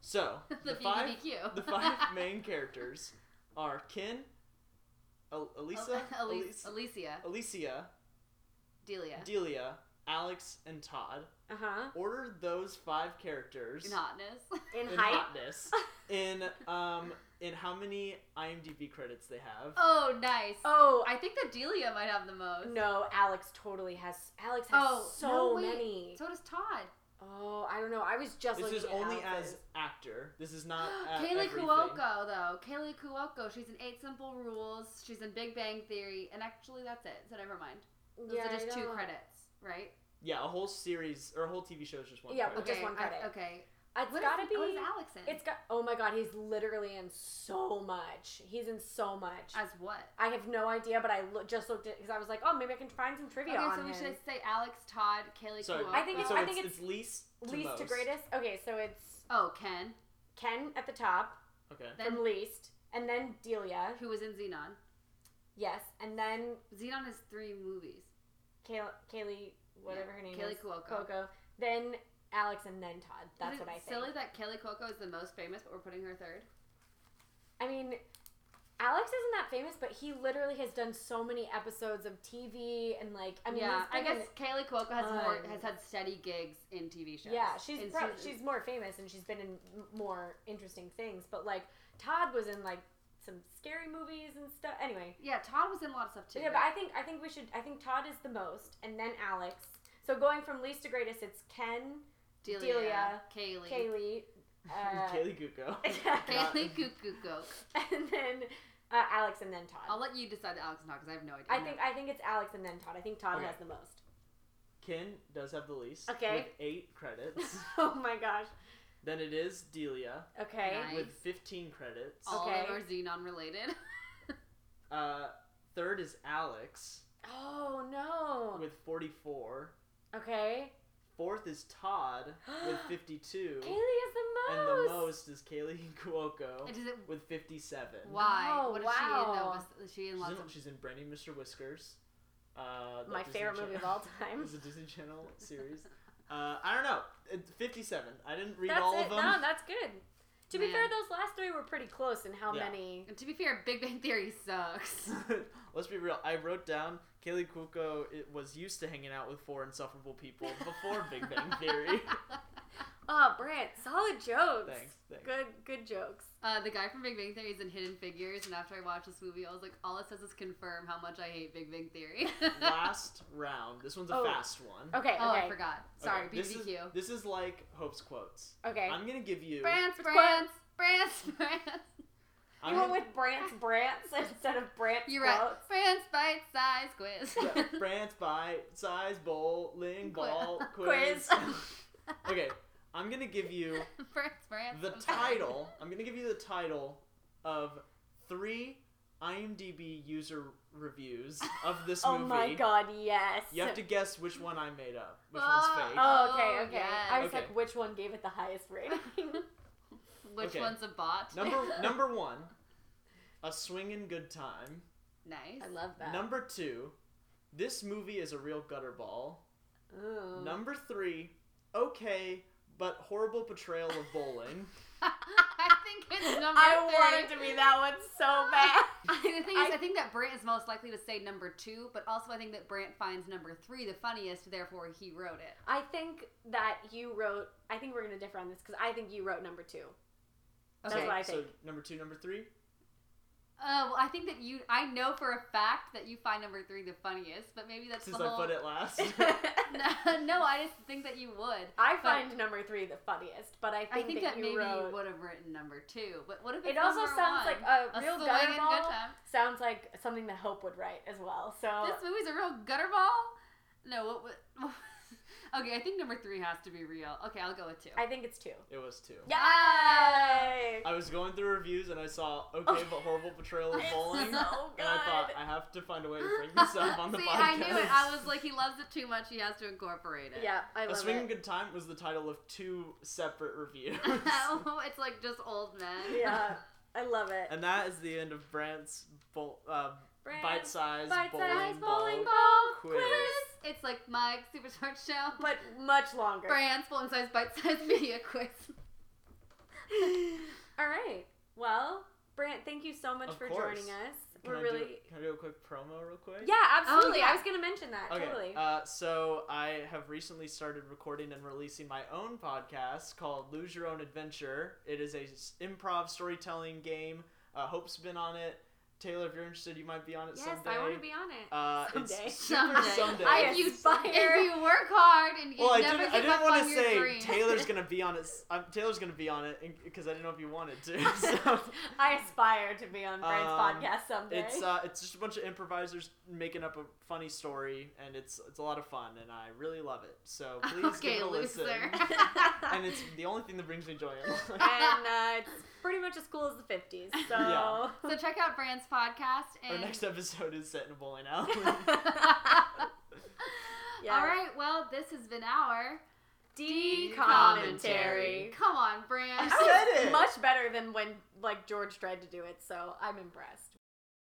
[SPEAKER 3] So
[SPEAKER 1] The,
[SPEAKER 3] the five
[SPEAKER 1] BBQ.
[SPEAKER 3] the five main characters are Ken, Al- Elisa,
[SPEAKER 1] Al-
[SPEAKER 3] Elise-
[SPEAKER 1] Oh, Elise, Alicia.
[SPEAKER 3] Alicia,
[SPEAKER 1] Delia.
[SPEAKER 3] Delia, Alex, and Todd.
[SPEAKER 2] Uh huh.
[SPEAKER 3] Order those five characters
[SPEAKER 1] In hotness.
[SPEAKER 2] In
[SPEAKER 3] in
[SPEAKER 2] height.
[SPEAKER 3] hotness in um in how many IMDb credits they have.
[SPEAKER 1] oh, nice.
[SPEAKER 2] Oh
[SPEAKER 1] I think that Delia might have the most.
[SPEAKER 2] no! Alex totally has. Alex has
[SPEAKER 1] Oh,
[SPEAKER 2] so
[SPEAKER 1] no, wait.
[SPEAKER 2] many.
[SPEAKER 1] So does Todd.
[SPEAKER 2] Oh, I don't know. I was just.
[SPEAKER 3] this
[SPEAKER 2] looking
[SPEAKER 3] is
[SPEAKER 2] at
[SPEAKER 3] only
[SPEAKER 2] Alex's.
[SPEAKER 3] as actor. This is not at
[SPEAKER 1] Kaylee
[SPEAKER 3] everything.
[SPEAKER 1] Cuoco, though. Kaylee Cuoco. She's in Eight Simple Rules. She's in Big Bang Theory. And actually, that's it. So never mind. Those
[SPEAKER 2] Yeah,
[SPEAKER 1] are just
[SPEAKER 2] I
[SPEAKER 1] two
[SPEAKER 2] know.
[SPEAKER 1] credits, right?
[SPEAKER 3] Yeah, a whole series or a whole TV show is just one.
[SPEAKER 2] Yeah,
[SPEAKER 3] credit.
[SPEAKER 2] but Oh, just one
[SPEAKER 1] I-
[SPEAKER 2] credit.
[SPEAKER 1] okay.
[SPEAKER 2] It's
[SPEAKER 1] What is-
[SPEAKER 2] gotta be.
[SPEAKER 1] What is Alex in?
[SPEAKER 2] It's got. Oh my god, he's literally in so much. He's in so much.
[SPEAKER 1] As what?
[SPEAKER 2] I have no idea, but I loo- just looked at because I was like, oh, maybe I can find some trivia
[SPEAKER 1] Okay,
[SPEAKER 2] on
[SPEAKER 1] so we
[SPEAKER 2] him.
[SPEAKER 1] should say Alex, Todd, Kaylee
[SPEAKER 3] Sorry,
[SPEAKER 1] Cuoco.
[SPEAKER 2] I think it's-
[SPEAKER 3] so
[SPEAKER 2] I think
[SPEAKER 3] it's, least to
[SPEAKER 2] least
[SPEAKER 3] most.
[SPEAKER 2] to greatest. Okay, so it's
[SPEAKER 1] Oh, Ken,
[SPEAKER 2] Ken at the top
[SPEAKER 3] Okay.
[SPEAKER 1] Then-
[SPEAKER 2] from least, and then Delia.
[SPEAKER 1] who was in Xenon.
[SPEAKER 2] Yes, and then
[SPEAKER 1] Xenon has three movies.
[SPEAKER 2] Kay- Kaylee, whatever her name
[SPEAKER 1] Kaylee
[SPEAKER 2] is,
[SPEAKER 1] Cuoco.
[SPEAKER 2] Then Alex, and then Todd. That's
[SPEAKER 1] Isn't
[SPEAKER 2] what I
[SPEAKER 1] it
[SPEAKER 2] think.
[SPEAKER 1] Silly that Kaylee Cuoco is the most famous, but we're putting her third.
[SPEAKER 2] I mean, Alex isn't that famous, but he literally has done so many episodes of TV and like. I mean,
[SPEAKER 1] yeah,
[SPEAKER 2] he's
[SPEAKER 1] I
[SPEAKER 2] been in-
[SPEAKER 1] guess Kaylee Cuoco has more
[SPEAKER 2] ton.
[SPEAKER 1] has had steady gigs in TV shows.
[SPEAKER 2] Yeah, she's
[SPEAKER 1] In
[SPEAKER 2] prob-
[SPEAKER 1] seasons.
[SPEAKER 2] she's more famous and she's been in m- more interesting things. But like Todd was in like some scary movies and stuff. Anyway,
[SPEAKER 1] yeah. Todd was in a lot of stuff too.
[SPEAKER 2] yeah, but I think I think we should. I think Todd is the most, and then Alex. So going from least to greatest, it's Ken,
[SPEAKER 1] Delia,
[SPEAKER 2] Delia,
[SPEAKER 1] Kaylee,
[SPEAKER 2] Kaylee, uh,
[SPEAKER 3] Kaylee Cuoco.
[SPEAKER 2] Yeah.
[SPEAKER 1] Kaylee Cuoco.
[SPEAKER 2] and then uh, Alex, and then
[SPEAKER 1] I'll
[SPEAKER 2] Todd.
[SPEAKER 1] let you decide the Alex and Todd because I have no idea.
[SPEAKER 2] I think I think it's Alex and then Todd. I think Todd
[SPEAKER 3] Okay.
[SPEAKER 2] has the most.
[SPEAKER 3] Ken does have the least.
[SPEAKER 2] Okay.
[SPEAKER 3] With eight credits.
[SPEAKER 2] oh my gosh.
[SPEAKER 3] then it is Delia
[SPEAKER 2] Okay.
[SPEAKER 1] Nice.
[SPEAKER 3] with 15 credits.
[SPEAKER 1] all
[SPEAKER 2] Okay.
[SPEAKER 1] of them are Xenon related.
[SPEAKER 3] Uh, third is Alex
[SPEAKER 2] Oh no.
[SPEAKER 3] with 44.
[SPEAKER 2] Okay.
[SPEAKER 3] Fourth is Todd with
[SPEAKER 2] Kaylee
[SPEAKER 3] 52.
[SPEAKER 2] is the
[SPEAKER 3] and
[SPEAKER 2] most.
[SPEAKER 3] the most is Kaylee Cuoco
[SPEAKER 1] And Does it?
[SPEAKER 3] with 57.
[SPEAKER 1] Why?
[SPEAKER 2] No,
[SPEAKER 1] what is
[SPEAKER 2] wow.
[SPEAKER 1] she in? Though? Is she in
[SPEAKER 3] She's
[SPEAKER 1] lots
[SPEAKER 3] in,
[SPEAKER 1] of
[SPEAKER 3] she's in Brandy and Mr. Whiskers. Uh, that
[SPEAKER 2] My
[SPEAKER 3] Disney
[SPEAKER 2] favorite
[SPEAKER 3] Channel-
[SPEAKER 2] movie of all time.
[SPEAKER 3] It's a Disney Channel series. Uh, I don't know. It's 57. I didn't read
[SPEAKER 2] That's
[SPEAKER 3] all
[SPEAKER 2] it.
[SPEAKER 3] of them.
[SPEAKER 2] No, that's good. To be
[SPEAKER 1] Man.
[SPEAKER 2] fair, those last three were pretty close in how
[SPEAKER 3] Yeah.
[SPEAKER 2] many.
[SPEAKER 1] And to be fair, Big Bang Theory sucks.
[SPEAKER 3] Let's be real. I wrote down Kaylee Cuoco it was used to hanging out with four insufferable people before Big Bang Theory.
[SPEAKER 2] Oh, Brant, solid jokes.
[SPEAKER 3] thanks, thanks.
[SPEAKER 2] Good, good jokes.
[SPEAKER 1] Uh, the guy from Big Bang Theory is in Hidden Figures, and after I watched this movie, I was like, all it says is confirm how much I hate Big Bang Theory.
[SPEAKER 3] Last round. This one's a
[SPEAKER 2] Oh.
[SPEAKER 3] fast one.
[SPEAKER 2] Okay, okay,
[SPEAKER 1] oh, I forgot. Sorry,
[SPEAKER 3] Okay, This is,
[SPEAKER 1] BBQ.
[SPEAKER 3] this is like Hope's quotes.
[SPEAKER 2] okay.
[SPEAKER 3] I'm gonna give you.
[SPEAKER 1] France,
[SPEAKER 2] It's
[SPEAKER 1] France, France, France.
[SPEAKER 3] I'm
[SPEAKER 2] you went
[SPEAKER 3] gonna,
[SPEAKER 2] with Brant's Brants instead of Brant's
[SPEAKER 1] You're right.
[SPEAKER 2] quotes.
[SPEAKER 1] France bite size quiz.
[SPEAKER 3] yeah, France by size bowling ball quiz.
[SPEAKER 2] Quiz.
[SPEAKER 3] okay, I'm gonna give you
[SPEAKER 1] France, France.
[SPEAKER 3] the
[SPEAKER 1] I'm sorry.
[SPEAKER 3] title. I'm gonna give you the title of three IMDb user reviews of this
[SPEAKER 2] oh
[SPEAKER 3] movie.
[SPEAKER 2] my god, yes.
[SPEAKER 3] You have to guess which one I made up, which
[SPEAKER 1] Oh.
[SPEAKER 3] one's fake.
[SPEAKER 2] Oh, okay,
[SPEAKER 1] Oh,
[SPEAKER 2] okay.
[SPEAKER 1] yes.
[SPEAKER 2] I was
[SPEAKER 3] Okay.
[SPEAKER 2] like, which one gave it the highest rating?
[SPEAKER 1] Which
[SPEAKER 3] Okay.
[SPEAKER 1] one's a bot?
[SPEAKER 3] Number number one, a swingin' good time.
[SPEAKER 1] nice.
[SPEAKER 2] I love that.
[SPEAKER 3] Number two, this movie is a real gutter ball.
[SPEAKER 2] Ooh.
[SPEAKER 3] Number three, okay, but horrible portrayal of bowling.
[SPEAKER 1] I think it's number
[SPEAKER 2] I
[SPEAKER 1] three.
[SPEAKER 2] wanted to be that one so bad.
[SPEAKER 1] the thing is,
[SPEAKER 2] I-
[SPEAKER 1] I think that Brant is most likely to say number two, but also I think that Brant finds number three the funniest, therefore he wrote it.
[SPEAKER 2] I think that you wrote. I think we're gonna differ on this because I think you wrote number two. That's
[SPEAKER 1] Okay.
[SPEAKER 2] what I
[SPEAKER 3] so
[SPEAKER 2] think.
[SPEAKER 3] number two, number three.
[SPEAKER 1] Uh, well, I think that you, I know for a fact that you find number three the funniest, but maybe that's
[SPEAKER 3] Since
[SPEAKER 1] the
[SPEAKER 3] I
[SPEAKER 1] whole.
[SPEAKER 3] put it last.
[SPEAKER 1] no, no, I just think that you would.
[SPEAKER 2] I find number three the funniest, but I think,
[SPEAKER 1] I think that,
[SPEAKER 2] you
[SPEAKER 1] maybe you
[SPEAKER 2] wrote.
[SPEAKER 1] would have written number two, but what if it's
[SPEAKER 2] it also
[SPEAKER 1] number
[SPEAKER 2] sounds
[SPEAKER 1] one?
[SPEAKER 2] like a,
[SPEAKER 1] A
[SPEAKER 2] real
[SPEAKER 1] swing and
[SPEAKER 2] gutter
[SPEAKER 1] good
[SPEAKER 2] ball.
[SPEAKER 1] time.
[SPEAKER 2] Sounds like something that Hope would write as well. So
[SPEAKER 1] this movie's a real gutter ball. No, what? what okay, I think number three has to be real. Okay, I'll go with two.
[SPEAKER 2] I think it's two.
[SPEAKER 3] It was two.
[SPEAKER 2] Yay!
[SPEAKER 3] I was going through reviews and I saw okay but horrible portrayal of
[SPEAKER 2] It's so
[SPEAKER 3] bowling. And I thought
[SPEAKER 2] good.
[SPEAKER 3] I have to find a way to bring this up on the
[SPEAKER 1] See,
[SPEAKER 3] podcast.
[SPEAKER 1] I knew it. I was like, he loves it too much. He has to incorporate it.
[SPEAKER 2] Yeah, I
[SPEAKER 3] A
[SPEAKER 2] love
[SPEAKER 3] swinging
[SPEAKER 2] it.
[SPEAKER 3] good time was the title of two separate reviews.
[SPEAKER 1] Oh, it's like just old men.
[SPEAKER 2] Yeah, I love it.
[SPEAKER 3] and that is the end of Brant's bowl, uh,
[SPEAKER 2] Brant's
[SPEAKER 3] bite-sized,
[SPEAKER 2] bite-sized
[SPEAKER 3] bowling,
[SPEAKER 2] bowling
[SPEAKER 3] ball.
[SPEAKER 1] Ball
[SPEAKER 3] quiz.
[SPEAKER 1] quiz. It's like Mike's super short show.
[SPEAKER 2] But much longer.
[SPEAKER 1] Brands full size bite sized media quiz.
[SPEAKER 2] All right. Well, Brant, thank you so much
[SPEAKER 3] Of
[SPEAKER 2] for
[SPEAKER 3] course.
[SPEAKER 2] joining us.
[SPEAKER 3] Can
[SPEAKER 2] We're
[SPEAKER 3] I
[SPEAKER 2] really
[SPEAKER 3] do, can I do a quick promo real quick?
[SPEAKER 2] yeah, absolutely.
[SPEAKER 1] Oh, yeah.
[SPEAKER 2] I was gonna mention that
[SPEAKER 3] Okay.
[SPEAKER 2] totally.
[SPEAKER 3] Uh, so I have recently started recording and releasing my own podcast called Lose Your Own Adventure. It is a s- improv storytelling game. Uh, Hope's been on it. Taylor, if you're interested, you might be on it
[SPEAKER 2] yes,
[SPEAKER 3] someday.
[SPEAKER 2] I want to be on it.
[SPEAKER 3] Uh,
[SPEAKER 2] Someday.
[SPEAKER 3] It's super
[SPEAKER 1] Someday.
[SPEAKER 3] someday.
[SPEAKER 2] I
[SPEAKER 1] If you,
[SPEAKER 2] aspire.
[SPEAKER 1] if you work hard and you
[SPEAKER 3] well, I
[SPEAKER 1] never
[SPEAKER 3] didn't. I
[SPEAKER 1] give
[SPEAKER 3] didn't
[SPEAKER 1] up on
[SPEAKER 3] want to
[SPEAKER 1] your
[SPEAKER 3] say
[SPEAKER 1] dreams.
[SPEAKER 3] Taylor's gonna be on it. s- Um, Taylor's gonna be on it because I didn't know if you wanted to. So
[SPEAKER 2] I aspire to be on Brant's
[SPEAKER 3] Um,
[SPEAKER 2] podcast someday.
[SPEAKER 3] it's uh, it's just a bunch of improvisers making up a funny story, and it's it's a lot of fun, and I really love it. So please
[SPEAKER 1] okay,
[SPEAKER 3] give it a
[SPEAKER 1] loser.
[SPEAKER 3] listen. and it's the only thing that brings me joy. in life.
[SPEAKER 2] and uh, it's pretty much as cool as the fifties. So
[SPEAKER 3] Yeah.
[SPEAKER 1] so check out Brand's podcast. And
[SPEAKER 3] Our next episode is set in a bowling alley.
[SPEAKER 2] Yeah.
[SPEAKER 1] All right, well, this has been our
[SPEAKER 2] D
[SPEAKER 3] commentary.
[SPEAKER 2] commentary.
[SPEAKER 1] Come on, Brand.
[SPEAKER 3] I said it.
[SPEAKER 2] Much better than when like George tried to do it, so I'm impressed.